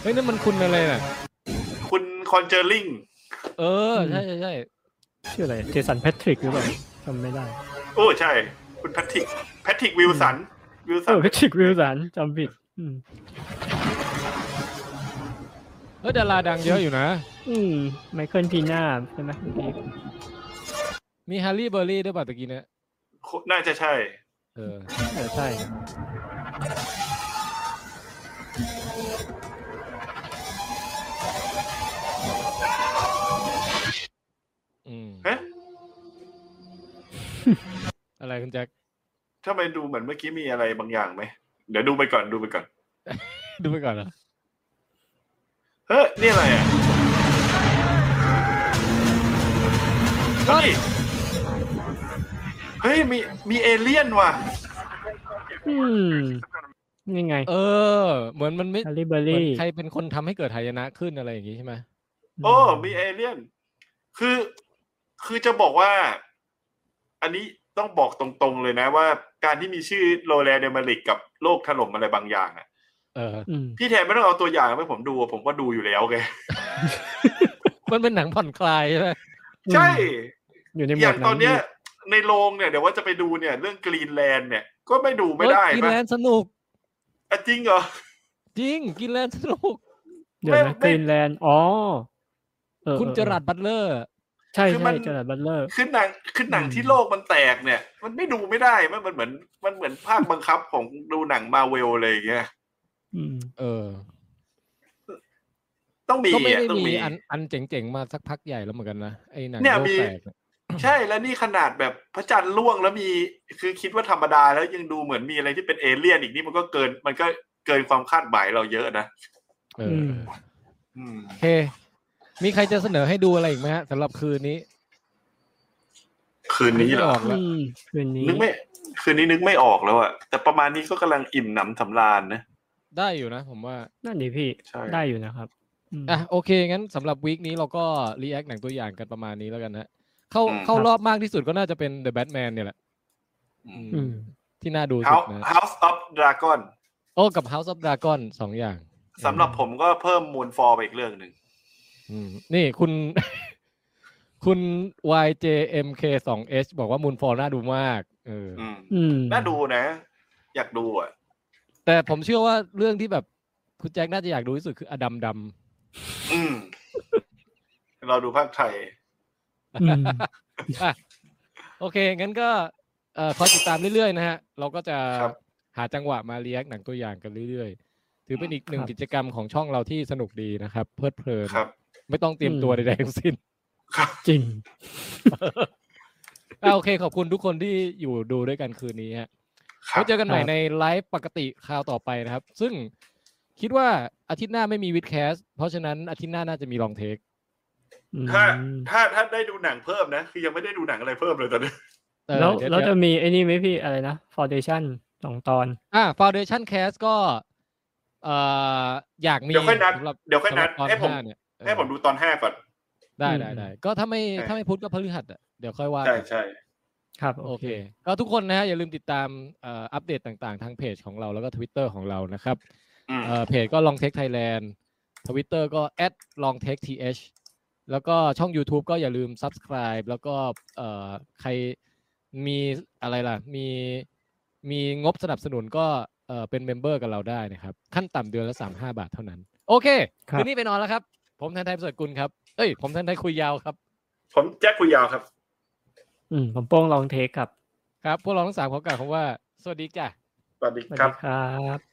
เฮ้ยนั่นมันคุณอะไรน่ะ คุณคอนเจอริง เออ ใช่ใช่ใช่ ชื่ออะไรเจสันแพทริกหรือเปล่าจำไม่ได้ โอ้ใช่ คุณแพทริกแพทริกวิลสันวิล เอ สัน อแพทริกวิลสันจำผิดอืม เออดาราดังเยอะอยู่นะ อืมไมเคิลพีน่าใช่ไหมเมื่อกี้ มีฮาร์รี่เบอร์รี่ด้วยป่ะตะกี้เนี่ย น่าจะใช่ เออ เออใช่ อืม เอ๊ะ อะไรคุณแจ็ค ถ้าไปดูเหมือนเมื่อกี้มีอะไรบางอย่างไหม เดี๋ยวดูไปก่อนดูไปก่อน ดูไปก่อนนะ เฮ้ยนี่อะไรอ่ะเฮ้ยเฮ้ยมีมีเอเลี่ยนว่ะ อืมยังไง เออ เหมือนมันไม่ ฮาริเบเหมืออน รี่ ใครเป็นคนทำให้เกิดหายนะขึ้นอะไรอย่างงี้ใช่ไหม โอ้มีเอเลี่ยน คือ คือจะบอกว่า อันนี้ต้องบอกตรงๆเลยนะว่า การที่มีชื่อโรแลนด์เดมาริกกับโลกถล่มอะไรบางอย่างอ่ะ เออ อืม พี่แทนไม่ต้องเอาตัวอย่างให้ผมดูอะผมก็ดูอยู่แล้วไง มันเป็นหนังผ่อนคลายใช่ไหม ใช่ อยู่ในหม อ ว ย่า ด ง นั้น ตอนเนี้ย ในโรงเนี่ยเดี๋ยวว่าจะไปดูเนี่ย เรื่องกรีนแลนด์เนี่ย ก็ไม่ดูไม่ได้ เออกิน ปะ แลนด์สนุก อ่ะจริงเหรอ จริง กินแลนด์สนุก เดี๋ยวนะ ไม่ไม่ กรีนแลนด์อ๋อเออ คุณ เออ เจอรัดบัตเลอร์ ใช่ คือมั ใช่ น เจอรัดบัตเลอร์ ขึ้นหนังขึ้นหนังที่โลกมันแตกเนี่ย มันไม่ดูไม่ได้มั้ยมันเหมือน มันเหมือนภาคบังคับของดูหนังมาเวลเลยอย่างเงี้ย อืม เออ ต้องมี ก็ไม่ อะ ได้ ต้อง มี มี อันอันเจ๋งๆมาสักพักใหญ่แล้วเหมือนกันนะ ไอ้หนัง เนี่ย โลก มี แตกเนี่ย ใช่แล้วนี่ขนาดแบบพระจันทร์ล่วงแล้วมีคือคิดว่าธรรมดาแล้วยังดูเหมือนมีอะไรที่เป็นเอเลี่ยนอีกนี่มันก็เกิน มันก็เกินความคาดหมายเราเยอะนะ เอ อื อ ม อืม โอเค มีใครจะเสนอให้ดูอะไรอีกไหมฮะสำหรับคืนนี้ คืนนี้เหรอ ไม่กแล้ว อืมคืนนี้ นึกไม่ คืนนี้นึกไม่ออกแล้วอะแต่ประมาณนี้ก็กำลังอิ่มหนำสำราญนะ ได้อยู่นะผมว่า นั่นดิพี่ ใช่ ได้อยู่นะครับอืม อ่ะโอเค งั้นสำหรับวีคนี้เราก็รีแอคหนังตัวอย่างกันประมาณนี้แล้วกันฮะเข้า อืม เข้ารอบมากที่สุดก็น่าจะเป็น The Batman เนี่ยแหละ อืม ที่น่าดูสุด House นะ House of Dragon โอ้กับ House of Dragon สองอย่าง สำหรับผมก็เพิ่มมูลฟอร์ไปอีกเรื่องหนึ่ง อืมนี่คุณ คุณ YJMK2H บอกว่ามูลฟอร์น่าดูมากเอออ อืม อืม น่าดูนะ อยากดูอะ แต่ผมเชื่อว่าเรื่องที่แบบคุณแจ็คน่าจะอยากดูที่สุดคืออดัมด อืม เราดูภาคไทย อืม ำอ่ะโอเค งั้นก็ เอ่อคอยติดตามเรื่อยๆนะฮะ เราก็จะหาจังหวะมาเรียกหนังตัวอย่างกันเรื่อยๆ ถือเป็นอีกหนึ่ง ครับ กิจกรรมของช่องเราที่สนุกดีนะครับ เพลิดเพลิน ครับ ไม่ต้องเตรียมตัวใดๆทั้งสิ้น จริง อ่ะโอเค ขอบคุณทุกคนที่อยู่ดูด้วยกันคืนนี้ฮะ ครับ ไว้เจอกันใหม่ ครับ ในไลฟ์ปกติคราวต่อไปนะครับ ซึ่งคิดว่าอาทิตย์หน้าไม่มีวิดแคสเพราะฉะนั้นอาทิตย์หน้าน่าจะมีลองเทค ถ้าถ้าถ้าได้ดูหนังเพิ่มนะ คือยังไม่ได้ดูหนังอะไรเพิ่มเลยตอนนี้ เออ แล้ว เดี๋ยว แล้ว เดี๋ยว จะมีไอ้นี่ไหมพี่อะไรนะ foundation สองตอน อ่า Foundation Cast ก็เอ่ออยากมี เดี๋ยวค่อยนัด สำหรับ เดี๋ยวค่อยนัด สำรับตอน ให้ผม ห้าเนี่ย ให้ผมดูตอนห้าก่อน ได้ อืม ได้ได้ก็ถ้าไม่ถ้าไม่พุธก็พฤหัสอ่ะเดี๋ยวค่อยว่า ใช่ กัน ใช่ ครับ โอเค ก็ทุกคนนะฮะอย่าลืมติดตามเอ่ออัปเดตต่างๆ ทางเพจของเราแล้วก็ Twitter ของเรานะครับ อืม เอ่อเพจก็ Long Tech Thailand Twitter ก็ @long tech th แล้วก็ช่อง YouTube ก็อย่าลืม Subscribe แล้วก็เอ่อใครมีอะไรล่ะ มีมีงบสนับสนุนก็เอ่อเป็นเมมเบอร์กับเราได้นะครับ ขั้นต่ำเดือนละ 35 บาทเท่านั้น โอเค ครับ คืนนี้ไปนอนแล้วครับ ผมแทนไทยประเสริฐกุลครับ เอ้ย ผมแทนไทยคุยยาวครับ ผมแจ็คคุยยาวครับ อืมผมโป้งลองเทคครับ ครับ พวกเราทั้งสามขอกล่าวคำว่า สวัสดีจ้ะ สวัสดี สวัส ครับ ดีครับ